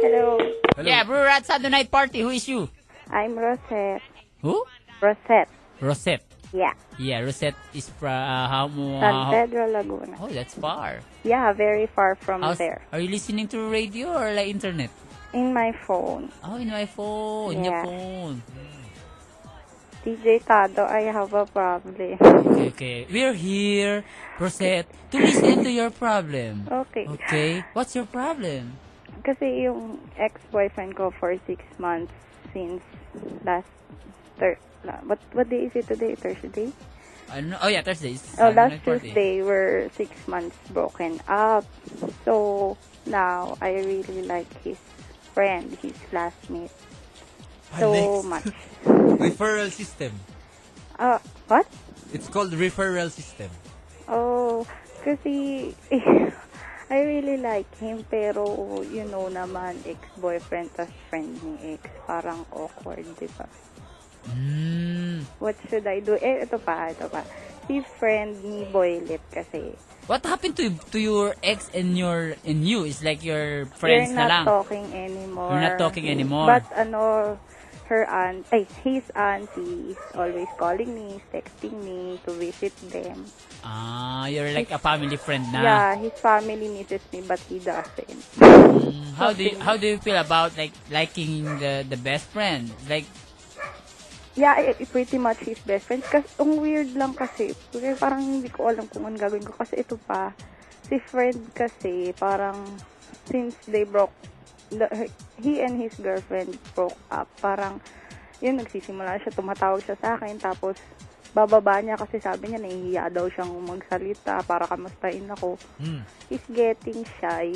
K: Hello,
A: Hello.
B: Yeah, bro, at Sunday night party. Who is you?
K: I'm Rosette.
B: Who?
K: Rosette,
B: Rosette.
K: yeah.
B: Yeah, Rosette is from uh, how, mo-
K: San
B: how-
K: Pedro, Laguna.
B: Oh, that's far.
K: Yeah, very far from
B: How's-
K: there.
B: Are you listening to radio or like internet?
K: In my phone,
B: Oh, in my phone, in your
K: Yeah.
B: phone.
K: DJ Tado, I have a problem.
B: Okay, okay. We're here, Rosette, to listen to your problem.
K: Okay.
B: Okay. What's your problem?
K: Kasi yung ex-boyfriend ko for six months since last thir- la- what what day is it today? Thursday?
B: Ano? Oh yeah, Thursday. It's
K: Oh,
B: Sunday
K: last
B: night party.
K: Tuesday we're six months broken up. So now I really like his friend, his classmate so much.
A: Referral system.
K: Uh, what?
A: It's called referral system.
K: Oh, kasi I really like him pero you know naman ex-boyfriend tas friend ni ex parang awkward, 'di ba?
B: Mm.
K: What should I do? Eh, ito pa, ito pa. Si friend ni Boylet kasi.
B: What happened to to your ex and your and you? It's like your friends
K: We're not
B: na lang.
K: talking anymore. Mm-hmm.
B: We're not talking anymore.
K: But ano, her aunt, ay, his auntie is always calling me, is texting me to visit them.
B: Ah, you're like a family friend na.
K: Yeah, his family misses me but he doesn't.
B: Mm, How do you, how do you feel about like liking the the best friend? Like
K: Yeah, eh, eh, pretty much his best friend. Kasi, ang weird lang kasi. Kasi parang hindi ko alam kung anong gagawin ko. Kasi ito pa, si friend kasi, parang since they broke, the, he and his girlfriend broke up, parang, yun, nagsisimula siya, tumatawag siya sa akin, tapos, bababa niya kasi sabi niya, nahihiya daw siyang magsalita para kamustahin ako. He's getting shy.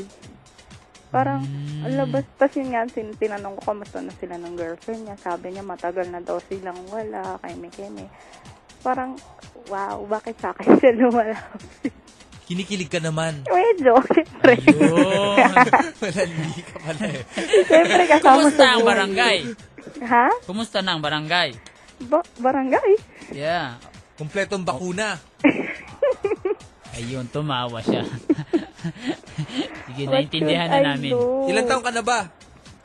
K: Parang,
A: Hmm.
K: ang labas. Tapos yun nga, sin- tinanong ko kamusta na sila ng girlfriend niya. Sabi niya, matagal na daw silang wala, keme-keme. Parang, wow, bakit sa akin siya lumalapit?
A: Kinikilig ka naman.
K: Medyo, siyempre.
B: yun.
A: Wala, hindi ka pala eh.
K: siyempre, kasama
B: Kumusta
K: sa
B: ang
K: buhay.
B: barangay?
K: Ha?
B: Kumusta na ang barangay?
K: Ba- barangay?
B: Yeah.
A: Kumpletong bakuna.
B: Ayun, tumawa siya. Sige,
K: What
B: naintindihan
K: should I
B: na namin.
K: do?
A: Ilang taong ka na ba?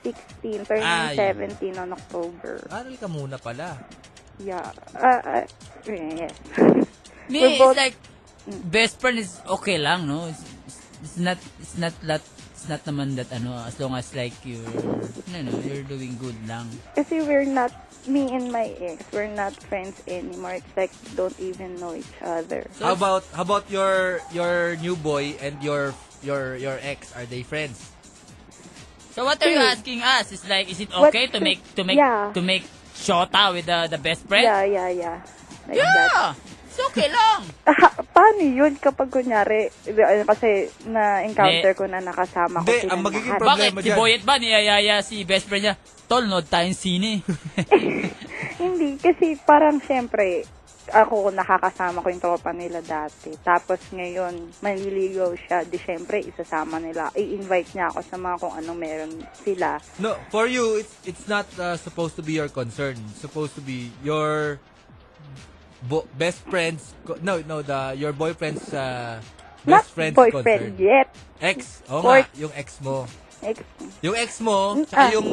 K: 16, turning
A: Ah, yun.
K: 17 on October.
A: Aral ka muna pala.
K: Yeah. Ah, ah, yes.
B: Me,
K: We're both-
B: it's like, best friend is okay lang, no? It's, it's- it's not, it's not that, it's not naman that, ano, as long as like you're, you know, you're doing good lang.
K: Kasi we're not, me and my ex, we're not friends anymore. It's like, we don't even know each other.
A: How about how about your your new boy and your your your ex? Are they friends?
B: So what are you
K: Hmm.
B: asking us? It's like, is it
K: What
B: okay to
K: should-
B: make, to make,
K: Yeah.
B: to make shota with the, the best friend?
K: Yeah, yeah, yeah. Like that.
B: Yeah! It's okay lang!
K: Ah, paano yun kapag kunyari, eh, kasi na-encounter
B: Hindi.
K: ko na nakasama ko
A: Hindi,
K: sila
A: ang magiging
K: lahat.
B: Bakit?
A: Problema
B: Si
A: dyan.
B: Boyet ba niyayaya si best friend niya? Tol, nod tayong sine.
K: Hindi, kasi parang syempre, ako nakakasama ko yung tropa nila dati. Tapos ngayon, maliligaw siya. Di syempre, isasama nila. I-invite niya ako sa mga kung anong meron sila.
A: No, for you it's it's not uh, supposed to be your concern. It's supposed to be your bo- best friends. Co- no, no, the your boyfriend's uh,
K: Not
A: best friend's
K: boyfriend
A: concern.
K: yet.
A: Ex, oh
K: Boy-
A: nga, yung ex mo.
K: Ex.
A: Yung ex mo, tsaka
K: Ah.
A: yung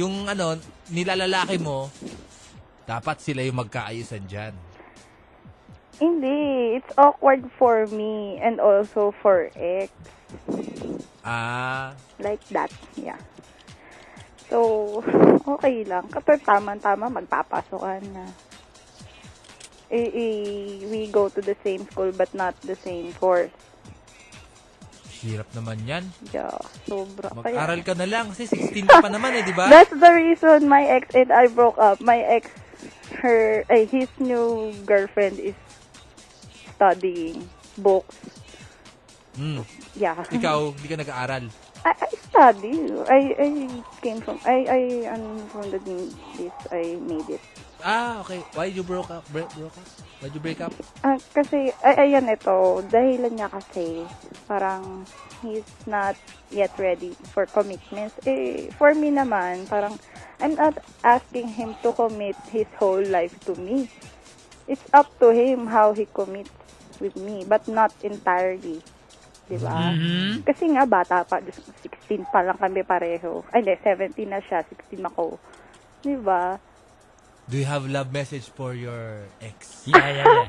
A: yung ano, nilalalaki mo, dapat sila yung magkaayusan dyan.
K: Hindi, it's awkward for me and also for ex.
A: Ah,
K: Like that, yeah. So, okay lang. Kapag tama-tama, magpapasokan na. I- i- we go to the same school but not the same course.
A: Hirap naman yan.
K: Yeah, sobra. Kaya-
A: Mag-aral ka na lang kasi 16 ka pa naman eh, di ba?
K: That's the reason my ex and I broke up. My ex, her, eh, his new girlfriend is studying books.
A: Mm.
K: Yeah.
A: Ikaw, hindi ka nag-aaral.
K: I, I study. I, I came from, I, I am from the this. I made it.
A: Ah, okay. Why you broke up? Break, broke up? Why you break up?
K: Ah, kasi, ay, ayan ito, dahilan niya kasi, parang, he's not yet ready for commitments. Eh, for me naman, parang, I'm not asking him to commit his whole life to me. It's up to him how he commits with me, but not entirely. Diba?
A: Mm-hmm.
B: Mm-hmm.
A: Hmm?
H: Mhm.
K: Kasi nga, bata pa, Diyos ko, 16 pa lang kami pareho. Ay, hindi, 17 na siya, 16 ako. Diba?
A: Do you have love message for your ex?
B: Yeah, yeah, yeah.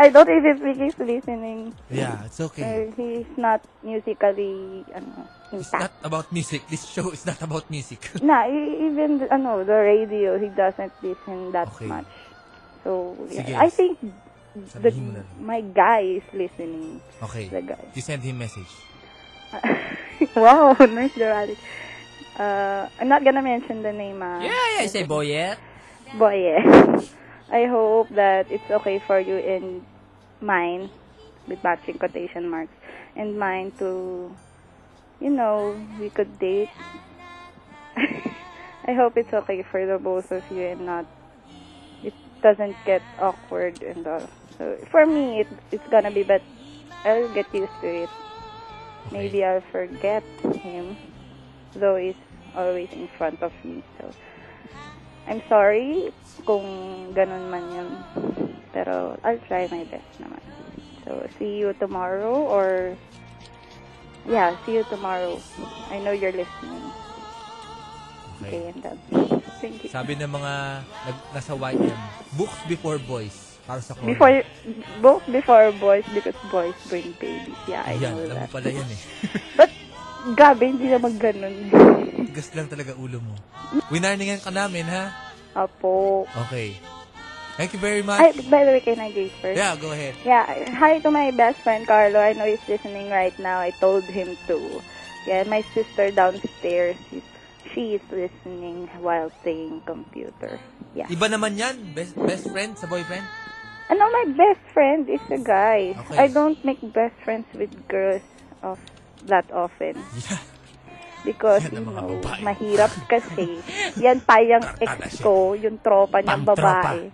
K: I don't even think he's listening.
A: Yeah, it's okay.
K: Uh, he's not musically ano, intact.
A: About music. This show is not about music.
K: Nah, e- even ano, the radio, he doesn't listen that much. So, yeah.
A: Sige.
K: I think the,
A: Sabihin mo na
K: my guy is listening.
A: Okay.
K: The guy.
A: You send him message.
K: wow, nice dramatic. Uh, I'm not gonna mention the name. ah.
B: Yeah, yeah, say boyet.
K: Boy, eh. I hope that it's okay for you and mine, with matching quotation marks, and mine to, you know, we could date. I hope it's okay for the both of you and not, it doesn't get awkward and all. So for me, it, it's gonna be, but I'll get used to it. Maybe I'll forget him, though he's always in front of me. So I'm sorry kung ganun man yun. Pero I'll try my best naman. So, see you tomorrow or... Yeah, see you tomorrow. I know you're listening. Okay, and done. Thank you.
A: Sabi ng mga nag, nasa YM, books before boys. Para sa corny.
K: Before, both before boys because boys bring babies. Yeah, I
A: Yan,
K: know
A: alam mo
K: that.
A: pala yan eh.
K: But, gabi, hindi naman ganun.
A: Gas lang talaga ulo mo. Winarningan ka namin, ha?
K: Apo.
A: Okay. Thank you very much.
K: Ay, by the way, can I do it first?
A: Yeah, go ahead.
K: Yeah, hi to my best friend Carlo. I know he's listening right now. I told him to. Yeah, my sister downstairs, she is listening while playing computer. Yeah.
A: Iba naman yan. Best, best friend sa boyfriend?
K: Ano, my best friend is a guy.
A: Okay.
K: I don't make best friends with girls of that often. Because, you know, mahirap kasi. Yan pa yung ex ko, yung tropa niyang
H: Pang-tropa.
K: babae.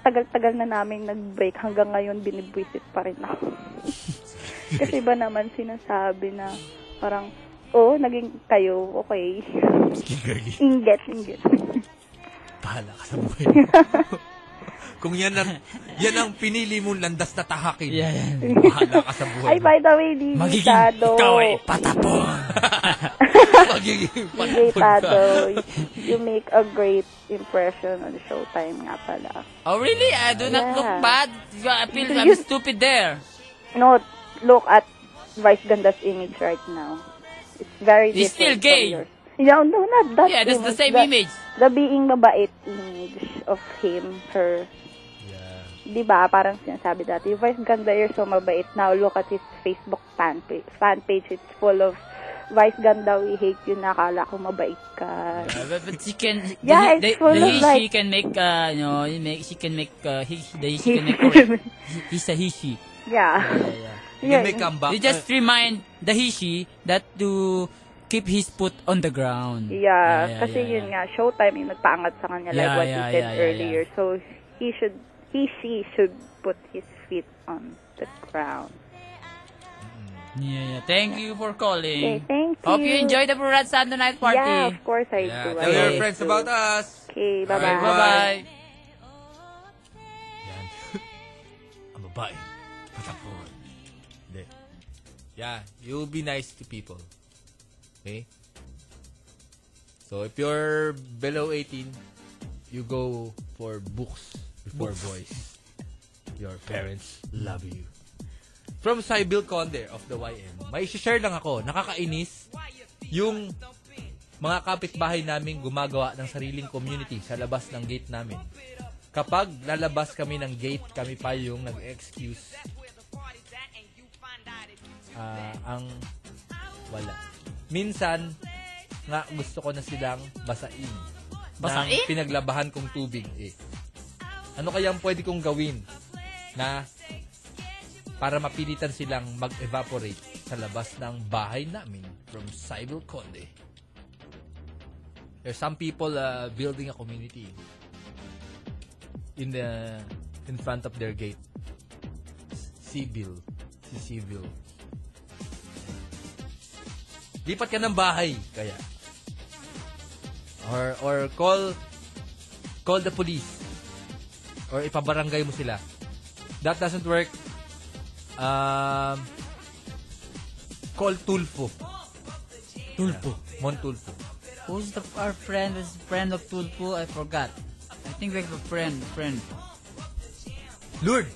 K: Tagal-tagal na namin nag-break. Hanggang ngayon, binibwisit pa rin ako. kasi ba naman sinasabi na parang, oh, naging kayo, okay.
A: girly.
K: Inget, inget.
A: Bahala ka sa buhay mo. Kung yan ang, yan ang pinili mong landas na tahakin. Yeah, Bahala ka sa buhay
K: Ay,
A: mo.
K: by the way, di
A: Magiging
K: Tado.
A: ikaw ay patapon. Magiging
K: DJ
A: patapon ka.
K: Tado, you make a great impression on Showtime nga pala.
B: Oh, really? I do not look
K: Yeah.
B: bad. I feel
K: Do
B: I'm
K: you-
B: stupid there.
K: No, look at Vice Ganda's image right now. It's very
B: He's still
K: different
B: gay.
K: from yours. No, no, not that
B: Yeah, that's the same image.
K: The being mabait image of him, her. Di ba? Parang sinasabi dati, Vice Ganda, you're so mabait. Now look at his Facebook fan page. Fan page it's full of Vice Ganda, we hate you. Nakala ko mabait ka.
B: Uh, but, but she can.
K: Yeah,
B: the,
K: it's full
B: the,
K: of
B: he, she
K: like-
B: can make. Uh, you know, he make. She can make. Uh, he, the, she can make. correct. he, he's a he she.
K: Yeah.
A: Yeah, may comeback.
B: You just
K: uh,
B: remind the he she that to keep his foot on the ground.
K: Yeah,
B: yeah,
K: kasi yun nga, Showtime yung nagpaangat sa kanya like
B: Yeah,
K: what
B: yeah,
K: he said
B: yeah, yeah,
K: earlier. So, he should, he, she should put his feet on the ground.
B: Yeah, yeah. Thank you for calling.
K: Okay, thank you.
B: Hope you enjoy the Burad Sunday night party.
K: Yeah, of course I do.
A: Tell
K: I
A: your
K: do.
A: friends about us.
K: Okay, bye-bye.
A: Alright,
B: Bye-bye.
A: Yan. Ang babae. Patapon. Hindi. Yeah, you'll be nice to people. Okay? So, if you're below 18, you go for books before
H: Books.
A: boys. Your parents love you. From Sybil Conde of the YM, may share lang ako, nakakainis yung mga kapitbahay namin gumagawa ng sariling community sa labas ng gate namin. Kapag lalabas kami ng gate, kami pa yung nag-excuse. Ah, ang wala. Minsan, nga gusto ko na silang basain.
B: Basain?
A: Ng pinaglabahan kong tubig eh. Ano kaya ang pwede kong gawin na para mapilitan silang mag-evaporate sa labas ng bahay namin from Cyber Conde. There's some people uh, building a community in the in front of their gate. Civil. Si Civil. Lipat ka ng bahay kaya. Or or call call the police. Or ipabarangay mo sila. That doesn't work. Um, call Tulfo. Tulfo. Mon Tulfo.
B: Who's the, our friend? Who's the friend of Tulpo? I forgot. I think we have a friend. Friend.
A: Lord.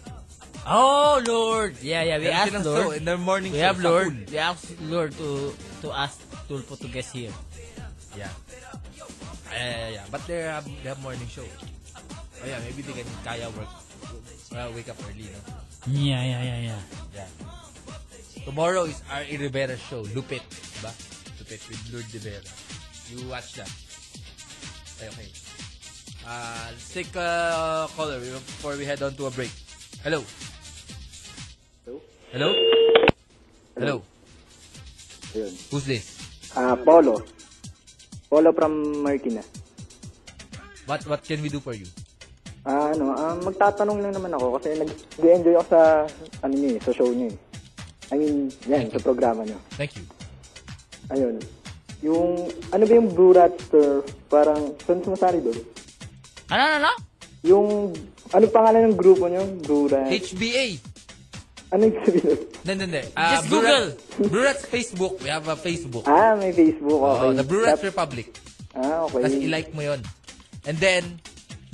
B: Oh, Lord. Yeah, yeah. We
A: Meron
B: asked
A: silang show
B: Lord.
A: in the morning
B: we
A: show
B: have
A: sa
B: Lord.
A: pool.
B: We asked Lord to to ask Tulpo to guest here.
A: Yeah. Yeah, yeah, yeah. But they have, they have morning show. Oh yeah, maybe they can kaya work. Uh, wake up early, no?
B: Yeah, yeah, yeah, yeah.
A: Yeah. Tomorrow is R.E. Rivera's show, Lupit. Diba? Lupit with Lord Rivera. You watch that. Okay, okay. Uh, let's take a caller before we head on to a break. Hello. Hello? Hello?
G: Ayun.
A: Who's this?
G: Ah, Polo. Polo from Marikina.
A: What what can we do for you?
G: Ah, ano, ah, magtatanong lang naman ako kasi nag-enjoy ako sa, ano niyo eh, sa show niyo eh. I mean, yan, sa programa niyo.
A: Thank you.
G: Ayun. Yung, ano ba yung Blue Rat Sir? Parang, saan sumasari doon?
B: Ano, ano, ano?
G: Yung, ano pangalan ng grupo niyo? Blue Rat?
A: HBA.
G: ano yung sabi doon?
A: No, no, no. Ah,
B: Just
A: Blue
B: Google.
A: Rat- Blue Rat's Facebook. We have a Facebook.
G: Ah, may Facebook. Okay.
A: Oh, the Blue Rats
G: Tap-
A: Republic.
G: Ah, okay.
A: Tapos ilike mo yon. And then,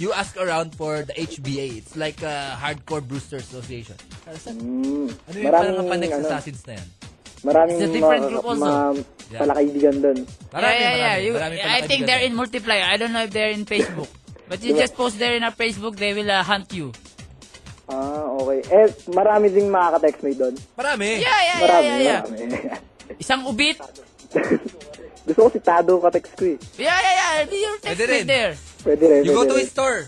A: you ask around for the HBA. It's like a Hardcore Brewster Association.
G: Mm.
A: Ano yung parang mga Panex Assassins na yan?
G: Maraming
B: It's a different group also.
G: ma- pala kaibigan doon.
B: yeah,
A: Marami,
B: yeah, yeah.
A: marami.
B: You,
A: Marami pala
B: I think
A: kaibigan
B: they're
A: yan.
B: in multiplier. I don't know if they're in Facebook. But you just post there in our Facebook, they will uh, hunt you.
G: Ah, okay. Eh, marami ding makaka-textmate doon.
A: Marami.
B: Yeah, yeah, yeah,
G: Marami,
B: yeah, yeah.
G: marami.
B: Isang ubit.
G: Gusto ko si Tado ka-text ko eh.
B: Yeah, yeah, yeah. Your text
A: Pwede
B: is
A: rin.
B: there.
G: Pwede rin.
A: You go
G: pwede
A: to
G: rin.
A: his store.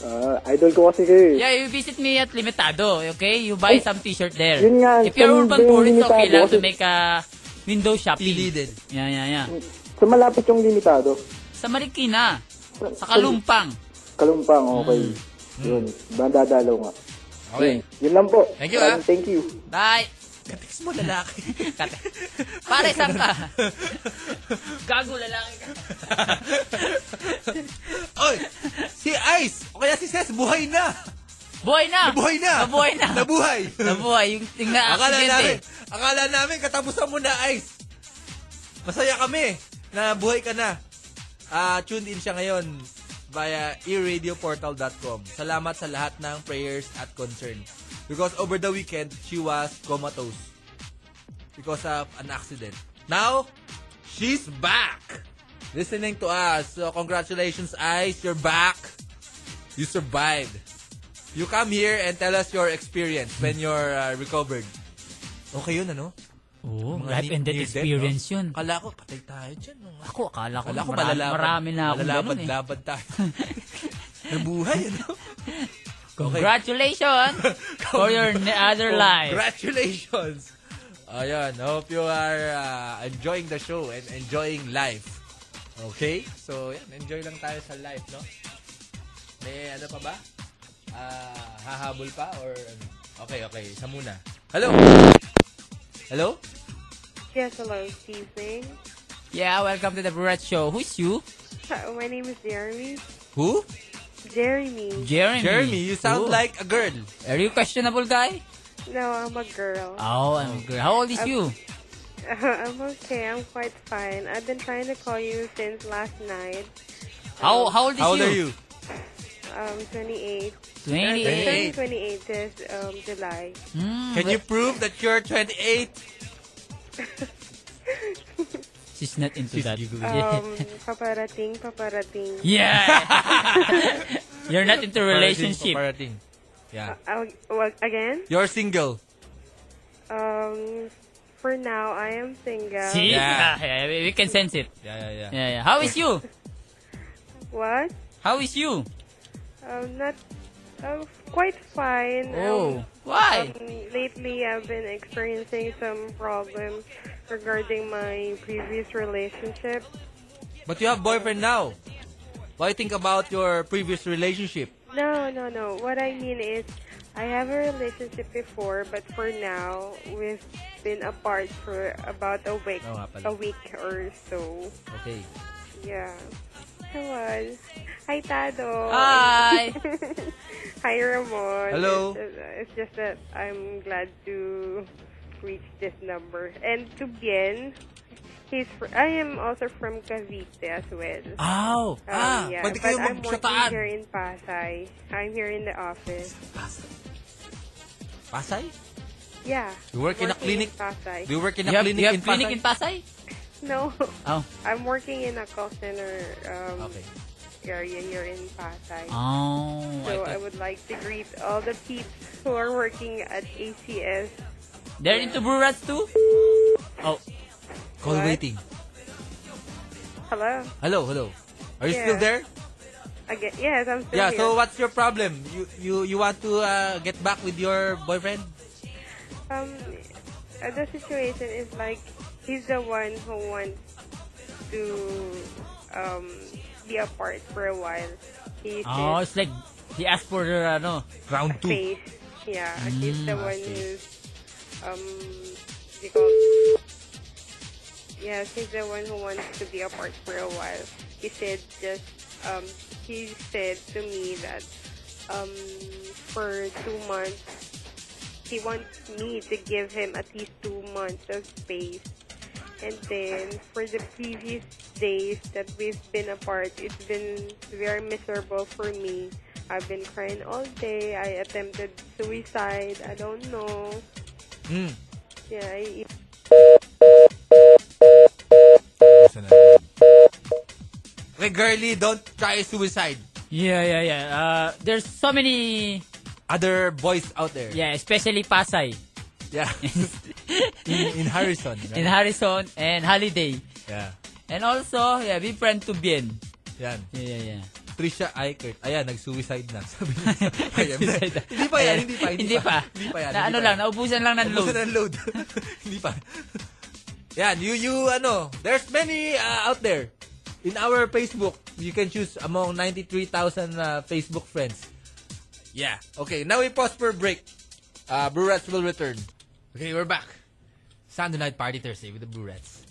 G: Ah, idol ko kasi kayo eh.
B: Yeah, you visit me at Limitado, okay? You buy some t-shirt there.
G: Yun nga,
B: If you're
G: sa
B: urban
G: Limitado,
B: tourist, okay
G: kasi-
B: lang to make a window shopping.
A: Deleted.
B: Yeah, yeah, yeah.
G: So malapit yung limitado.
B: Sa Marikina, sa Kalumpang.
G: Kalumpang, okay. Yun, bandadalaw nga.
A: Mm. Okay.
G: Yun, yun lang po.
A: Thank you,
G: Maraming
A: ah.
G: Thank you.
B: Bye. Kateks mo lalaki. Pare, saan ka? Gago lalaki ka.
A: Oy, si Ice o kaya si Ses, buhay na.
B: Buhay na!
A: Nabuhay na.
B: Nabuhay na!
A: Nabuhay.
B: Nabuhay. Yung tingnan eh.
A: akala namin,
B: aksidente.
A: akala namin katapusan mo na, Ice. Masaya kami na buhay ka na. Ah, tuned in siya ngayon via eradioportal.com. Salamat sa lahat ng prayers at concern. Because over the weekend, she was comatose because of an accident. Now, she's back! Listening to us. So, congratulations, Ice. You're back. You survived. You come here and tell us your experience when you're uh, recovered. Okay yun, ano?
B: Oo,
A: Mga
B: life
A: ni-
B: and death
A: near death,
B: experience yun.
A: Akala ko, patay tayo dyan. no?
B: Ako, akala ko,
A: Akala ko
B: marami,
A: malalaban.
B: marami na ako ganun eh.
A: Malalabad-labad tayo. Nabuhay, ano? Okay.
B: Congratulations for your ne- other life.
A: Congratulations! Ayan, hope you are uh, enjoying the show and enjoying life. Okay? So, yan, enjoy lang tayo sa life, no? May ano pa ba? Ah, hahabol pa or ano? Okay, okay. Isa muna. Hello? Hello?
L: Yes, hello, Stephen.
B: Yeah, welcome to the Brad Show. Who's you?
L: My name is Jeremy.
A: Who?
L: Jeremy.
B: Jeremy.
A: Jeremy, you sound
B: Ooh.
A: like a girl.
B: Are you questionable guy?
L: No, I'm a girl.
B: Oh, I'm good. How old is you?
L: I'm okay. I'm quite fine. I've been trying to call you since last night.
B: How how old is
A: How old are you?
L: Um, 28.
B: 28.
A: Eight.
L: Turned 28 this um, July.
B: Hmm,
A: Can you prove that you're 28?
B: She's not into that.
L: Um, paparating, paparating.
B: Yeah. You're not into
A: Parating,
B: relationship.
A: parating. Yeah.
L: Uh, wag- again?
A: You're single.
L: Um, for now, I am single.
B: See? Yeah. yeah, we- we can sense it.
A: Yeah, yeah, yeah.
B: Yeah, yeah. How is you?
L: What?
B: How is you?
L: Um, not. Um, quite fine.
B: Oh,
L: Um,
B: why?
L: um, lately, I've been experiencing some problems regarding my previous relationship.
A: But you have boyfriend now. Why think about your previous relationship?
L: No, no, no. What I mean is, I have a relationship before, but for now, we've been apart for about a week,
A: Oo nga pala.
L: a week or so.
A: Okay.
L: Yeah. Hello. Hi, Tado.
B: Hi.
L: Hi, Ramon.
A: Hello.
L: It's, it's just that I'm glad to reach this number. And to Bien, he's fr- I am also from Cavite as well.
A: Ow!
L: Um,
A: ah,
L: yeah, but
A: pwede kayo
L: I'm working
A: magsataan.
L: here in Pasay. I'm here in the office.
A: Pasay?
L: Yeah.
A: You work in a
L: working
A: clinic?
L: Pasay.
A: Do you work in a
B: You have,
A: clinic
B: you have
A: in
B: clinic
A: Pasay?
B: in Pasay?
L: No,
B: Oh.
L: I'm working in a call center um,
A: Okay.
L: area here in Pasay.
B: Oh, I
L: So I
B: thought-
L: would like to greet all the peeps who are working at ACS.
B: They're into brew rats too? Oh,
A: Call
L: What?
A: waiting.
L: Hello.
A: Hello, hello. Are you
L: Yeah.
A: still there?
L: Again, yes, I'm still
A: yeah,
L: here.
A: so what's your problem? You you you want to uh, get back with your boyfriend?
L: um, uh, the situation is like he's the one who wants to um be apart for a while. He's
B: oh it's like he asked for her, ano,
A: Round two.
L: face. Yeah, he's the
B: Mm,
L: one
B: okay.
L: who's um they call Yes, he's the one who wants to be apart for a while. He said just um he said to me that um for two months he wants me to give him at least two months of space. And then for the previous days that we've been apart, it's been very miserable for me. I've been crying all day. I attempted suicide. I don't know.
A: Hmm.
L: Yeah, I,
A: Hey, girlie, don't try suicide.
B: yeah, yeah, yeah. Uh, there's so many,
A: Other boys out there.
B: yeah, especially Pasay.
A: Yeah. in, in Harrison.
B: In
A: Right?
B: Harrison and Holiday.
A: yeah.
B: And also, yeah, be friend to Bien.
A: Yan.
B: Yeah, yeah, yeah.
A: Trisha Eichert. Ayan, nag-suicide na. Sabi niya. Ayan. hindi pa yan, hindi pa.
B: Hindi pa.
A: Hindi pa yan.
B: Na, ano lang, naubusan lang ng load.
A: Naubusan ng load. hindi pa. Yan, you, you, ano, there's many uh, out there. In our Facebook, you can choose among 93,000 uh, Facebook friends. Yeah. Okay, now we pause for a break. Uh, Brew Rats will return. Okay, we're back. Sunday night party Thursday with the Brew Rats.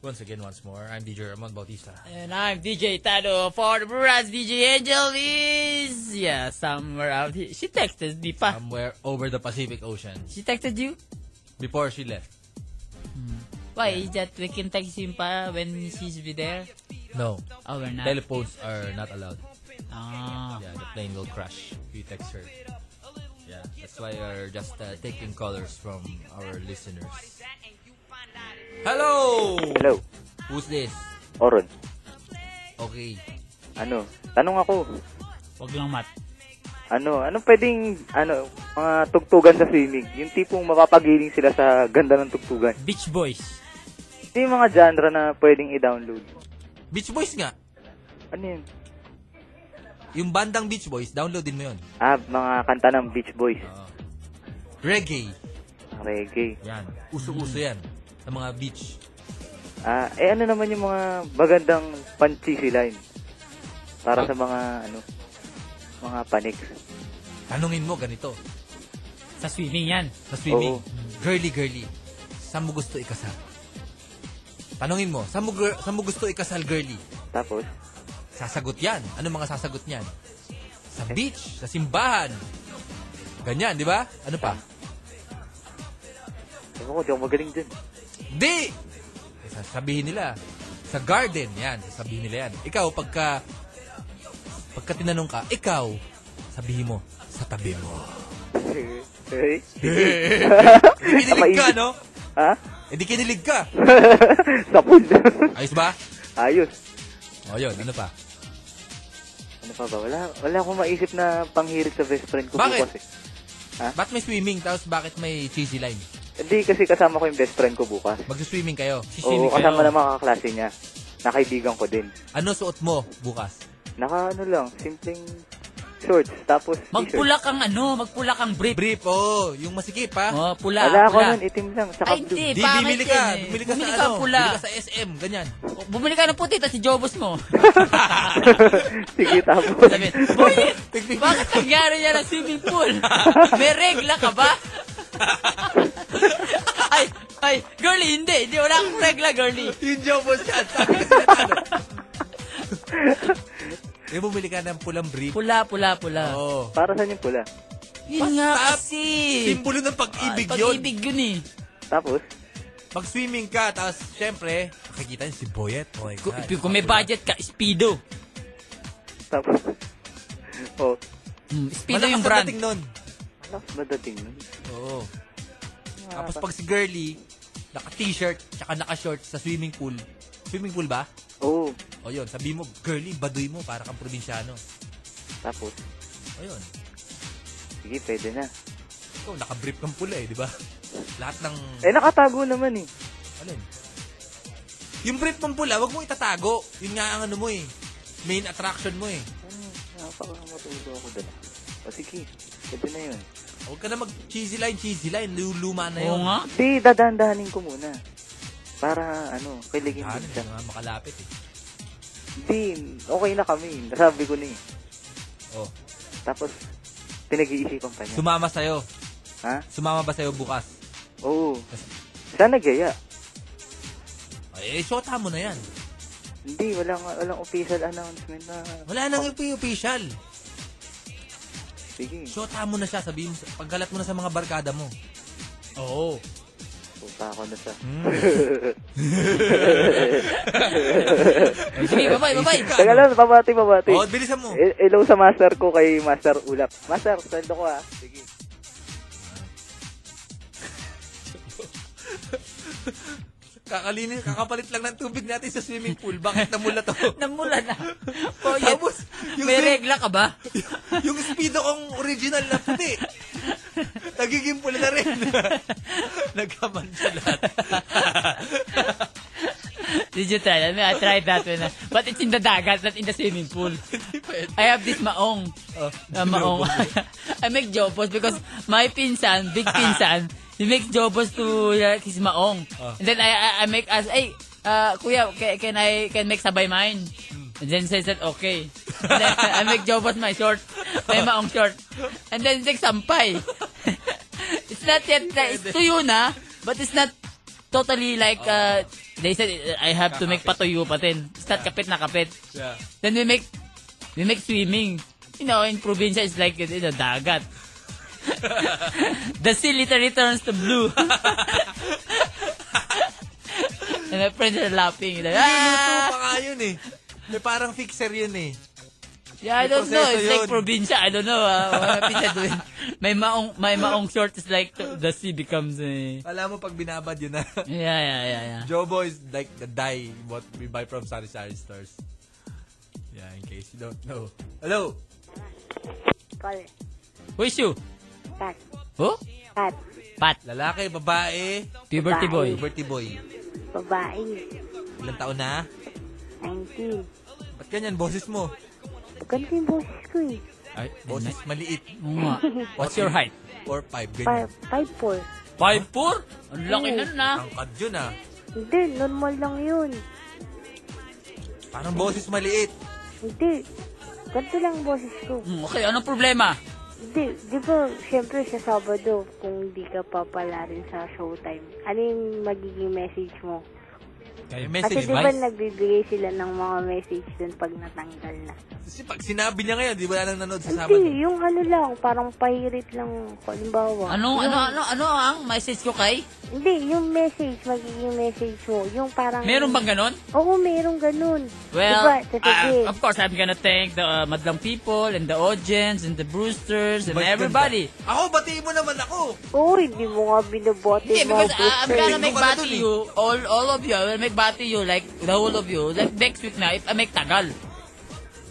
A: Once again, once more, I'm DJ Ramon Bautista.
B: And I'm DJ Tado for the Brass DJ Angel is yeah somewhere out here. She texted me pa.
A: Somewhere over the Pacific Ocean.
B: She texted you?
A: Before she left.
B: Why is that we can text him pa when she's be there?
A: No.
B: Oh, we're not.
A: Telephones are not allowed.
B: Ah.
A: Yeah, the plane will crash if you text her. Yeah, that's why we're just uh, taking callers from our listeners. Hello!
G: Hello,
A: Who's this?
G: Oron.
A: Okay.
G: Ano? Tanong ako.
B: Wag lang mat.
G: Ano? Anong pwedeng, ano, mga tugtugan sa swimming? Yung tipong mapapagiling sila sa ganda ng tugtugan.
B: Beach Boys.
G: Ano yung mga genre na pwedeng i-download?
A: Beach Boys nga.
G: Ano yun?
A: Yung bandang Beach Boys, downloadin mo yun.
G: Ah, mga kanta ng Beach Boys. Ah,
A: Oo. Ah. Reggae.
G: Reggae.
A: Yan. Uso-uso
B: Mm.
A: yan. Sa mga beach.
G: Ah, eh ano naman yung mga magandang panchisi line? Para sa mga, ano, mga panik.
A: Tanungin mo ganito.
B: Sa swimming yan.
A: Sa swimming.
G: Oo.
A: Girly, girly. Saan mo gusto ikasal? Tanungin mo, saan mo, gir- saan mo gusto ikasal, girly?
G: Tapos,
A: Sasagot yan. Ano mga sasagot niyan? Sa beach, sa simbahan. Ganyan, di ba? Ano pa?
G: ewan ko, di ako magaling dun.
A: Di! Eh, Sasabihin nila. Sa garden, yan. Sasabihin nila yan. Ikaw, pagka, pagka tinanong ka, ikaw, sabihin mo, sa tabi mo.
G: Eh, eh,
A: Kinilig ka, no?
G: ha?
A: Eh, di kinilig ka.
G: Sapul.
A: Ayos ba?
G: Ayos.
A: O, yun. Ano pa?
G: Ano pa ba? Wala, wala akong maisip na panghirit sa best friend ko
A: Bakit?
G: bukas eh.
A: Ba't may swimming? Tapos bakit may cheesy line?
G: Hindi kasi kasama ko yung best friend ko bukas.
A: Mag-swimming kayo.
G: Oo, kasama na mga kaklase niya. Nakaibigan ko din.
A: Ano suot mo bukas?
G: Naka ano lang, simpleng shorts. Tapos
B: Magpula kang ano, magpula kang brief.
A: Brief, oh. Yung masikip, ha?
B: Oh, pula,
G: Wala ako
B: pula.
G: nun, itim lang. Saka
B: Ay,
G: blue.
B: hindi.
A: Di,
B: pangit
A: bumili
B: yan
A: ka.
B: eh.
A: Bumili ka
B: Bumili ka
A: sa ano?
B: pula.
A: Bumili ka sa SM. Ganyan.
B: Bumili ka ng puti, tapos si Jobos mo.
G: Sige, tapos.
B: Sabi, Boy, bakit nangyari niya ng swimming pool? May regla ka ba? ay, ay, girly, hindi. Hindi, wala akong regla, girly.
A: Yung jobos yan. Sabi kasi na ano. Yung bumili ka ng pulang brief.
B: Pula, pula, pula.
A: Oo.
G: Para saan yung pula?
B: Yun nga
A: Basta,
B: kasi.
A: Simbolo ng pag-ibig
B: Ah,
A: yun.
B: Pag-ibig yun eh.
G: Tapos,
A: Mag-swimming ka, tapos syempre, makikita niyo si Boyet. Oh my
B: Kung,
A: God.
B: kung may budget ka, Speedo.
G: tapos. Oh, Ano?
B: Mm, Speedo
A: Malakas
B: yung
A: ang
B: brand.
A: dating nun.
G: alas madating nun.
A: Oo. Tapos pag si girly, naka-t-shirt, tsaka naka-short sa swimming pool. Swimming pool ba?
G: Oo, oh,
A: O yun, sabi mo, girly, baduy mo, para kang probinsyano.
G: tapos.
A: O yun,
G: Sige, pwede na.
A: ikaw, naka-brief kang pula eh, di ba? Lahat ng,
G: Eh, nakatago naman eh.
A: alin? Yung brief mong pula, wag mo itatago. Yun nga ang ano mo eh, main attraction mo eh.
G: Napakamatulog Ano, ako dala. O sige, pwede na yun.
A: Huwag ka na mag-cheesy line, cheesy line, luluma na
B: Oo
A: yun.
B: nga.
G: Di, dadandahanin ko muna. Para, ano, kiligin
A: Ano,
G: din
A: hindi
G: siya.
A: nga makalapit eh.
G: Di, okay na kami. Nasabi ko na eh.
A: Oh.
G: Tapos, pinag-iisipan pa niya.
A: Sumama sa'yo.
G: ha?
A: Sumama ba sa'yo bukas?
G: Oo. Saan nagyaya?
A: Ay, eh, shota mo na yan.
G: Hindi, walang, walang official announcement na.
A: Wala nang oh. official.
G: Sige,
A: Shota mo na siya, sabihin mo, sa- pagkalat mo na sa mga barkada mo. Oo.
G: punta ako na sa...
B: Hmm. Sige, babay, babay. Oh,
G: Teka lang, babati, babati.
A: Oo, bilisan mo.
G: Eh, Hello sa master ko kay Master Ulap. Master, sendo ko ah. Sige.
A: Kakalinin, kakapalit lang ng tubig natin sa swimming pool. Bakit namula to?
B: Namula na. Boyet,
A: Tapos, yung
B: may
A: swim-
B: regla ka ba?
A: yung speedo kong original na puti. Nagiging pula na rin. Nagkaman siya lahat.
B: Did you try that? I, mean, I tried that one. ah. But it's in the dagat, not in the swimming pool. I have this maong.
A: Oh,
B: Uh, maong. I make jobos because my pinsan, big pinsan, he makes jobos to like, his maong.
A: Oh.
B: And then I, I, I make as, hey, uh, kuya, can, can I can make sabay mine? And then says that, okay. And then I make jobos my short, my maong short. And then like sampay. it's not yet, it's tuyo na, but it's not totally like, uh, they said uh, I have to make patuyo pa din. It's not kapit na kapit.
A: Yeah.
B: Then we make we make swimming. You know, in probinsya it's like you know, dagat. the sea literally turns to blue. And my friends are laughing. Like,
A: Niluluto
B: ah!
A: pa nga yun eh. May parang fixer yun eh.
B: Yeah, I don't know. It's
A: proseso
B: like
A: yun.
B: probinsya. I don't know. ah, wala pinta doon. May maong, may maong short is like the sea becomes eh.
A: Alam mo pag binabad yun na.
B: Yeah, yeah, yeah, yeah.
A: Jobo is like the dye what we buy from Sari Sari stores. Yeah, in case you don't know. Hello?
F: Call.
B: Who is you?
F: Pat.
B: Who?
F: Pat.
B: Pat.
A: Lalaki, babae,
B: Puberty boy.
A: puberty boy.
F: Babae.
A: Ilang taon na?
F: 19.
A: Ba't ganyan boses mo?
F: Ganito yung boses ko eh.
B: Ay,
A: Boses maliit.
B: Oo nga. What's your height?
A: 4'5", ganyan.
F: 5'4.
B: 5'4"? Ang laki na na.
A: Tangkad yun ah.
F: Hindi, normal lang yun.
A: Parang boses maliit. Hmm,
F: Hindi. Ganito lang ang boses ko.
B: Mm, Okay, anong problema?
F: Hindi, di ba, syempre sa Sabado, kung di ka papala rin sa showtime, ano yung magiging message mo?
A: Kaya
F: Kasi
A: message
F: di ba nagbibigay sila ng mga message dun pag natanggal na?
A: Kasi pag sinabi niya ngayon, di ba lang nanood sa Sabado?
F: Hindi, yung ano lang, parang pahirit lang, halimbawa.
B: Ano,
F: yung,
B: ano, ano, ano ang message ko kay?
H: Hindi, yung message, magiging message mo. Yung parang...
B: Meron bang ganon?
H: Oo, meron ganun.
B: Well,
H: diba,
B: uh,
H: sasabihin,
B: of course, I'm gonna thank the uh, Madlang people and the audience and the Brewsters and everybody.
M: Ako, batiin mo naman ako.
H: Uy, di mo nga binabote
B: Yeah,
H: mo.
B: because uh, I'm gonna make
H: Booster.
B: bati you, all all of you, I will make bati you, like the whole of you, like next week na, if I make Tagal.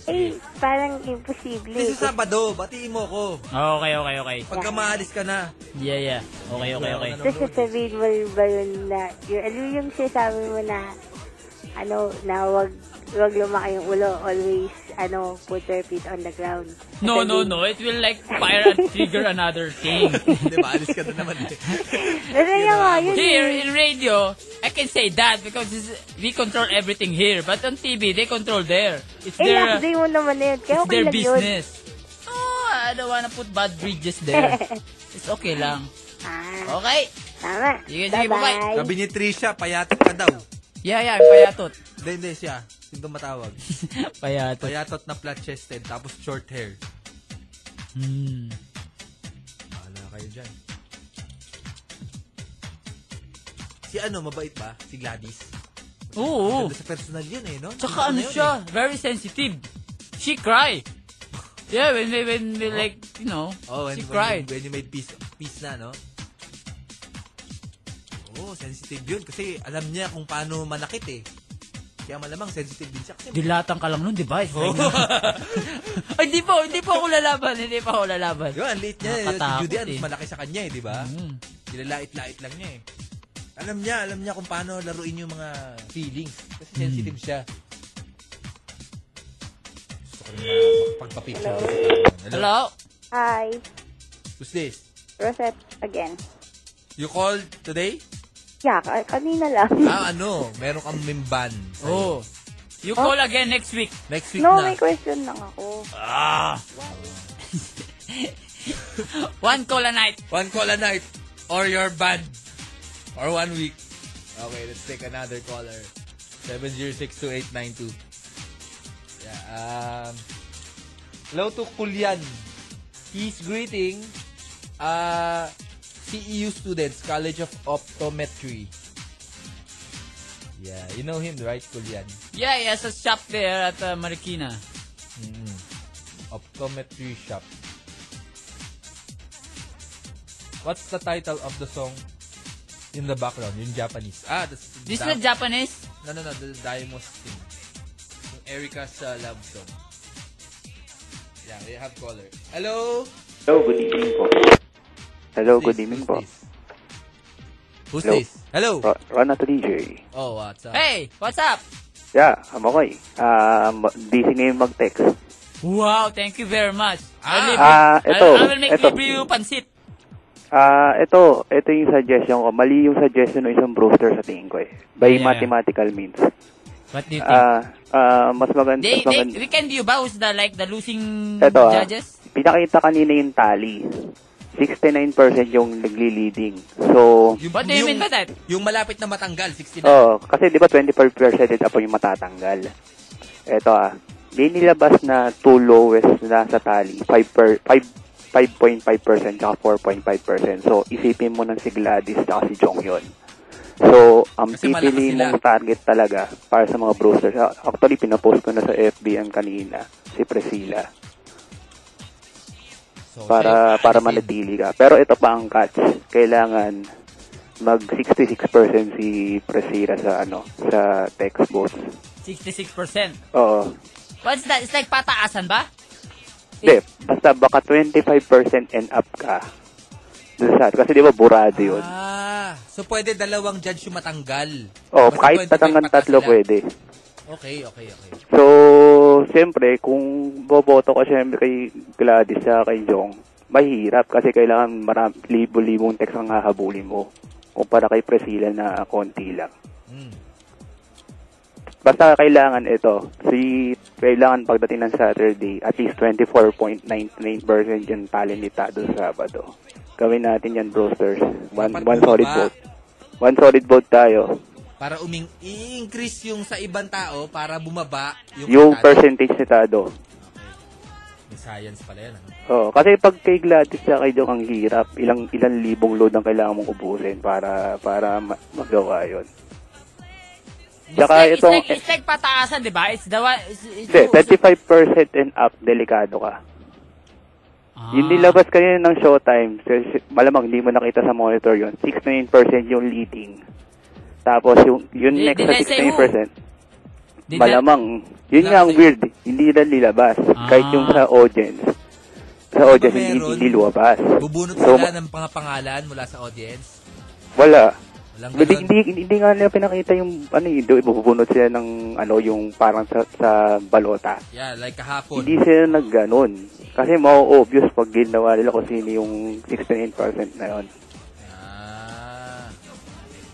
H: Eh, parang imposible.
A: Kasi sa Sabado, batiin mo ko.
B: Oh, Okay, okay, okay.
A: Pagka maalis ka na.
B: Yeah, yeah. Okay, okay, okay.
H: Tapos sasabihin mo rin ba yun na, yung, ano yung sinasabi mo na, ano, na wag, wag lumaki yung ulo, always, ano, put your feet on the ground.
B: No, no, no. It will like fire and trigger another thing.
M: Di ba? Diba, Alis ka na naman.
H: Pero yun nga, eh, yun
B: Here
H: yun.
B: in radio, I can say that because this, we control everything here. But on TV, they control there. It's
H: Eh, last
B: their, uh,
H: day mo naman na yun. Kaya
B: it's
H: okay
B: their
H: lang yun.
B: business. Oh, I don't wanna put bad bridges there. It's okay lang. Okay.
H: Tama.
B: Sige, sige, bye-bye.
A: Sabi ni Trisha, payatot ka daw.
B: Yeah, yeah, payatot.
A: Hindi, hindi siya. Hindi matawag.
B: payatot.
A: Payatot na flat-chested, tapos short hair.
B: Hmm.
A: Bahala kayo dyan. Si ano, mabait ba? Si Gladys.
B: Oo.
A: Ganda sa personal yun eh, no?
B: Tsaka ano
A: na yun
B: siya, very sensitive. She cry. Yeah, when when, when we like, you know,
A: eh. Oh, when,
B: she
A: when
B: cried.
A: You, when you made peace, peace na, no? Oo, sensitive yun. Kasi alam niya kung paano manakit eh. Kaya malamang sensitive din siya. Kasi
B: Dilatan ka lang nun, di ba? It's
A: Oh.
B: like, Ay, di po, hindi po ako lalaban, hindi po ako lalaban.
A: Yun, ang late niya. eh. Si
B: Nakakatakot
A: Judy Ann,
B: eh. Mm-hmm.
A: malaki sa kanya eh, di ba? Nilalait-lait lang niya eh. Alam niya, alam niya kung paano laruin yung mga feelings. Kasi
B: Mm-hmm.
A: sensitive siya. Gusto ko rin na pagpapicture.
B: Hello?
K: Hi,
A: Who's this?
K: Rosette again.
A: You called today?
K: Yeah, ka- kanina lang.
A: ah, ano? Meron kang mimban.
B: Oh. You call again next week.
A: Next week
K: No,
A: na.
K: may question lang
B: Oh.
K: ako.
A: Ah!
B: One call a night.
A: One call a night. Or your band. Or one week. Okay, let's take another caller. 7062892. Yeah, um, hello to Kulyan. He's greeting uh, CEU students, College of Optometry. Yeah, you know him, right, Kulyan?
B: Yeah, he has a shop there at uh, Marikina.
A: Mm-mm. Mm. Optometry shop. What's the title of the song in the background? Yung Japanese. Ah, that's...
B: This is not Japanese?
A: No, no, no. The Daimos thing. Yung Erica's uh, love song. Yeah, we have caller. Hello?
N: Hello, good evening po. Hello, good evening po.
A: Who's
N: Hello. Uh,
A: this? Hello?
N: Ro- Ron at DJ.
A: Oh, what's up?
B: Hey, what's up?
N: Yeah, I'm okay. Ah, ma- busy ngayon mag-text.
B: Wow, thank you very much. I'll leave
N: Ah,
B: you-
N: ito,
B: I'll- I will make
N: ito.
B: libre you pansit.
N: Ah, ito, ito yung suggestion ko. Mali yung suggestion ng isang Brewster sa tingin ko eh. By mathematical means.
B: What do you think?
N: Ah, ah, mas maganda,
B: They,
N: mas
B: they,
N: maganda.
B: we can view ba who's the, like, the losing
N: Ito, ah,
B: judges?
N: pinakita kanina yung tally. 69% yung nagli-leading. So,
B: What do you mean by that?
A: Yung malapit na matanggal, 69.
N: Oo, kasi di ba 25% din apo yung matatanggal. Ito ah, di nilabas na two lowest na sa tally, 5 per, 5, 5.5% tsaka 4.5%. So, isipin mo ng si Gladys tsaka si Jonghyun. So, ang
A: Kasi malakas
N: pipili
A: sila.
N: mong target talaga para sa mga brewsters. ah, Actually, pinapost ko na sa FB ang kanina, si Priscilla. para para manatili ka. Pero ito pa ang catch. Kailangan mag 66% si Presira sa ano, sa text votes.
B: 66%.
N: Oo.
B: What's that? It's like pataasan ba?
N: Hindi, basta baka 25% and up ka. Dun sa, kasi di ba burado yun?
A: Ah, so pwede dalawang judge yung matanggal.
N: Oo,
A: Basta
N: Oh, kahit
A: pwede
N: tatanggan
A: may pata
N: tatlo
A: sila.
N: pwede.
A: Okay, okay, okay.
N: So, siyempre, kung boboto ko siyempre kay Gladys sa kay Jong, mahirap kasi kailangan marami, libo-libong text ang hahabulin mo kumpara kay Priscilla na konti lang. Basta kailangan ito, si kailangan pagdating ng Saturday, at least 24.99% yung talent ni Tado Sabado. Gawin natin yan, brosters. One, one solid vote. One solid vote tayo.
A: Para uming i-increase yung sa ibang tao para bumaba yung,
N: Yung
A: matalo.
N: percentage ni Tado.
A: May science pala yan. Ano?
N: Oo, kasi pag kay Gladys sa kay Dok ang hirap, ilang ilang libong load ang kailangan mong ubusin para para ma- magawa 'yon. Tsaka
B: it's,
N: itong
B: like, it's like pataasan, di ba? It's the one... It's, it's,
N: Hindi, 35% and up, delikado ka. Yung nilabas kanina ng showtime, so- malamang hindi mo nakita sa monitor yun, 69% yung leading. Tapos yung, yung
B: Did-
N: next sa
B: did I say who?
N: 69%,
B: Did
N: malamang, yun nga ang weird, eh. hindi na nilabas. Kahit yung sa audience. Sa audience, hindi, hindi lumabas.
A: Bubunot
N: So,
A: sila ng mga pangalan mula sa audience.
N: wala.
A: Walang
N: Hindi,
A: ganun.
N: hindi, hindi nga nila pinakita yung, ano yun, do- ibubunot sila ng, ano, yung parang sa, sa balota.
A: Yeah, like kahapon.
N: Hindi sila nagganon. Kasi mau-obvious pag ginawa nila kung sino yung 69% na yun.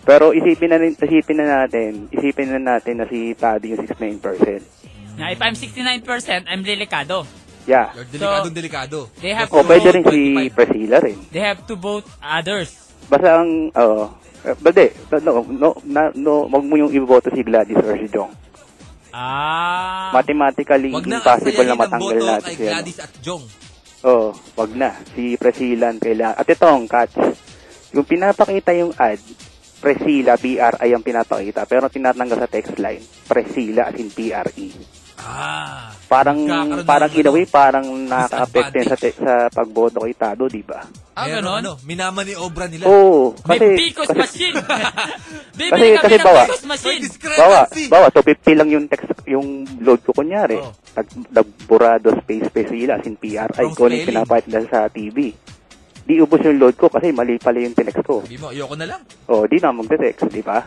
N: Pero isipin na, rin- isipin na natin, isipin na natin na si Taddy yung 69%.
B: Now, if I'm 69%, I'm delikado.
N: Yeah.
A: You're delikadong delikado.
B: They have
N: O Oh,
B: to
N: pwede
B: vote,
N: rin si Priscilla rin.
B: they have to vote others.
N: Basta ang, oo. Eh, but di, no, no, no, no, wag mo yung iboboto si Gladys or si Jong.
B: Ah.
N: Mathematically,
A: Wag na
N: impossible
A: asayahin
N: na
A: ang
N: matanggal
A: boto
N: natin
A: kay
N: siya.
A: Gladys at Jong.
N: Oo, wag na. Si Priscilla ang kailangan. At ito ang catch. Yung pinapakita yung ad, Priscilla, BRI ang pinapakita. Pero tinatanggal sa text line, Priscilla as in PRE.
A: Ah.
N: Parang,
A: Nagkakaroon ng ano?
N: parang in a way, parang nakaka-affect din
A: Disadvantage.
N: sa, te- sa pagboto kay Tado, di ba?
A: Ah, Meron, ano, minama ni Obra nila.
N: Oo,
A: May
N: kasi-
A: Picos
N: kasi-
A: machine.
N: Kasi, kasi bawa,
A: machine.
N: bawa, bawa, so 50 lang yung text, yung load ko kunyari. Nag, nagburado space Priscilla as in PRI. Kung ano yung
A: spelling.
N: pinapakita sa TV. Di ubos yung load ko kasi mali pala yung tinext ko.
A: Sabi mo, ayoko na lang.
N: Oh, di na magte-text, di ba?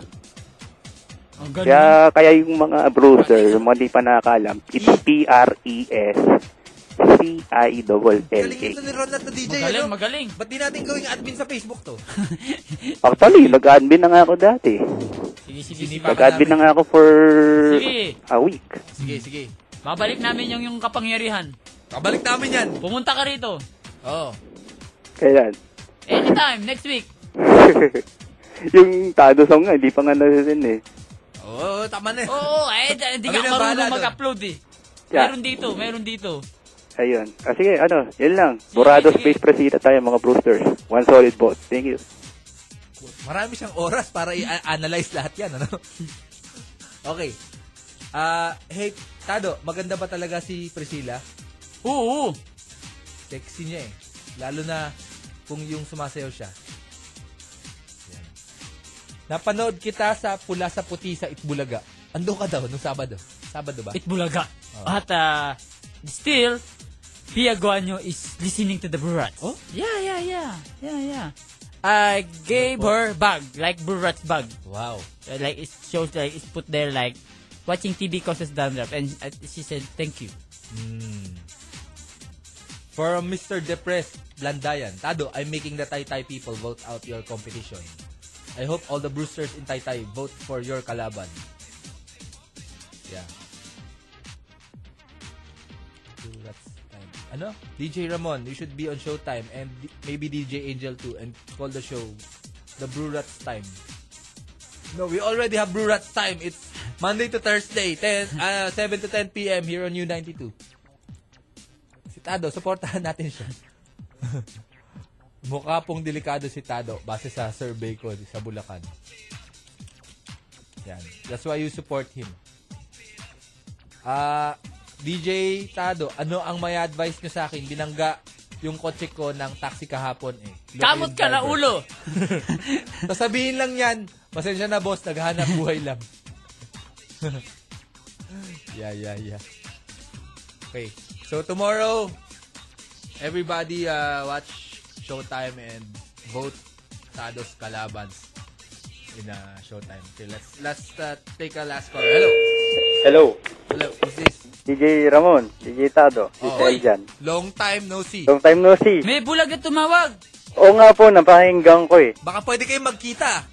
B: Ang
N: Kaya, kaya yung mga browser, yung mga di pa nakakalam, it's E P-R-E-S C-I-L-L-A.
O: Ito ni Ron at na DJ. Magaling, ano? magaling. Ba't di natin gawing admin sa Facebook to?
N: Actually, nag-admin na nga ako dati.
B: Sige, sige, sige.
N: Nag-admin na nga ako for
B: Sige.
N: a week.
A: Sige, sige.
B: Babalik namin yung, yung kapangyarihan.
A: Babalik namin yan.
B: Pumunta ka rito.
A: Oo.
N: Kailan?
B: Anytime, next week.
N: yung Tado song nga, hindi pa nga naririn eh.
A: Oo, tama na.
B: Oo, eh, d- hindi
A: Kami
B: ka
A: na bahala
B: marunong
A: doon.
B: mag-upload eh.
N: Yeah.
B: Meron dito, meron dito.
N: Ayun. Ah, sige, ano, yun lang. Burado space presita tayo mga brewsters. One solid vote. Thank you.
A: Marami siyang oras para i-analyze lahat yan, ano? okay. Ah, hey, Tado, maganda ba talaga si Priscilla?
B: Oo.
A: Sexy niya eh. Lalo na kung yung sumasayaw siya. Yan. Napanood kita sa Pula sa Puti sa Itbulaga. Ando ka daw nung Sabado. Sabado ba?
B: Itbulaga.
A: Oo.
B: At uh, still, Pia Guanyo is listening to the Burats. Oh? Yeah, yeah, yeah. Yeah, yeah. I gave her bag, like Burats bag. Uh,
A: Wow.
B: like it shows like it's put there like watching TV causes dandruff and uh, she said thank you.
A: Hmm. For Mr. Depressed Blandayan, Tado, I'm making the Taytay people vote out your competition. I hope all the Brewsters in Taytay vote for your kalaban. Yeah. So that's time. Ano? DJ Ramon, you should be on Showtime and D- maybe DJ Angel too and call the show The Brew Rats Time. No, we already have Brew Rats Time. It's Monday to Thursday, 10, ah, 7 to 10 p.m. here on U92. Si Tado, supportahan natin siya. Mukha pong delikado si Tado base sa survey ko sa Bulacan. Yan. That's why you support him. Ah, DJ Tado, ano ang may advice nyo sa akin? Binangga yung kotse ko ng taxi kahapon eh. Local
B: Kamot ka na
A: driver.
B: ulo.
A: Sasabihin lang yan. Pasensya na boss, naghahanap buhay lang. yeah, yeah, yeah. Okay. So tomorrow, everybody uh, watch Showtime and vote Tados Kalabans in uh, Showtime. Okay, let's let's uh, take a last call. Hello.
N: Hello.
A: Hello. Who's this?
N: DJ Ramon, DJ Tado, si
A: Oh,
N: Eljan.
A: Long time no see.
N: Long time no see.
B: May bulag na tumawag.
N: Oo nga po, napakinggan ko eh.
A: Baka pwede kayong magkita.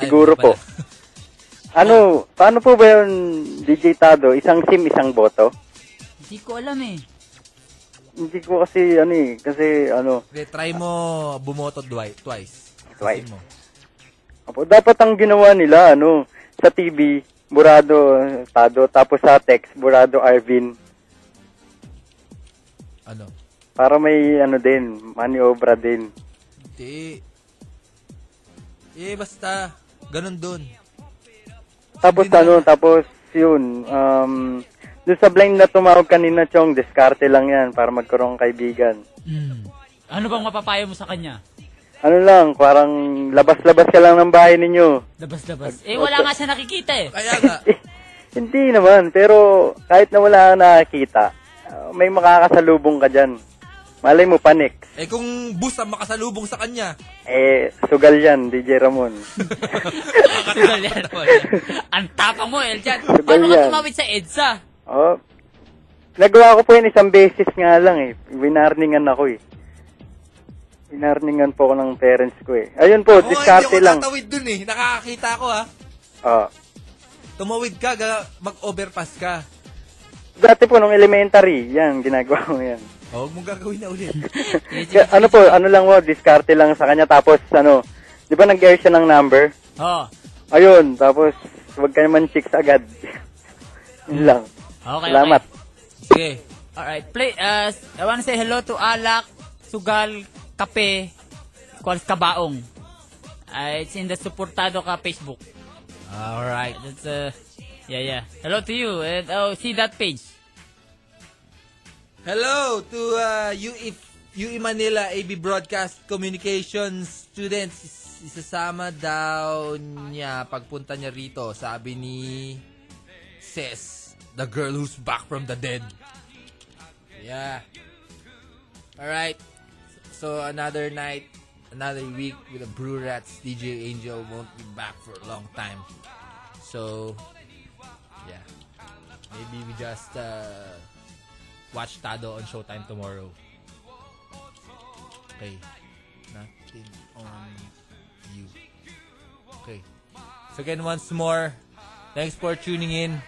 N: Siguro po. Ano, paano po ba yun, DJ Tado? Isang SIM, isang boto?
B: Hindi ko alam eh.
N: Hindi ko kasi, ano eh, kasi ano,
A: Okay, try mo bumoto dwi- twice.
N: Twice.
A: Mo.
N: Apo, dapat ang ginawa nila, ano, sa TV, Burado Tado, tapos sa text, Burado Arvin.
A: Ano?
P: Para may ano din, maniobra din.
O: Hindi. Eh, basta. Ganun dun.
P: Tapos ano, tapos yun, um, doon sa blind na tumawag kanina, Chong, diskarte lang yan para magkaroon ng kaibigan.
B: Ano bang mapapayo mo sa kanya?
P: Ano lang, parang labas-labas ka lang ng bahay ninyo.
B: Labas-labas. Eh, wala nga siya nakikita eh.
A: Kaya nga.
P: Hindi naman, pero kahit na wala kang nakakita, uh, may makakasalubong ka dyan. Malay mo, panik.
O: Eh, kung bus ang makasalubong sa kanya.
P: Eh, sugal yan, DJ Ramon.
B: Sugal yan. Paul. eh. Ang tapang mo, Eljan. Paano
P: yan.
B: ka tumawid sa EDSA?
P: oh. Nagawa ko po yun isang beses nga lang eh. Winarningan ako eh. Winarningan po ako ng parents ko eh. Ayun po,
O: Oo,
P: diskarte
O: Oh, hindi
P: lang.
O: ako tatawid dun eh. Nakakakita ako ah.
P: Oh.
O: Tumawid ka, ga- mag-overpass ka.
P: Dati po, nung elementary, yan, ginagawa ko yan.
O: Oh, huwag mong gagawin na ulit.
P: Ka- ano po, ano lang po, diskarte lang sa kanya. Tapos, ano, di ba nag-air siya ng number?
B: Oo.
A: Oh.
P: Ayun, tapos, huwag ka naman chicks agad. Yun lang.
B: Okay,
P: Salamat.
B: Okay. Alright. Play, uh, I wanna say hello to Alak, Sugal, Kape, Kualis Kabaong. Uh, it's in the Suportado Ka Facebook.
A: Alright.
B: That's, uh, yeah, yeah. Hello to you. And, oh, see that page.
O: Hello to uh, UE, UE E Manila AB Broadcast Communications students. Is- Isasama daw niya pagpunta niya rito, sabi ni Ses, the girl who's back from the dead. Yeah. Alright. So another night, another week with the Brew Rats. DJ Angel won't be back for a long time. So, yeah. Maybe we just uh, watch Tado on Showtime tomorrow. Okay. Nothing on you. Okay. So again, once more, thanks for tuning in.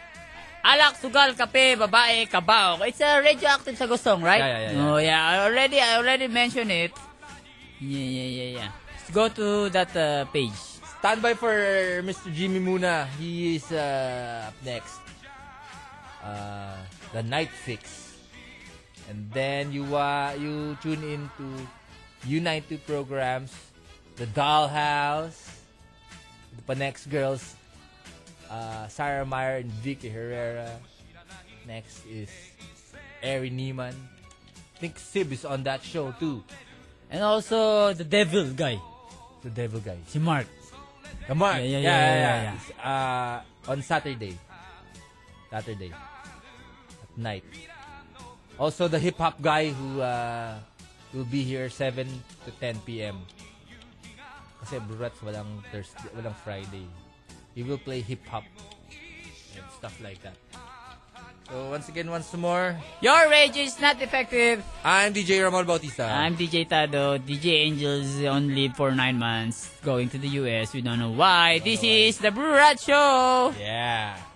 B: Alak, Sugal, Kape, Babae, Kabaong. It's a radioactive Sagosong, right?
O: Yeah, yeah, yeah, yeah.
B: Oh, yeah. I already, I already mentioned it. Yeah, yeah, yeah, yeah. Let's go to that uh, page.
A: Stand by for Mr. Jimmy Muna. He is uh, up next. Uh, the Night Fix. And then you uh, you tune in to U92 programs, The Dollhouse, the Panex Girls, uh, Sarah Meyer and Vicky Herrera. Next is Eri Neiman. I think Sib is on that show too.
B: And also the Devil guy.
A: The Devil guy.
B: Si Mark.
A: The Mark.
B: Yeah, yeah, yeah, yeah, yeah, yeah.
A: It's, uh, on Saturday. Saturday. At night. Also, the hip hop guy who uh, will be here 7 to 10 p.m. Kasi Brats walang Thursday, walang Friday. He will play hip hop and stuff like that. So once again, once more,
B: Your radio is not effective.
A: I'm DJ Ramon Bautista.
B: I'm DJ Tado. DJ Angels on leave for nine months, going to the US. We don't know why. this is the Brew Rat Show.
A: Yeah.